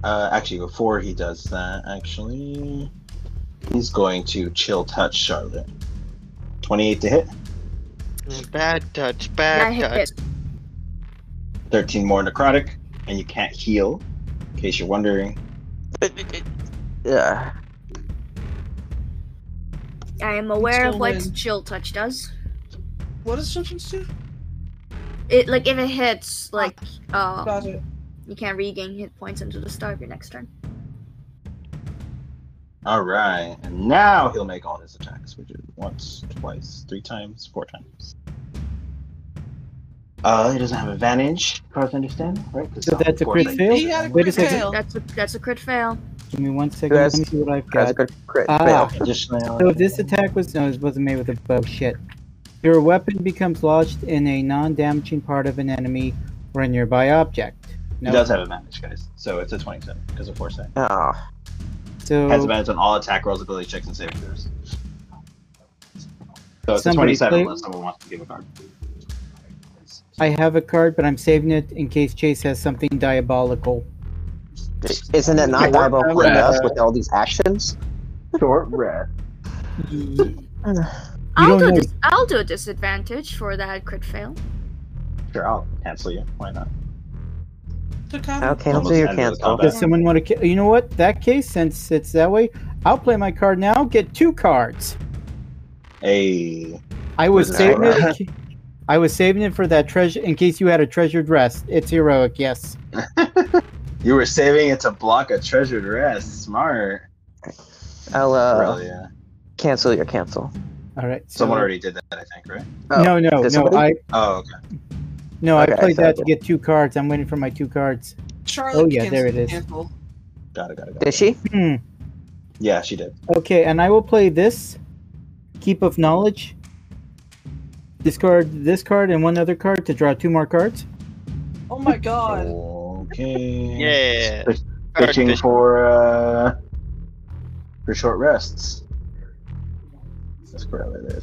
Uh, actually, before he does that, actually, he's going to chill touch Charlotte. Twenty-eight to hit, Bad touch, I bad hit touch. it. thirteen more necrotic, and you can't heal. In case you're wondering. yeah, I am aware of Chill what win. chill touch does. What does Simpsons do? It like if it hits, like um, Ah. Got it. you can't regain hit points until the start of your next turn. All right, and now he'll make all his attacks, which is once, twice, three times, four times. Uh, he doesn't have advantage, as far as I understand, right? 'Cause So that's a of crit course I- fail. He had a Wait a crit second. fail. That's a that's a crit fail. Give me one second. Yes. Let me see what I've that's got. a good crit Ah. fail. Additional- So if this attack was no, it wasn't made with a bow. Shit. Your weapon becomes lodged in a non-damaging part of an enemy or a nearby object. He No. does have advantage, guys. So it's a 27 because of foresight. Oh, So Has advantage on all attack rolls, ability checks, and saving throws. So it's a Somebody 27 play- unless someone wants to give a card. I have a card, but I'm saving it in case Chase has something diabolical. isn't it not Short diabolical enough rest. with all these actions? Short rest. I'll don't do a know. dis- I'll do a disadvantage for that crit fail. Sure, I'll cancel you. Why not? Took out- Oh, Okay, I'll Almost do your ended with cancel. combat. Does someone want to? Ca- you know what? That case, since it's that way, I'll play my card now. Get two cards. Hey, I was Wizard saving it. Hour. in ca- I was saving it for that treasure in case you had a treasured rest. It's heroic, yes. you were saving it to block a treasured rest. Smart. I'll uh, Brilliant. cancel your cancel. All right. So, Someone already did that, I think, right? Oh, no, no, no. did somebody? I Oh, okay. no, I Okay, played so I that to did. get two cards. I'm waiting for my two cards. Charlotte. Oh, yeah, cancel- there it is. cancel. Got it, got it, got it. Did she? Hmm. Yeah, she did. Okay, and I will play this keep of knowledge. Discard this card and one other card to draw two more cards. Oh my god. Okay. Yeah. Switch- Pitching for uh for short rests. That's probably there.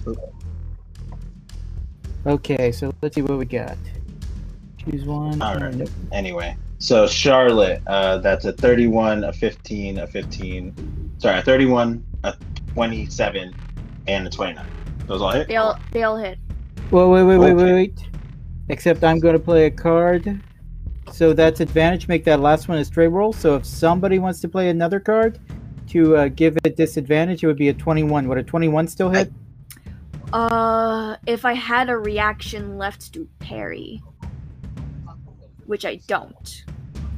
Okay, so let's see what we got. Choose one. All uh, right. nope. Anyway, so Charlotte, uh, that's a 31, a 15, a 15. Sorry, a 31, a 27, and a 29. Those all hit. They all they all hit. Well, wait, wait, wait, Okay. wait, wait. Except I'm going to play a card. So that's advantage. Make that last one a straight roll. So if somebody wants to play another card to uh, give it disadvantage, it would be a 21. Would a 21 still hit? Uh, if I had a reaction left to parry, which I don't.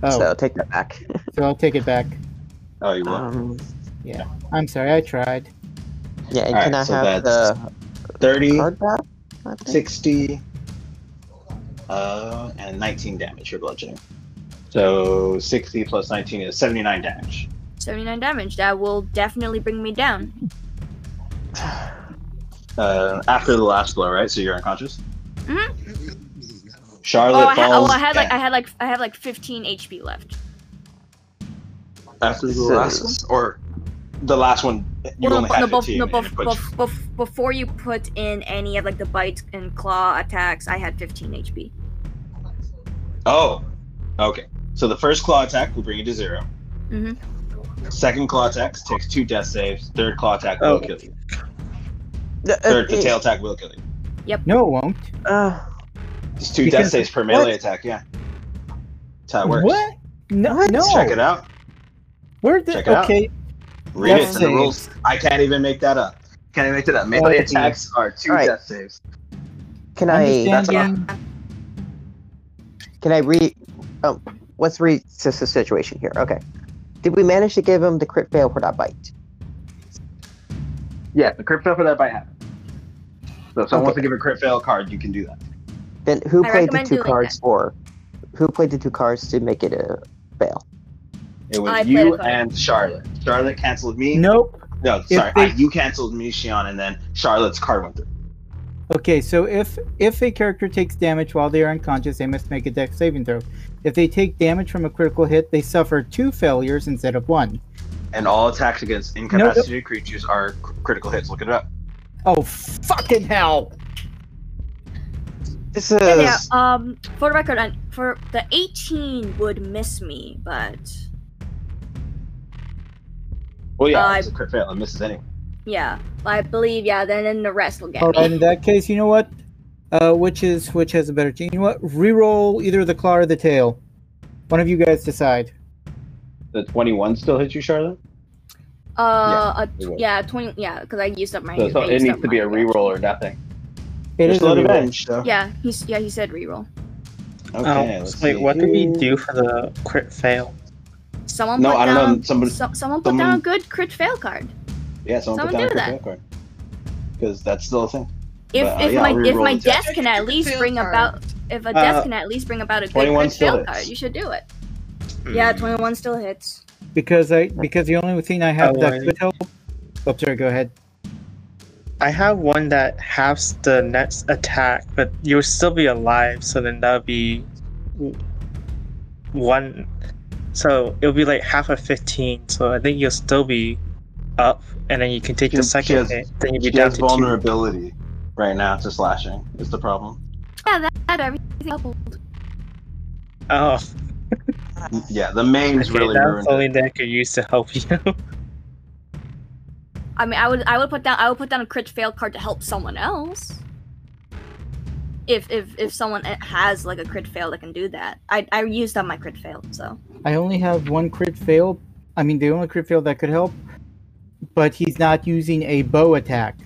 oh, So take that back. so I'll take it back. Oh, you will. Um, I'm sorry, I tried. yeah, and Alright, can I so have that's the 30, card back? I think? 60, uh, and 19 damage. You're bludgeoning. So 60 plus 19 is 79 damage. 79 damage. That will definitely bring me down. Uh, after the last blow, right? So you're unconscious. Mhm. Oh, Charlotte I, ha- falls. oh, I had like I down. had like I have like 15 HP left. after the So- last one, or the last one. You Well, only no, had bef- 15 no, and it bef- puts bef- bef- before you put in any of like the bite and claw attacks, I had 15 HP. Oh, okay. So the first claw attack will bring you to 0 Mhm. Second claw attack takes two death saves. Third claw attack will Oh. kill you. The- uh, Third, the it- tail attack will kill you. No, it won't. uh, It's two Because- death saves per melee what? attack. Yeah, that's how it works. What? No, no. Let's check it out. Where the Check it out. okay? Read Death it in the rules. saves. I can't even make that up. Can't even make that up. Melee Oh, attacks are two Alright. death saves. can I? Understand? That's Yeah. Can I re? Um, let's reassess the situation here. Okay. Did we manage to give him the crit fail for that bite? Yeah, the crit fail for that by half. So if someone wants to Okay. give a crit fail card, you can do that. Then who I played the recommend two doing cards for? Who played the two cards to make it a fail? It was I played a you card. and Charlotte. Charlotte canceled me. Nope. No, If sorry, they- I, you canceled me, Shion, and then Charlotte's card went through. Okay, so if if a character takes damage while they are unconscious, they must make a dex saving throw. If they take damage from a critical hit, they suffer two failures instead of one. And all attacks against incapacitated creatures are cr- critical hits. Look it up. Oh fucking hell! This Yeah, yeah, is um, for the record, and for the 18 would miss me, but Well, yeah, Uh, it's a crit fail. It misses anyway. yeah, I believe yeah. Then, then the rest will get All me. right, in that case, you know what? Uh, which is which has a better chance? You know what? Reroll either the claw or the tail. One of you guys decide. The 21 still hits you, Charlotte? Uh, a it tw- will. yeah, twenty. Yeah, because I used up my. So, so I it used needs up to be my- a reroll or nothing. It You're is a still Oh, reroll. advantage, though. Yeah, he's yeah he said reroll. Okay, um, let's wait, see. what did we do for the crit fail? Someone No, put I don't know, down somebody- so, someone put down someone- a good crit fail card. Yeah, someone, Someone put do down a that. crit fail card. Because that's still a thing. If But, uh, if yeah, my I'll if reroll my the check. death can at least Fail bring card. about if a death Uh, can at least bring about a good 21 crit fail still card, hits. you should do it. Hmm, Yeah, twenty one still hits. Because I because the only thing I have Oh, that I- could help. Oh, sorry. Go ahead. I have one that halves the next attack, but you'll still be alive, so then that would be w- one. So it'll be like half of 15, so I think you'll still be up, and then you can take She- the she second has- hit, then you'll be She down has to two. vulnerability right now to slashing, is the problem. Yeah, that, that everything doubled. Oh, Yeah, the main's okay, really that's ruined. the only thing I could use to help you. I mean, I would I would put down I would put down a crit fail card to help someone else. If if if someone has like a crit fail that can do that, I I used up my crit fail, so I only have one crit fail. I mean, the only crit fail that could help, but he's not using a bow attack.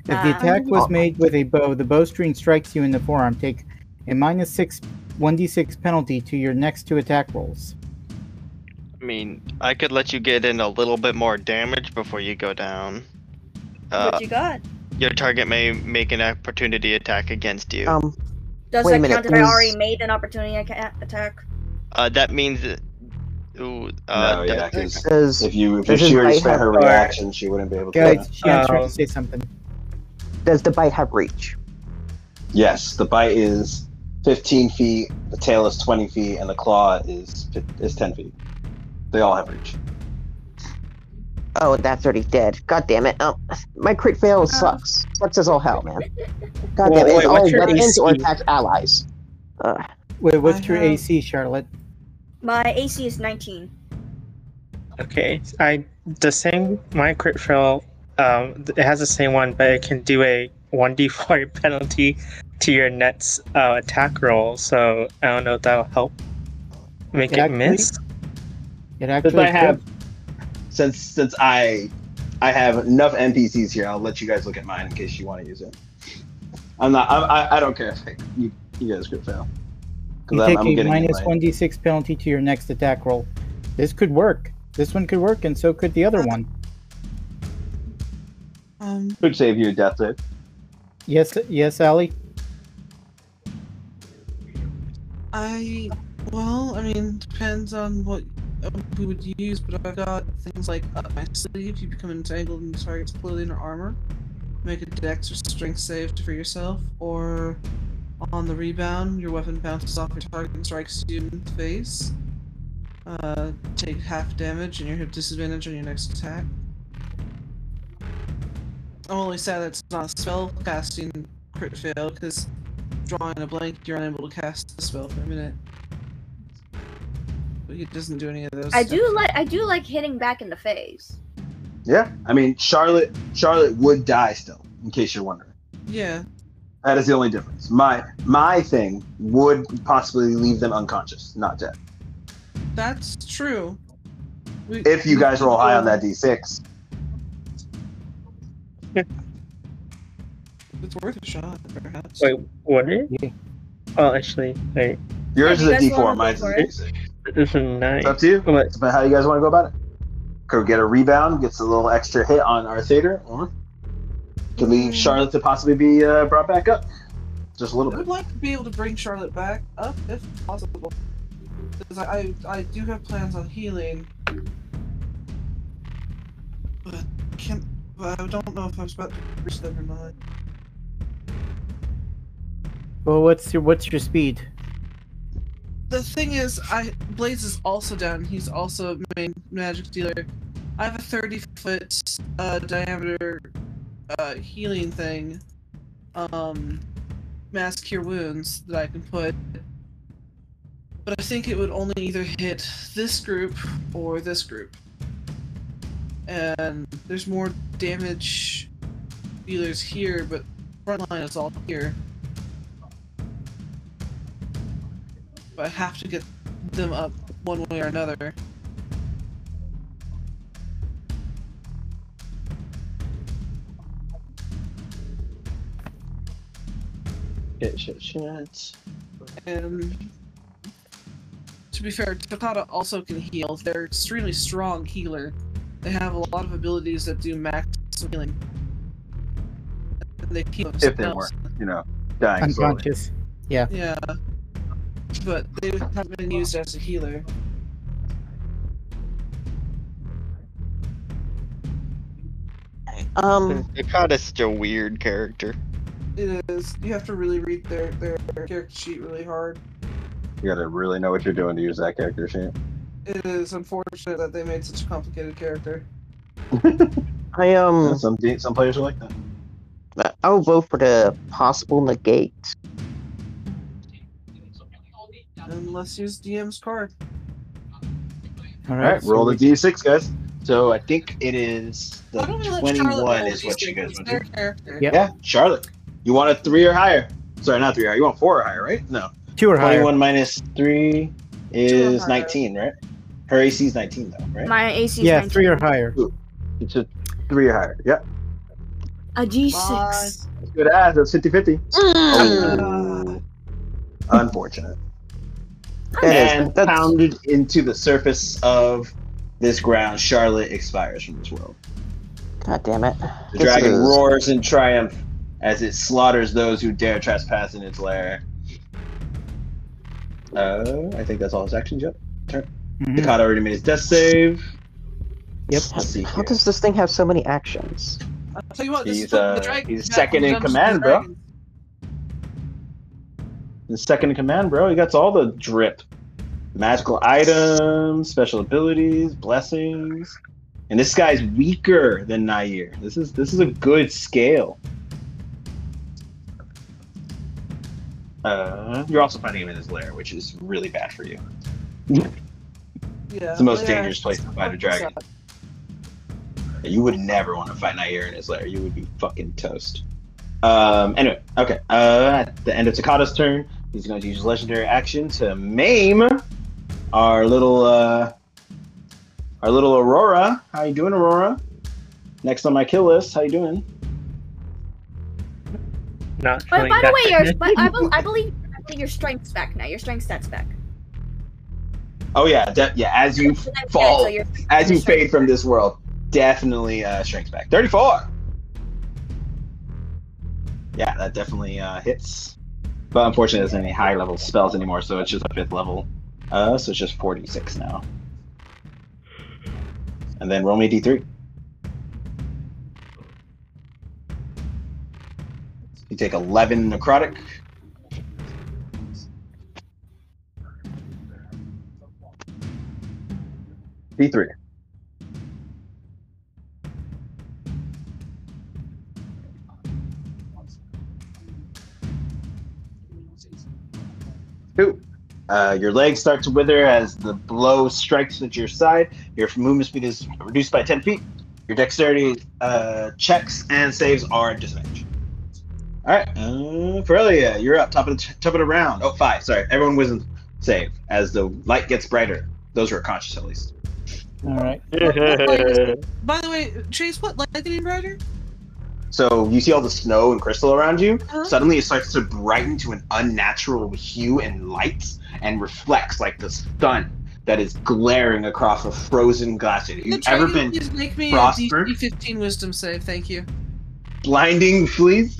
If the Ah. attack was made with a bow, the bowstring strikes you in the forearm. Take a minus six, 1d6 penalty to your next two attack rolls. I mean, I could let you get in a little bit more damage before you go down. Uh, what you got? your target may make an opportunity attack against you. Um, Does wait a that minute, count if I already is- made an opportunity aca- attack? uh, that means. that- Ooh, uh, that- no, yeah, 'cause does if you if this she is- already I spent have- her reaction, she wouldn't be able to. Guys, she had Oh. tried Um, to say something. does the bite have reach? Yes, the bite is 15 feet, the tail is 20 feet, and the claw is fif- is 10 feet. They all have reach. Oh, that's already dead. God damn it! Um, my crit fail sucks. Sucks as all hell, man. God Well, damn it! wait, It's all what's your weapons or AC? attack allies. Uh, Wait, what's your have- AC, Charlotte? My AC is 19. Okay, I the same my crit fail. Um, th- it has the same one, but it can do a one d four penalty to your net's uh, attack roll. So I don't know if that'll help make it, Exactly. miss. It actually. I have- Since since I I have enough NPCs here, I'll let you guys look at mine in case you want to use it. I'm not. I'm, I I don't care if you you guys could fail. You Because take I'm, I'm a getting minus mine. 1d6 penalty to your next attack roll. This could work. This one could work, and so could the other one. Um, Could save you a death save. Yes, yes, Allie. I well, I mean, depends on what uh, we would use, but I've got things like up my sleeve. You become entangled in the target's clothing or armor. Make a dex or strength save for yourself, or on the rebound, your weapon bounces off your target and strikes you in the face. Uh, take half damage, and you have disadvantage on your next attack. I'm only sad that's not a spell casting crit fail because drawing a blank, you're unable to cast the spell for a minute. But it doesn't do any of those. I do like I do like hitting back in the face. Yeah. I mean, Charlotte Charlotte would die still, in case you're wondering. Yeah. That is the only difference. My my thing would possibly leave them unconscious, not dead. That's true. We, If you guys roll high on that d6, It's worth a shot, perhaps. Wait, what? Is Yeah. Oh, actually, wait, yours Yeah, is a you guys d4, wanna go mine's a for d6. this is nine. It's up to you. But It's about how you guys want to go about it. Could get a rebound, gets a little extra hit on our theater, or could leave Hmm. Mm. Charlotte to possibly be uh, brought back up. Just a little I bit. would like to be able to bring Charlotte back up if possible. Because I, I, I do have plans on healing. But can't. But I don't know if I was about to reach them or not. Well, what's your what's your speed? the thing is, I Blaze is also down. He's also a main magic dealer. I have a thirty foot uh, diameter uh, healing thing, um, mass cure wounds that I can put. But I think it would only either hit this group or this group. And there's more damage dealers here, but front line is all here. But I have to get them up one way or another. Shit, shit, shit. And to be fair, Takata also can heal. They're extremely strong healer. They have a lot of abilities that do max healing. And they heal If they themselves. You know, dying slowly. Unconscious. Yeah. But they haven't been used as a healer. um, Dakata's such a weird character. It is you have to really read their, their character sheet really hard. You gotta really know what you're doing to use that character sheet. It is unfortunate that they made such a complicated character. I Hmm. um, Some de- some players are like that. I'll vote for the possible negate. And let's use DM's card. All All right, so roll the we- d6, guys. So I think it is the Why don't we let Charlotte twenty-one roll is these what you things? guys It's would do. their character. Yeah. Yeah, Charlotte. You want a three or higher? Sorry, not three or higher. You want four or higher, right? No. two or higher. Twenty-one minus three is higher. nineteen, right? Her AC is nineteen, though, right? My AC is Yeah, 19. three or higher. It's a three or higher. Yep. A G6. That's good ass. That's 50-50. Oh, Mm. Unfortunate. That is and that's, pounded into the surface of this ground, Charlotte expires from this world. God damn it. The This dragon is- roars in triumph as it slaughters those who dare trespass in its lair. Uh, I think that's all his action. Yep. Mhm. Dakota already made his death save. Yep. Let's see How here. does this thing have so many actions? I'll tell you what, this He's, is what uh, the dragon. he's got second from in Dungeons command, and bro. Dragons. The second in command, bro. He got all the drip. Magical items, special abilities, blessings. And this guy's weaker than Nair. This is this is a good scale. Uh, you're also fighting him in his lair, which is really bad for you. Yeah, It's the most yeah, dangerous place to fight a dragon. You would never want to fight Nair in his lair. You would be fucking toast. Um, anyway, okay. Uh, at the end of Takada's turn, he's going to use legendary action to maim our little uh, our little Aurora. How you doing, Aurora? Next on my kill list. How you doing? Not But feeling by that the way, your, fitness. but I, bel I believe I believe your strength's back now. Your strength stats back. Oh yeah, de- yeah. As you So that's good, fall, so your- as your you fade strength's from back. this world, definitely uh, shrinks back. Thirty-four. Yeah, that definitely uh, hits. But unfortunately, there's any high-level spells anymore, so it's just a fifth level. Uh, so it's just forty-six now. And then roll me a d3. You take eleven necrotic. D3. Two. Uh, your legs start to wither as the blow strikes at your side. Your movement speed is reduced by 10 feet. Your dexterity uh, checks and saves are at disadvantage. All right, uh, Ferelia, you're up. Top of the top of the round. Oh, five. Sorry, everyone wasn't save as the light gets brighter. Those who are conscious, at least. All right. By the way, Chase, what lightning rider? So you see all the snow and crystal around you. Uh-huh. Suddenly, it starts to brighten to an unnatural hue and light, and reflects like the sun that is glaring across a frozen glacier. If The You've ever been dragon, Please make me a frostburned? DC 15 Wisdom save. Thank you. blinding fleas?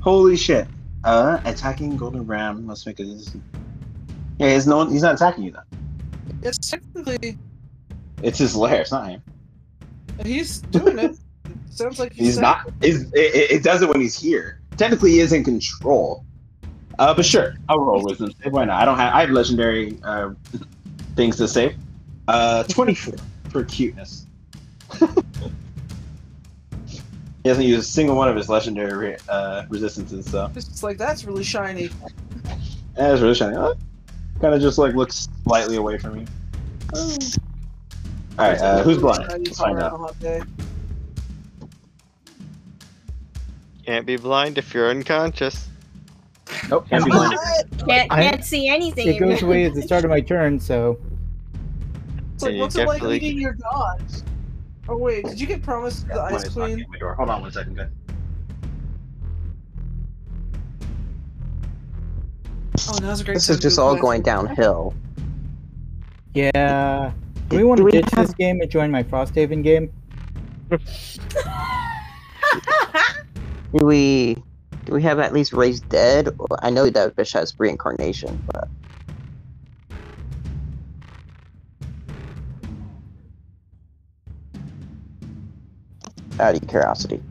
Holy shit! Uh, attacking golden ram. Let's make it. easy. Yeah, he's no. He's not attacking you though. It's technically It's his lair. It's not him. he's doing it. It Sounds like He's not. Is it, it it does it when he's here. Technically, he is in control. Uh, but sure, I'll roll wisdom. save. Why not? I don't have. I have legendary uh, things to save. Uh, twenty-four for cuteness. he hasn't used a single one of his legendary re- uh, resistances, so It's just like that's really shiny. yeah, that's really shiny. kind of just like looks slightly away from you. Oh. All right, uh, who's blind? Let's find out. Can't be blind if you're unconscious. Nope, can't be blind. Can't, I- can't see anything. It goes away at the start of my turn, so It's like Yeah, what's it like definitely- meeting your god? Oh wait, did you get promised the One ice is knocking queen? at my door. Hold on one second, guys. Oh, now's a great. This time is to just move all my- going downhill. yeah. Do Do we want to we ditch have- this game and join my Frosthaven game? Do we do we have at least raised dead? Or- I know that bitch has reincarnation, but out of curiosity.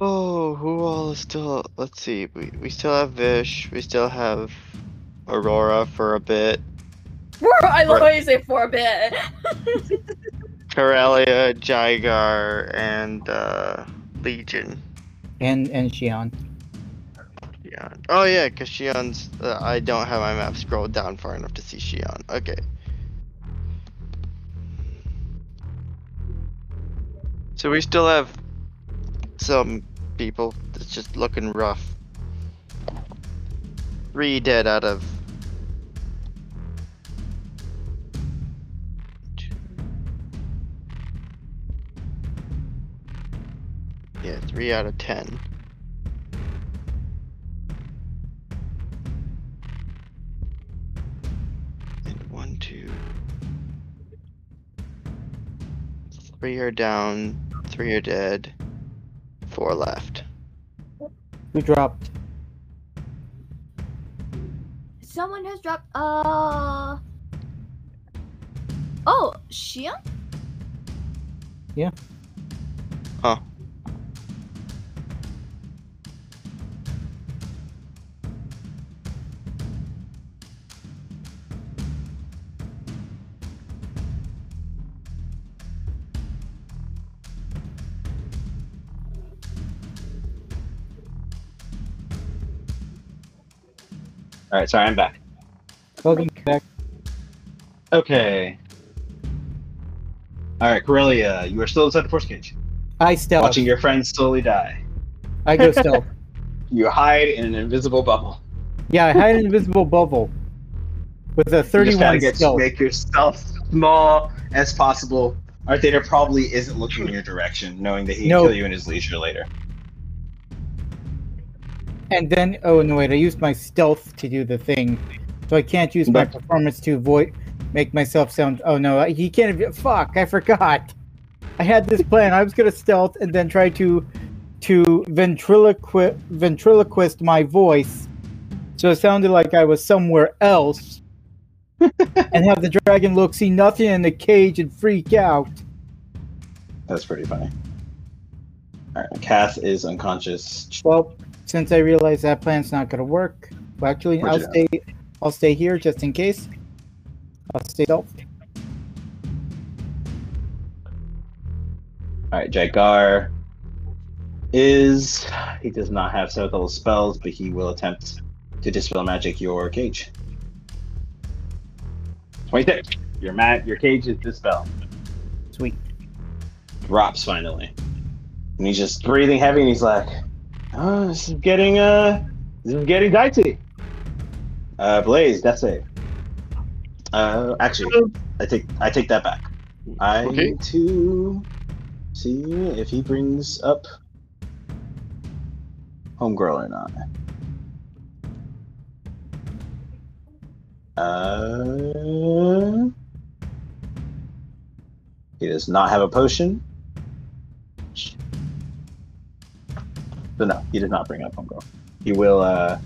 Oh, who all is still? Let's see. We, we still have Vish. We still have Aurora for a bit. For- I love how you say for a bit. Corellia, Jigar, and uh, Legion. And and Shion. Shion. Oh yeah, because Shion's. Uh, I don't have my map scrolled down far enough to see Shion. Okay. So we still have some people. It's just looking rough. Three dead out of. Yeah, three out of ten. And one, two. Three are down. Three are dead. Four left. Who dropped? Someone has dropped. Uh. Oh, Shion? Yeah. Huh. All right, sorry, I'm back. Welcome back. Okay. All right, Corellia, you are still inside the force cage, I stealth. watching your friends slowly die. I go stealth. You hide in an invisible bubble. Yeah, I hide an invisible bubble with a You just 31 gotta get stealth. make yourself small as possible. Our theater probably isn't looking in your direction, knowing that he can No. kill you in his leisure later. And then, oh no, wait, I used my stealth to do the thing, so I can't use my But- performance to avoid make myself sound. Oh no, he can't. ev- Fuck, I forgot. I had this plan. I was gonna stealth and then try to to ventriloqui- ventriloquist my voice, so it sounded like I was somewhere else, and have the dragon look, see nothing in the cage, and freak out. That's pretty funny. All right, Cass is unconscious. Well, since I realize that plan's not gonna work, well, actually, Where'd I'll you stay. I'll stay here just in case. I'll stay up. All right, Jagar is he does not have seventh level spells, but he will attempt to dispel magic your cage. Twenty-six. Your mat, your cage is dispelled. Sweet. Drops finally, and he's just breathing heavy, and he's like, "Oh, this is getting uh, this is getting dicey." Uh, Blaze, that's it. Uh, actually, I take I take that back. I Okay. need to see if he brings up homegirl or not. Uh, he does not have a potion. So no, he does not bring up homegirl. He will. Uh,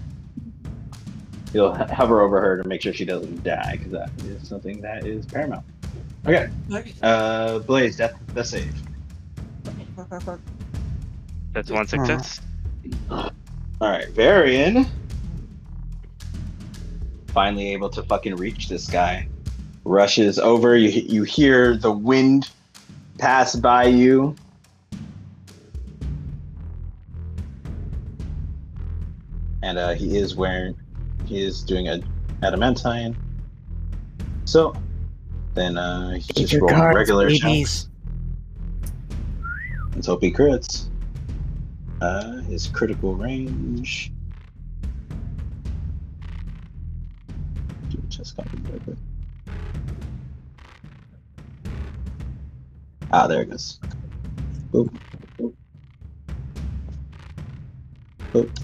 he'll h- hover over her to make sure she doesn't die because that is something that is paramount. Okay. Uh, Blaze, death, death save. That's one success. All right, Varian. Finally able to fucking reach this guy. Rushes over. You you hear the wind pass by you. And uh, he is wearing, he is doing a adamantine. So, then uh, he just rolls regular shots. Let's hope he crits. Uh, his critical range. Do a chest copy real quick. Ah, there it goes. Boop. Boop. Boop.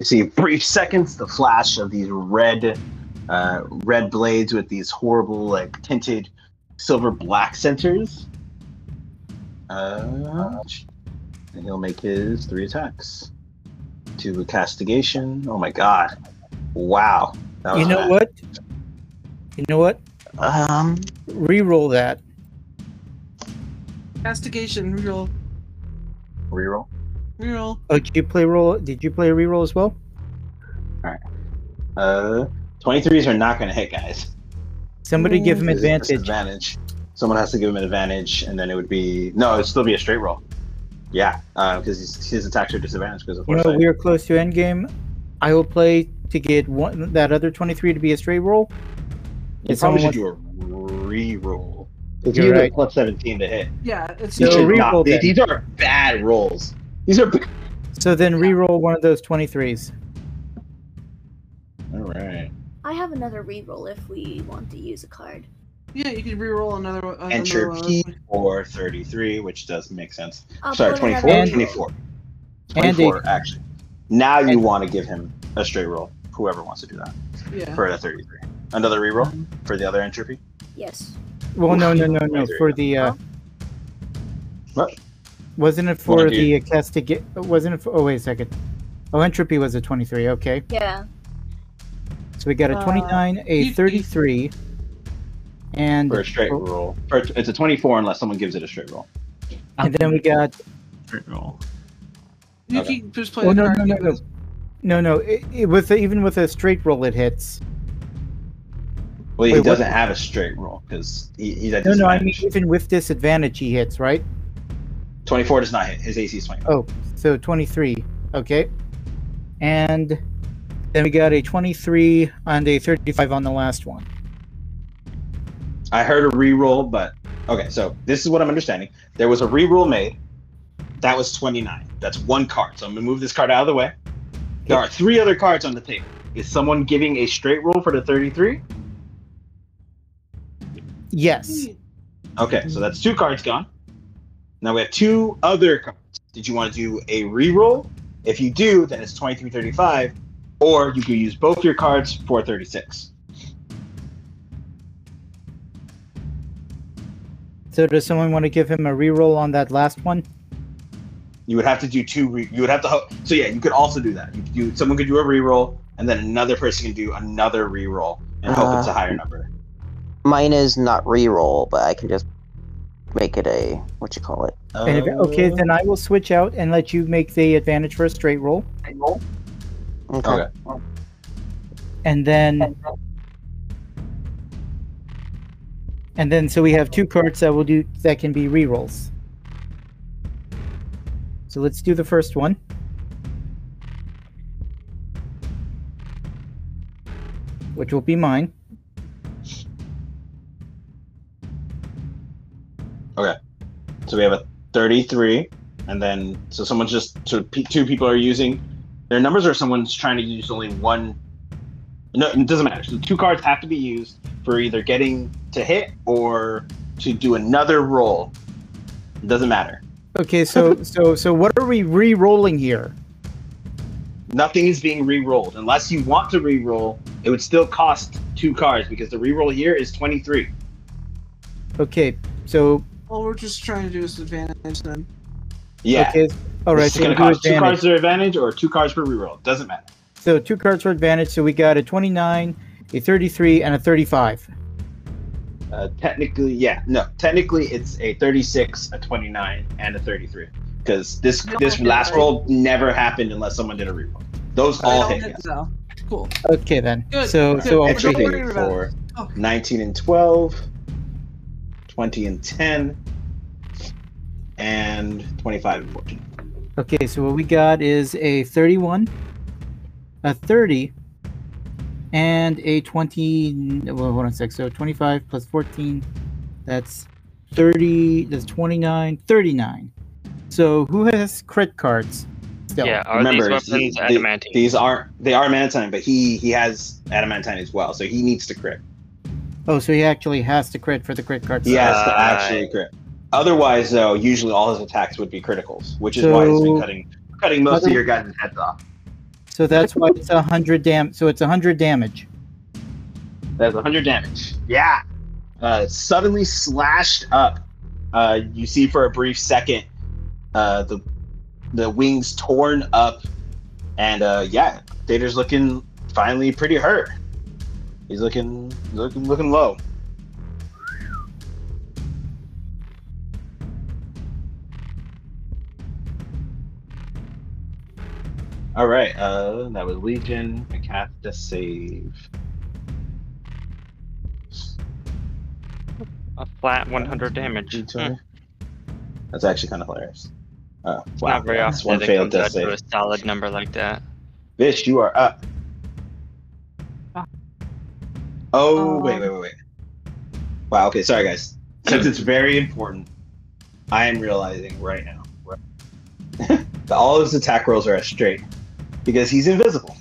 You see, brief seconds, the flash of these red, uh, red blades with these horrible, like tinted silver black centers. Uh, and he'll make his three attacks. Two with castigation. Oh my god. Wow. That You know bad. what? You know what? Um, Reroll that. Castigation, reroll, Reroll. reroll. Oh, did you play roll? Did you play reroll as well? Uh, 23s are not going to hit, guys. Somebody give him It's a advantage. disadvantage. Someone has to give him an advantage, and then it would be. No, it'd still be a straight roll. Yeah, because his his attacks are disadvantaged because of You know, foresight. we are close to end game. I will play to get one that other twenty-three to be a straight roll. You If probably someone should do a re-roll. Because You're you have right. plus 17 to hit. Yeah, it's So You should re-roll not- then. These are bad rolls. These are. All wants- So then reroll one of those twenty-threes. right. I have another reroll if we want to use a card. yeah. You can reroll another one. another Enter one. P or 33, which does make sense. I'll Sorry, put 24. another- And- 24. And 24, actually. Now you and- want to give him a straight roll, whoever wants to do that, Yeah. for a 33. Another reroll for the other entropy. Yes. Well, no, no, no, no. For the uh, What? wasn't it for Wanna the do- uh, castig? Wasn't it? For, oh, wait a second. Oh, entropy was a twenty-three. Okay, Yeah. so we got a Uh, twenty-nine, you- a you- thirty-three, and for a straight roll. For, it's a 24 unless someone gives it a straight roll. and then we got Straight roll. You Okay. can just play Oh the no card no no you no was- no no! It, it, with the, even with a straight roll, it hits. Well, Wait, he what- doesn't have a straight roll because he, he's at No no, I mean disadvantage. even with disadvantage, he hits right. 24 does not hit. His AC is 20. Oh, so twenty-three. Okay, and then we got a twenty-three and a thirty-five on the last one. I heard a re-roll, but okay. So this is what I'm understanding. There was a re-roll made. That was 29. That's one card. So I'm gonna move this card out of the way. There are three other cards on the table. Is someone giving a straight roll for the 33? Yes. Okay, so that's two cards gone. Now we have two other cards. Did you want to do a re-roll? If you do, then it's 2335, or you can use both your cards for 36. So does someone want to give him a reroll on that last one? You would have to do two. Re- you would have to. Ho- so yeah, you could also do that. You could do. Someone could do a re-roll, and then another person can do another re-roll and hope it's a higher number. Mine is not reroll, but I can just make it a what you call it. And if, okay, Uh. then I will switch out and let you make the advantage for a straight roll, Okay. Okay. and then and then so we have two cards that will do that can be rerolls. So let's do the first one. Which will be mine. So we have a 33, and then so someone's just so pe- two people are using their numbers, or someone's trying to use only one. No, it doesn't matter. So two cards have to be used for either getting to hit or to do another roll. It doesn't matter. Okay, so so so what are we re-rolling here? Nothing is being re-rolled unless you want to re-roll. It would still cost two cards because the re-roll here is 23. Okay, so All we're just trying to do is advantage them. Yeah. Okay. All right. It's So, going we'll do to cost two advantage. cards for advantage or two cards per re-roll. It doesn't matter. so two cards for advantage. So we got a 29, a 33, and a 35. Uh, technically, yeah, no. Technically, it's a 36, a 29, and a 33. Because this No, this I think last I- roll never happened unless someone did a reroll. Those They all all hit. hit, Yes. though. Cool. Okay then. Good, so good. so all Actually- three. don't Entropy worry for about Oh. 19 and 12, 20 and 10, and 25 and 14. Okay. So what we got is a 31, a 30, and a 20. Well, hold on a sec. So 25 plus 14, that's 30. That's 29. 39. So who has crit cards? Still? Yeah, are Remember, these he- weapons adamantine? These aren't they are adamantine, but he he has adamantine as well, so he needs to crit. Oh, so he actually has to crit for the crit cards. He has to Uh, actually crit. Otherwise, though, usually all his attacks would be criticals, which is why he's So- been cutting cutting most of Other- your guys' heads off. So that's why it's a hundred dam. So it's a hundred damage. That's 100 damage. Yeah. Uh, suddenly slashed up. Uh, you see for a brief second uh, the the wings torn up, and uh, yeah, Dater's looking finally pretty hurt. He's looking looking looking low. All right, uh, that was Legion. I cast a save. A flat 100 damage. Hmm, That's actually kind of hilarious. Oh, wow. Not very That's often one that it comes failed death out to a save. solid number like that. Vish, you are up. Oh, wait, Um, wait, wait, wait. Wow, okay, sorry, guys. Since it's very important, I am realizing right now that all his attack rolls are straight because he's invisible.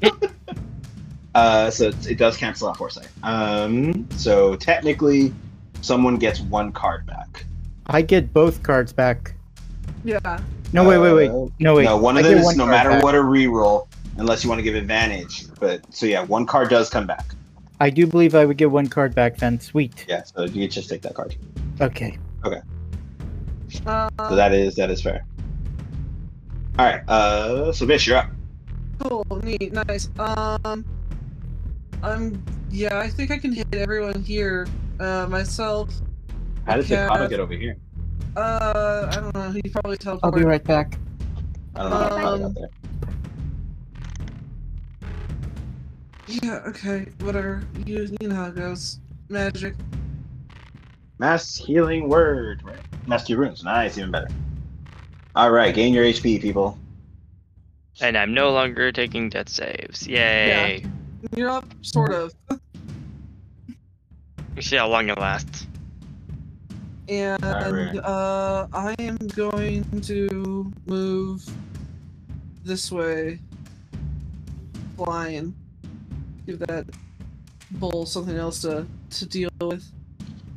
uh, so it, it does cancel out Foresight. Um, so technically, someone gets one card back. I get both cards back. Yeah. No, wait, wait, wait. Uh, No, wait. no, one I of get them is one no card matter back. what a reroll, unless you want to give advantage. But so yeah, one card does come back. I do believe I would get one card back then. Sweet. Yeah, so you just take that card. Okay. Um, So that is that is fair. All right, uh, so Vish, you're up. Cool, neat, nice. Um, I'm yeah. I think I can hit everyone here. Uh, myself. How did Yeah. Takano get over here? Uh, I don't know. He probably teleported. I'll be right back. I don't know how Takano got Um, there. Yeah. Okay. Whatever. You you know how it goes. Magic. Mass healing word, right? Master runes. Nice, even better. All right, gain your HP, people. And I'm no longer taking death saves. Yay. You're up, sort of. We'll see how long it lasts. And Alright. uh, I am going to move this way, flying. Give that bull something else to to deal with.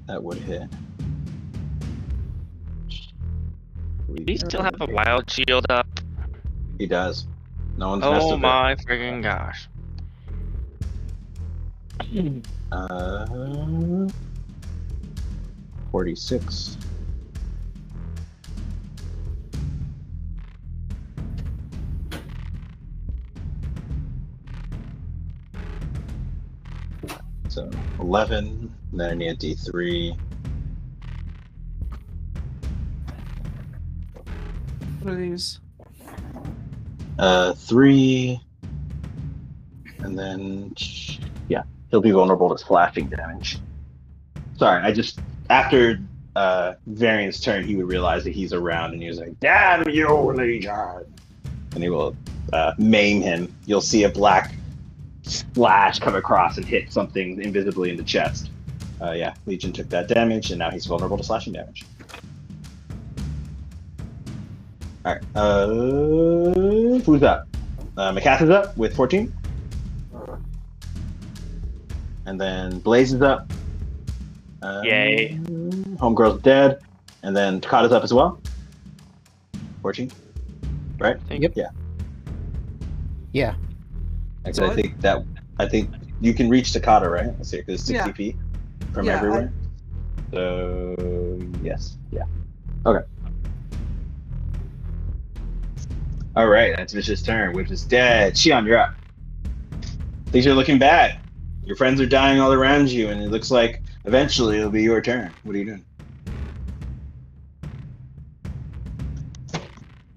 That would hit. Do you still have a wild shield up? He does. No one's messed Oh with my friggin' gosh. it. Uh, Forty-six. So eleven. Then I need a D three. What are these? Uh, three. And then, yeah, he'll be vulnerable to slashing damage. Sorry, I just after uh Varian's turn, he would realize that he's around, and he was like, "Damn you, Legion!" And he will uh, maim him. You'll see a black splash come across and hit something invisibly in the chest. Uh, yeah, Legion took that damage, and now he's vulnerable to slashing damage. Alright. Uh, who's up? Uh, Macath is up with 14. And then Blaze is up. Uh, Um, Yay. Homegirl's dead. And then Takata's up as well. 14. Right? Thank- Yep. Yeah. Yeah. Actually, I What? think that I think you can reach Takata, right? Let's see, because 60 Yeah. feet from Yeah, I- everywhere. So yes, yeah. Okay. All right, that's Vicious' turn. Which is dead. Shion, you're up. Things are looking bad. Your friends are dying all around you, and it looks like eventually it'll be your turn. What are you doing?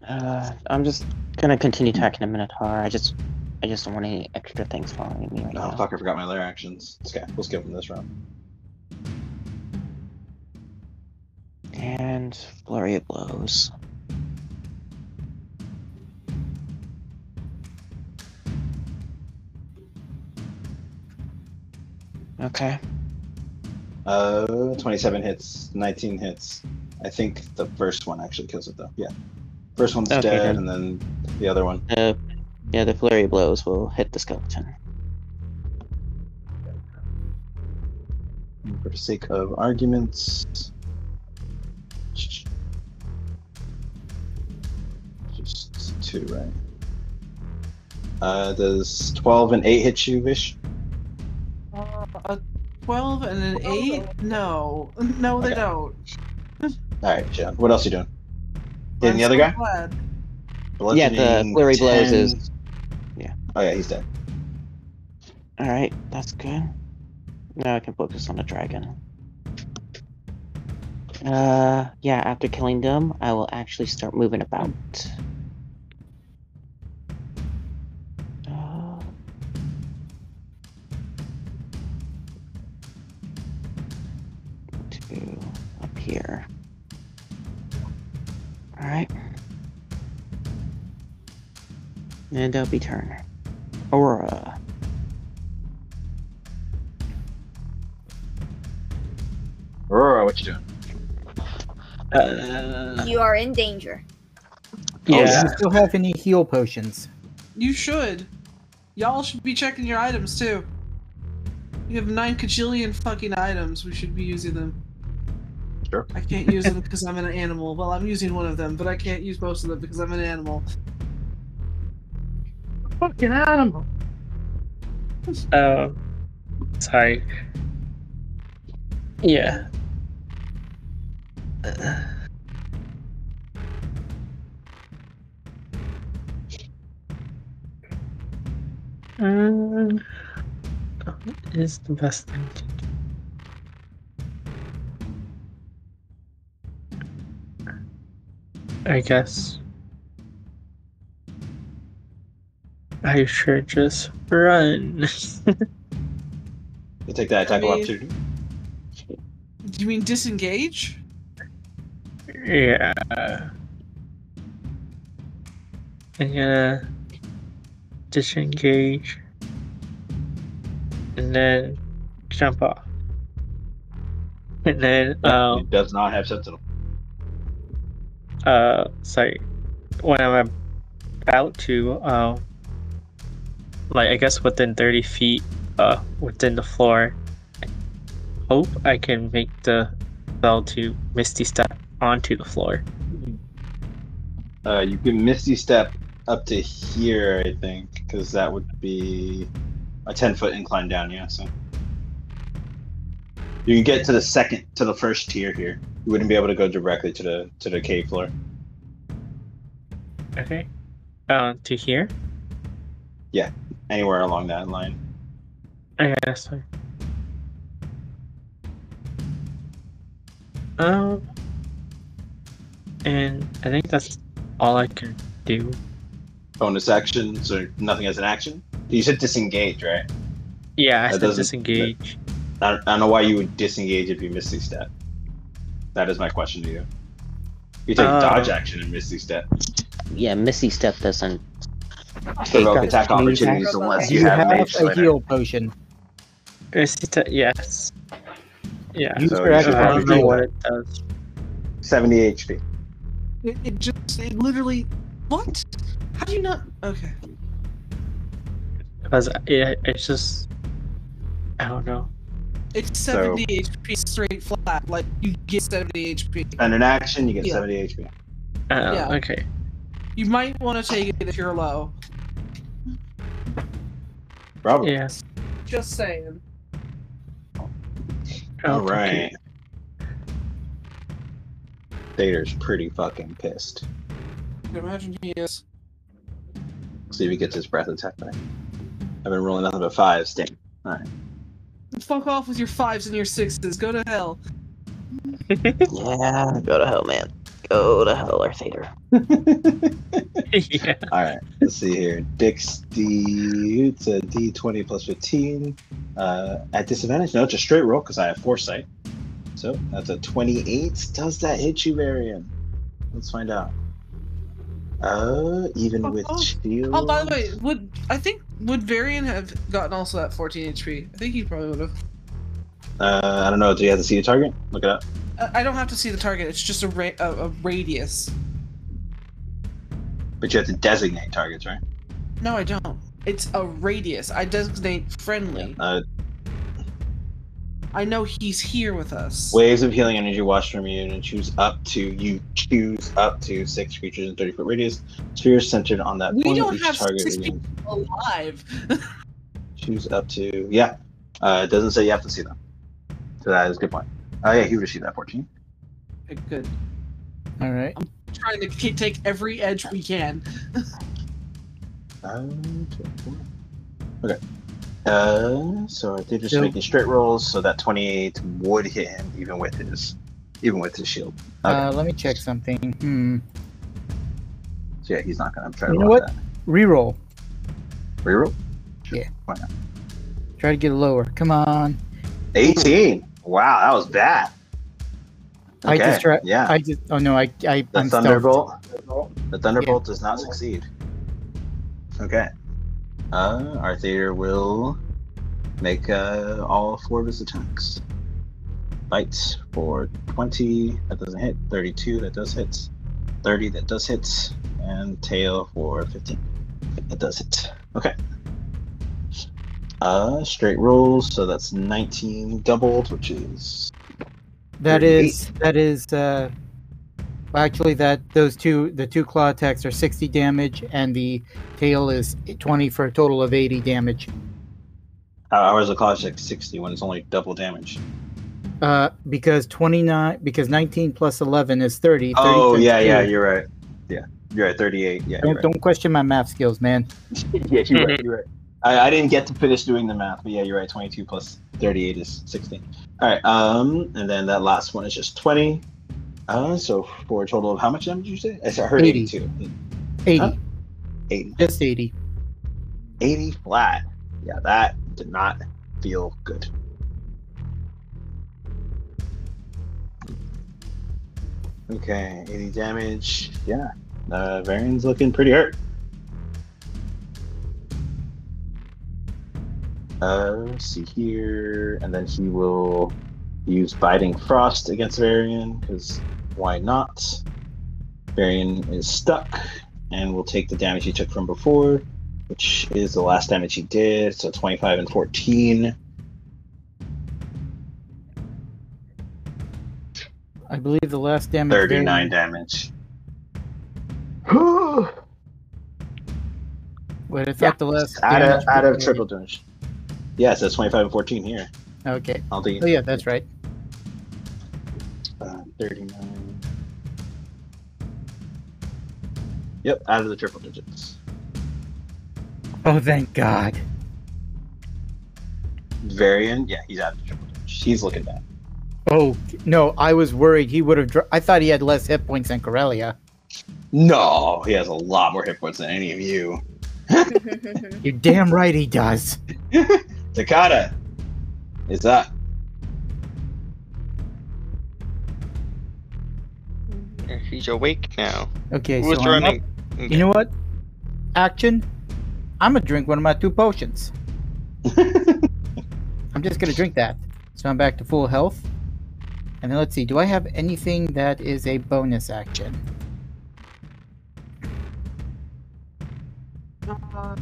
Uh, I'm just gonna continue attacking the Minotaur. I just, I just don't want any extra things following me right Oh now. fuck! I forgot my lair actions. Okay, we'll skip them this round. And flurry of blows. Okay. Uh, 27 hits, 19 hits. I think the first one actually kills it though. Yeah, first one's Okay, dead, then. and then the other one. Uh, yeah, the flurry of blows will hit the skeleton. For the sake of arguments, just two, right? Uh, does 12 and 8 hit you, Vish? Uh, a twelve and an eight? No, no, they Okay. don't. All right, John. What else you doing? Hitting the I'm other so guy? glad. Yeah, the Bludgeoning, flurry blows 10. is. yeah. Oh yeah, he's dead. All right, that's good. Now I can focus on the dragon. Uh, yeah. After killing them, I will actually start moving about. Uh, to up here. All right. And that'll be turn. Aurora. Aurora, what you doing? Uh, You are in danger. Oh, yeah. Do you still have any heal potions? You should. Y'all should be checking your items too. You have nine cajillion fucking items. We should be using them. Sure. I can't use them because I'm an animal. Well, I'm using one of them, but I can't use most of them because I'm an animal. Fucking animal. Uh, Sorry. Yeah. Uh, Mm. What is the best thing to do? I guess. I should just run. You take that attack of I mean- opportunity. Do you mean disengage? Yeah. I'm gonna disengage and then jump off. And then um It does not have sentinel. uh sorry when I'm about to um like I guess within thirty feet uh within the floor I hope I can make the spell to misty step onto the floor. Uh, you can misty step up to here, I think, because that would be a ten foot incline down. Yeah, so you can get to the second to the first tier here. You wouldn't be able to go directly to the to the cave floor. Okay. Uh, to here? Anywhere along that line. I guess. sorry. Um, and I think that's all I can do. Bonus action, so nothing as an action. You said disengage, right? Yeah, I That said doesn't- disengage. I don't, I don't know why you would disengage if you misty step. That is my question to you. You take Uh. dodge action and misty step. Yeah, Missy Step doesn't. Provoke That's attack me. opportunities unless you, You have, have mage a slayer. heal potion. Is it a- yes. Yeah. Use So your you I action should don't probably know do what that. it does. Seventy HP. It, it just it literally what? How do you not? Okay. Because it, it's just. I don't know. It's So- 70 HP straight flat. Like you get 70 HP. And an action, you get Yeah. seventy HP. Uh, Yeah. Okay. You might want to take it if you're low. Probably. Yeah. Just saying. All okay. right. Dater's pretty fucking pissed. I can imagine he is. See if he gets his breath attack back. I've been rolling nothing but fives. Damn. Fuck off with your fives and your sixes. Go to hell. Yeah, go to hell, man. Go to hell, our theater. Oh, yeah. All right, let's see here. Dick's D. It's a D twenty plus fifteen. Uh, at disadvantage? No, it's a straight roll because I have foresight. So that's a twenty-eight. Does that hit you, Varian? Let's find out. Uh, even Oh, with oh. shield. Oh, by the way, would I think would Varian have gotten also that 14 HP? I think he probably would have. Uh, I don't know. Do you have to see the target? Look it up. I, I don't have to see the target. It's just a ra- a, a radius. But you have to designate targets, right? No, I don't. It's a radius. I designate friendly. Uh, I know he's here with us. waves of healing energy washed from you and choose up to you choose up to six creatures in thirty foot radius. Spheres centered on that We point. don't Each have target six regains- Alive. choose up to yeah. Uh, it doesn't say you have to see them. So that is a good point. Oh yeah, he would have seen that fourteen. Okay, Good. All right. Trying to k- take every edge we can. Uh, okay. Uh, so they're just So- making straight rolls, so that twenty-eight would hit him even with his, even with his shield. Okay. Uh, let me check something. Hmm. so yeah, he's not gonna try to You know roll what? that. Reroll. Reroll Try to get lower. Come on. eighteen. Wow, that was bad. I just try- Yeah, I just. Oh no. I. I the I'm stealth. thunderbolt. The thunderbolt does not succeed. Okay. Uh, Arthur will make uh, all four of his attacks. Bites for 20, that doesn't hit. 32, that does hit. 30, that does hit. And tail for 15, that does hit. Okay. Uh, straight rolls, so that's 19 doubled, which is That is. That is. Uh. well, Actually, that those two, the two claw attacks are 60 damage, and the tail is 20 for a total of 80 damage. How uh, hours of college like 60 when it's only double damage? Uh, because 29, because 19 plus 11 is 30. 30 oh, times yeah, yeah, two. you're right. Yeah, you're right. 38. Yeah, Don't, you're right. don't question my math skills, man. yeah, you're right. You're right. I, I didn't get to finish doing the math, but yeah, you're right. 22 plus 38 is 16. All right. Um, and then that last one is just 20. Uh, so for a total of how much damage did you say? I said- I heard 80. 82. 80. Huh? 80. Just 80. 80 flat. Yeah, that did not feel good. Okay, 80 damage. Yeah, uh, Varian's looking pretty hurt. Uh, let's see here, and then he will use Biting Frost against Varian, because why not? Varian is stuck and will take the damage he took from before which is the last damage he did. So 25 and 14. I believe the last damage. 39 variant damage. Whew. Wait, I thought Yeah. the last. out damage of out of variant- triple damage. Yeah, so it's 25 and 14 here. Okay. I'll think Oh, yeah, that's right. uh, 39. Yep, out of the triple digits. Oh, thank God. Varian, yeah, he's out of the triple digits. He's looking bad. Oh, no, I was worried he would have. Dro- I thought he had less hit points than Corellia. No, he has a lot more hit points than any of you. You're damn right he does. Takata is up. He's awake now. Okay, Who's so I'm up. running? You know what? Action. I'm gonna drink one of my two potions. I'm just gonna drink that. So I'm back to full health. And then let's see, do I have anything that is a bonus action? Uh,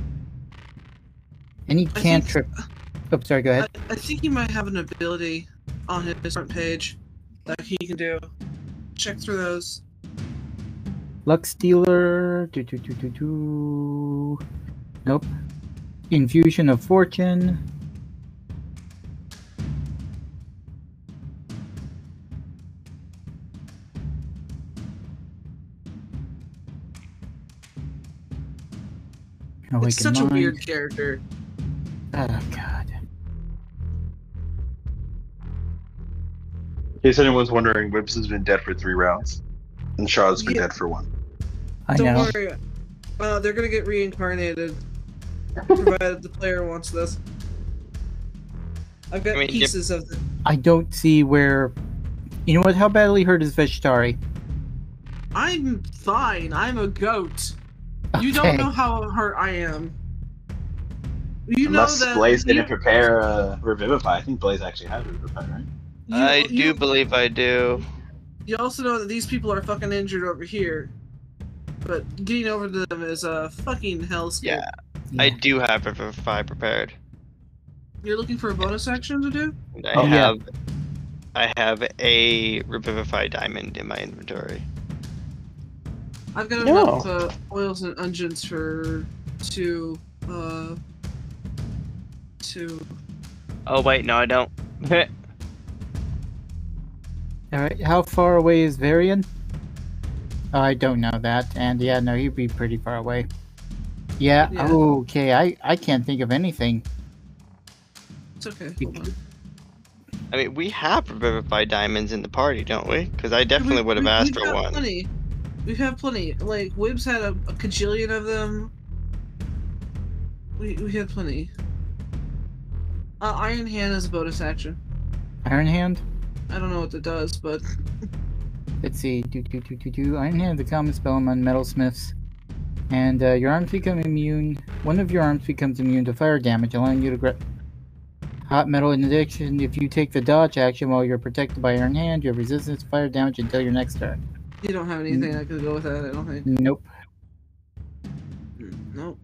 Any think- cantrip? Oh, sorry. Go I, ahead. I think he might have an ability on his front page that he can do. Check through those. Luck stealer. Do, do, do, do, do. Nope. Infusion of fortune. it's Awaken such mind. a weird character. Oh god. In case anyone's wondering, Whips has been dead for three rounds. And Charlotte's been Yeah. dead for one. I Don't know. worry. Uh, they're gonna get reincarnated, provided the player wants this. I've got I mean, yep. pieces of them. I don't see where. You know what? How badly hurt is Vegetari? I'm fine. I'm a goat. You don't Okay. know how hurt I am. You Unless know that Blaze you, didn't prepare uh, Revivify. I think Blaze actually had Revivify, right? you- I you- do believe I do. You also know that these people are fucking injured over here, but getting over to them is a fucking hellscape. Yeah. I do have Revivify prepared. You're looking for a bonus action to do? I Oh, yeah. have I have a Revivify diamond in my inventory. I've got No. enough uh, oils and unguents for two, uh, two. Oh wait, no, I don't. All right. How far away is Varian? I don't know that. And yeah, no, he'd be pretty far away. Yeah. Yeah. Okay. I I can't think of anything. It's okay. Hold on. I mean, we have Revivify diamonds in the party, don't we? Because I We- definitely would have we- asked we've for got one. Plenty. We have plenty. Like Wibbs had a, a cajillion of them. We we had plenty. Uh, Iron Hand is a bonus action. Iron Hand. I don't know what that does, but Let's see. Do do do do do. Iron Hand, the common spell among metalsmiths, and uh, your arms become immune. One of your arms becomes immune to fire damage, allowing you to grab hot metal. In addition, if you take the dodge action while you're protected by Iron Hand, you have resistance to fire damage until your next turn. you don't have anything that could go with that. I don't think. Nope. Mm, Nope.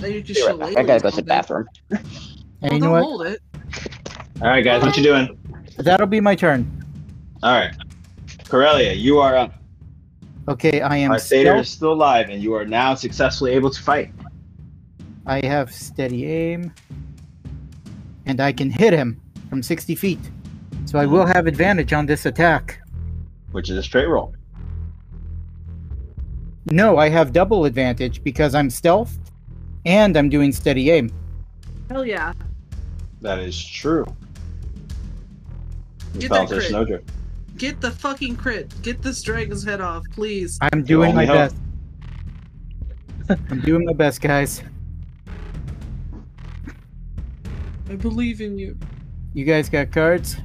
Now you just Be right show back. I labels gotta go to the all day. bathroom. And Well, you know don't what? hold it. All right, guys, what you doing? That'll be my turn. All right, Corellia, you are up. Okay, I am Our satyr is stealth. still alive, and you are now successfully able to fight. I have steady aim. and I can hit him from 60 feet. So I will have advantage on this attack. which is a straight roll. No, I have double advantage because I'm stealthed and I'm doing steady aim. Hell yeah. That is true. Get that Falter's crit. Oh, no joke. Get the fucking crit. Get this dragon's head off, please. I'm doing my only help. best. I'm doing my best, guys. I believe in you. You guys got cards?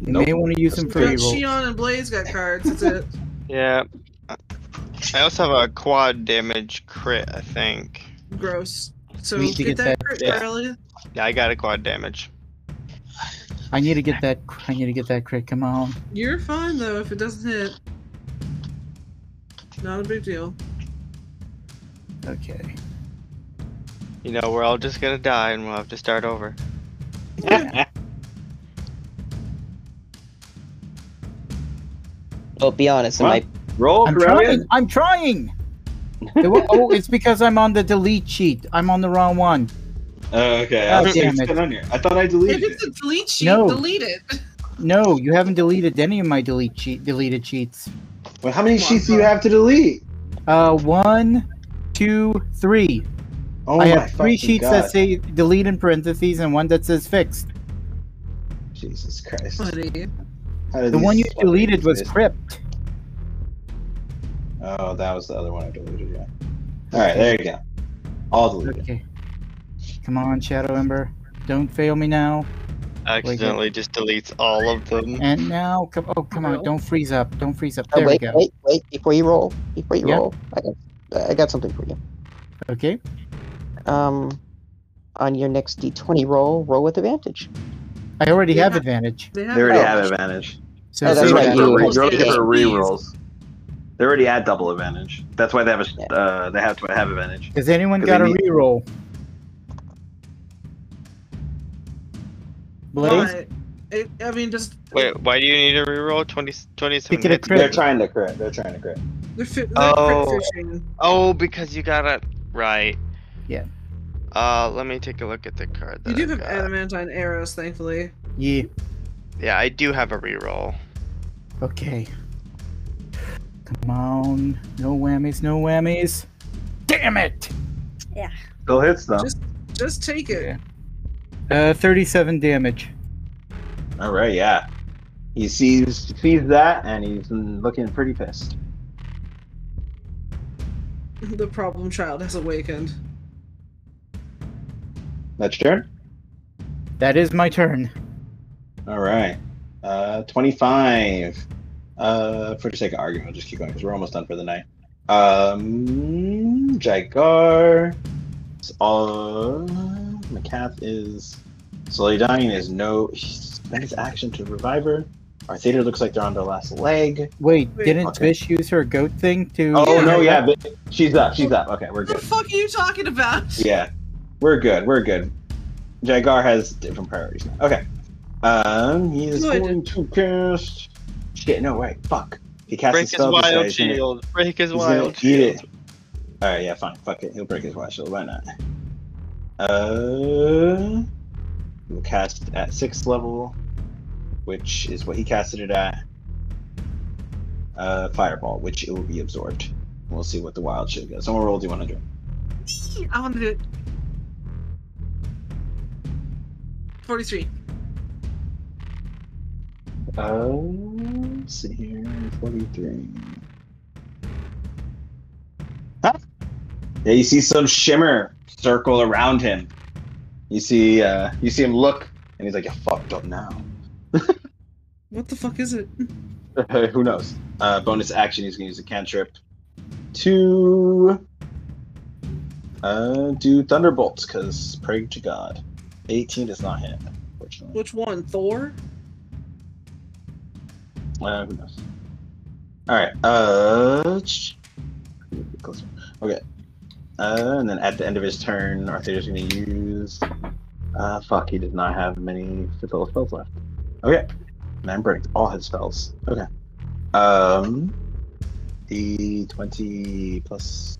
You may want to use them for Got evil. Shion and Blaze got cards. That's it. Yeah. I also have a quad damage crit, I think. Gross. So We need to get get that that- crit, yeah. Riley. Yeah, I got a quad damage. I need to get that. I need to get that crit. Come on. You're fine though if it doesn't hit. Not a big deal. Okay. You know, we're all just gonna die and we'll have to start over. Well, be honest, it Well, might roll, I'm Corellia. trying. I'm trying. The one- oh, it's because I'm on the delete sheet. I'm on the wrong one. Oh, okay. Oh, I, was like, damn "What's it. going on here?" I thought I If deleted it. it's a delete sheet, No. delete it. No, you haven't deleted any of my delete sheet deleted sheets. Well, how many Come on, sheets do you bro. have to delete? Uh, one, two, three. Oh I my have three fucking sheets God. that say delete in parentheses and one that says fixed. Jesus Christ. Buddy. How do The these one you fucking deleted was exist? crypt. Oh, that was the other one I deleted. Yeah. All right, there you go. All deleted. Okay. Come on, Shadow Ember. Don't fail me now. Accidentally just deletes all of them. And now, come, oh, come on. Don't freeze up. Don't freeze up. Oh, There we wait, go. wait, wait! Before you roll, before you Yeah. roll, I got, I got something for you. Okay. Um, on your next D20 roll, roll with advantage. I already have Yeah. advantage. They have They already Oh. have advantage. So Oh, that's save right, that. you- Double you already advantage, have please. They already had double advantage. That's why they have a. Yeah. Uh, they have to have advantage. Has anyone Because got a they need- reroll? Blaze? Why? It, I mean, just Wait, why do you need to reroll 20, 27 They could have hits? crit. They're trying to crit. They're trying to crit. they're, fi- they're Oh. crit fishing. Oh, because you got it right. Yeah. Uh, let me take a look at the card. You That Oh, do I've have got. adamantine arrows, thankfully. Yeah. Yeah, I do have a reroll. Okay. Come on. No whammies, no whammies. Damn it! Still hits though. Just, just take it. Uh, 37 damage. All right, yeah. He sees sees that, and he's looking pretty pissed. The problem child has awakened. That's your turn. That is my turn. All right. Uh, twenty-five. Uh, for the sake of argument, we'll just keep going because we're almost done for the night. Um, Jagar. It's all. Macath is slowly dying. Is no. He spent his action to revive her. Our theater looks like they're on their last leg. Wait, Wait, didn't okay. Fish use her goat thing to. Oh no, yeah, but she's up. She's up. Okay, we're What the good. fuck are you talking about? Yeah, we're good. We're good. Jagar has different priorities now. Okay. Um, he is Good. going to cast. Shit, no way. Fuck. If He casts Break a his spell. this way, wild he's gonna- shield. Break his he's gonna wild eat shield. it. All right, yeah, fine. Fuck it. He'll break his wild shield. Why not? Uh, we'll cast at sixth level, which is what he casted it at. Uh, fireball, which it will be absorbed. We'll see what the wild shield goes. Someone roll d100. I want to do it. 43. Um, let's see here, 43. Huh? Yeah, you see some shimmer circle around him. You see, uh, you see him look, and he's like, "You fucked up now." What the fuck is it? Who knows? Uh, bonus action, he's gonna use a cantrip to uh, do thunderbolts because pray to God. 18 does not hit, unfortunately. Which one? Thor? Uh, who knows? All right. Uh, sh- closer. Okay. Uh, and then at the end of his turn, Arthur's going to use. Uh, fuck. He does not have many fifth level spells left. Okay. Man breaks all his spells. Okay. Um, the twenty plus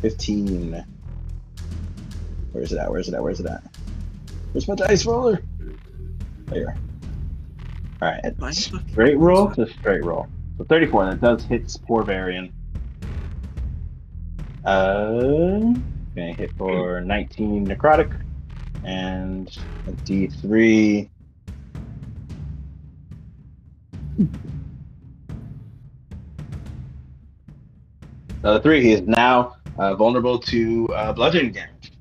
fifteen. Where's it at? Where's it at? Where's it at? Where's my dice roller? There you are. All right. Fine. it's Straight roll to straight roll. So 34, that does hit poor Varian. Uh, gonna hit for 19 necrotic and a d3. Uh, three, he is now uh, vulnerable to uh, bludgeoning damage.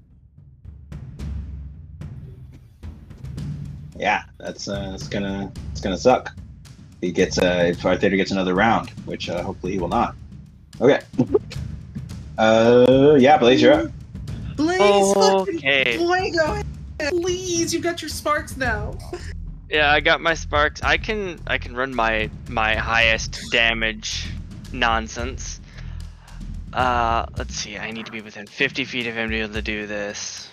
Yeah, that's uh, that's gonna it's gonna suck. He gets uh, Fire Theater gets another round, which uh, hopefully he will not. Okay. uh, yeah, Blaze, you're up. Please, fucking Okay. play, go ahead. Please, you've got your sparks now. Yeah, I got my sparks. I can I can run my my highest damage nonsense. Uh, let's see. I need to be within 50 feet of him to be able to do this.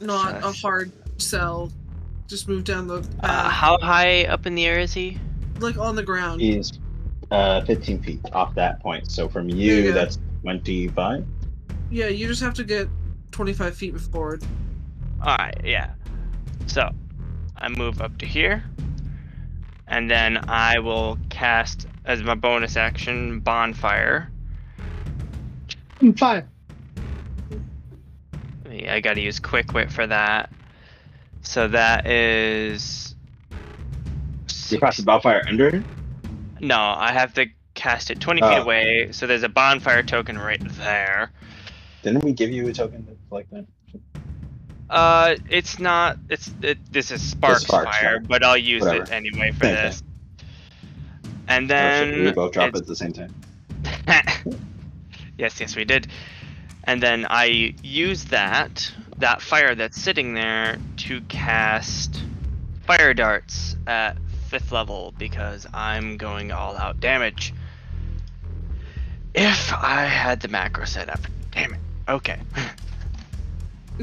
Not a Shush. hard sell. Just move down the Uh, path, how high up in the air is he? like on the ground. He's uh, 15 feet off that point. So from There you you, go. that's 25. Yeah, you just have to get 25 feet forward. All right, yeah. So I move up to here, and then I will cast as my bonus action bonfire. Fire. Yeah, I gotta use quick wit for that. So that is. You cross the bonfire under. No, I have to cast it 20 feet Oh. away, so there's a bonfire token right there. Didn't we give you a token to collect that? Uh, it's not. It's it, this is sparks, sparks fire, fire. but I'll use it Whatever. anyway for Same thing. this. And Or then Um, should we both drop it it's- at the same time. yes, yes, we did. And then I use that that fire that's sitting there to cast fire darts at fifth level because I'm going all out damage. If I had the macro set up, damn it. Okay.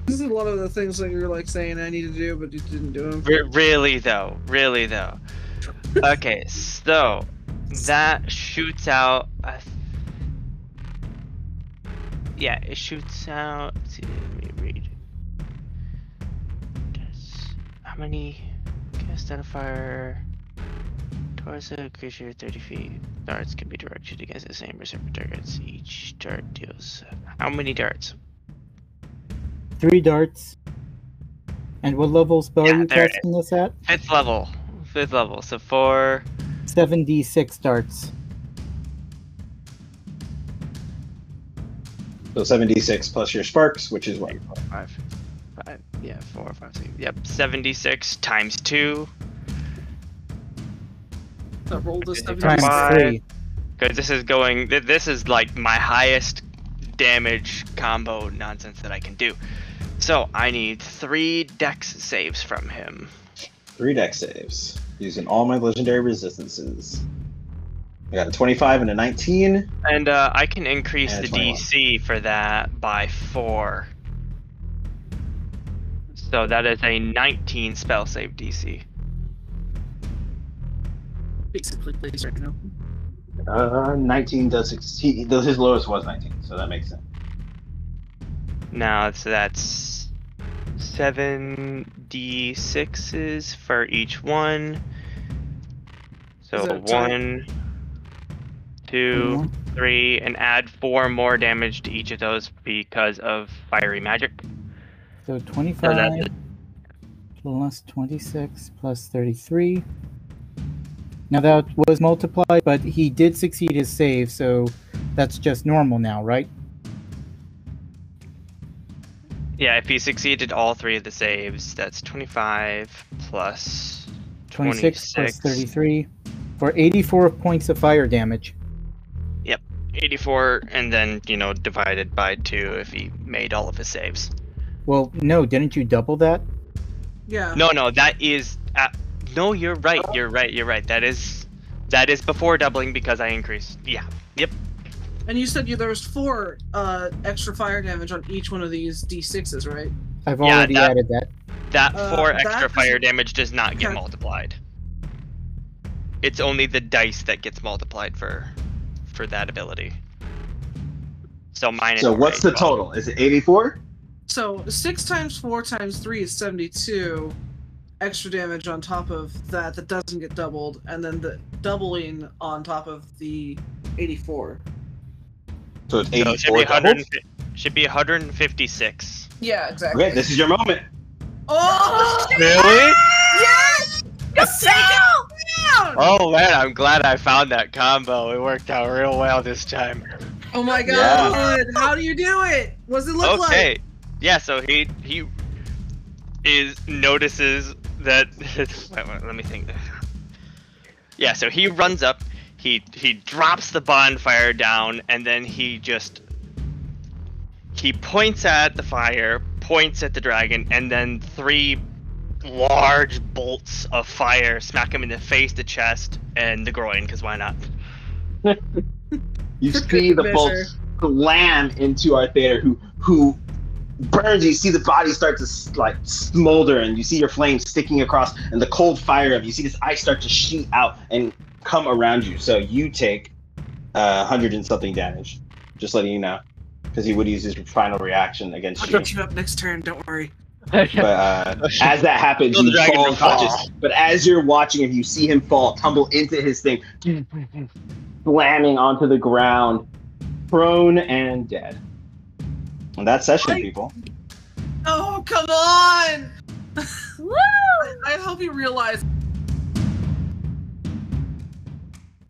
This is a lot of the things that you're like saying I need to do, but you didn't do them. Re- really though, really though. Okay, so that shoots out. A yeah, it shoots out. let's see, let me read. Guess how many? Cast on a fire. Towards a creature 30 feet. Darts can be directed against the same or separate targets. Each dart deals. How many darts? Three darts. And what level spell Yeah, you there it casting this at? Fifth level. Fifth level. So four. 7d6 darts. So 76 plus your sparks, which is what? five, five, yeah, four, five, six. Yep, seventy-six times two. That rolled a 70. Fine. Times Five. three. Cause this is going. th- This is like my highest damage combo nonsense that I can do. So I need three dex saves from him. Three deck saves. Using all my legendary resistances. I got a 25 and a 19. And uh, I can increase And the 21. DC for that by four. So that is a 19 spell save DC. Basically, please right now. Uh, 19 does succeed. Though His lowest was 19, so that makes sense. Now so that's seven d sixes for each one. Is So that a Mm-hmm. tie? one, two, three, and add four more damage to each of those because of fiery magic. So So 25 that's plus 26 plus 33. Now that was multiplied, but he did succeed his save, so that's just normal now, right? yeah. If he succeeded all three of the saves, that's twenty-five plus. 26, 26. plus 33 for 84 points of fire damage. 84 and then you know divided by 2 if he made all of his saves Well, no, didn't you double that? Yeah. No, no, that is. Uh, no, you're right. You're right. You're right. That is. That is before doubling because I increased. Yeah. And you said you there was four uh, extra fire damage on each one of these d6s, right? I've Yeah, already that- added that. That Uh, four that extra doesn't- fire damage does not get Okay. multiplied. It's only the dice that gets multiplied for, for that ability. So minus. So what's the right, well, total? Is it 84? So six times four times three is seventy-two extra damage on top of that that doesn't get doubled, and then the doubling on top of the eighty-four. So it's So it should be 84 doubles? 150 should be 156. Yeah, exactly. Okay, this is your moment. Oh Really? yes! Yes! Oh. Oh man, I'm glad I found that combo. It worked out real well this time. oh my god! How do you do it? What's it look okay. like? Yeah, so he he is notices that wait, wait, let me think. Yeah, so he runs up, he he drops the bonfire down and then he just he points at the fire, points at the dragon and then three large bolts of fire smack him in the face, the chest and the groin cuz why not? You Good see the measure. bolts slam into Arthader, who who burns. You see the body start to s- like smolder, and you see your flame sticking across, and the cold fire of you see this ice start to shoot out and come around you. So you take uh, hundred and something damage. Just letting you know, because he would use his final reaction against I'll you. get you up next turn. Don't worry. But uh, as that happens, Kill the you dragon fall from far. unconscious. But as you're watching him, you see him fall, tumble into his thing, slamming onto the ground, prone and dead. And that's session, Right. people. Oh come on! Woo! I hope you realize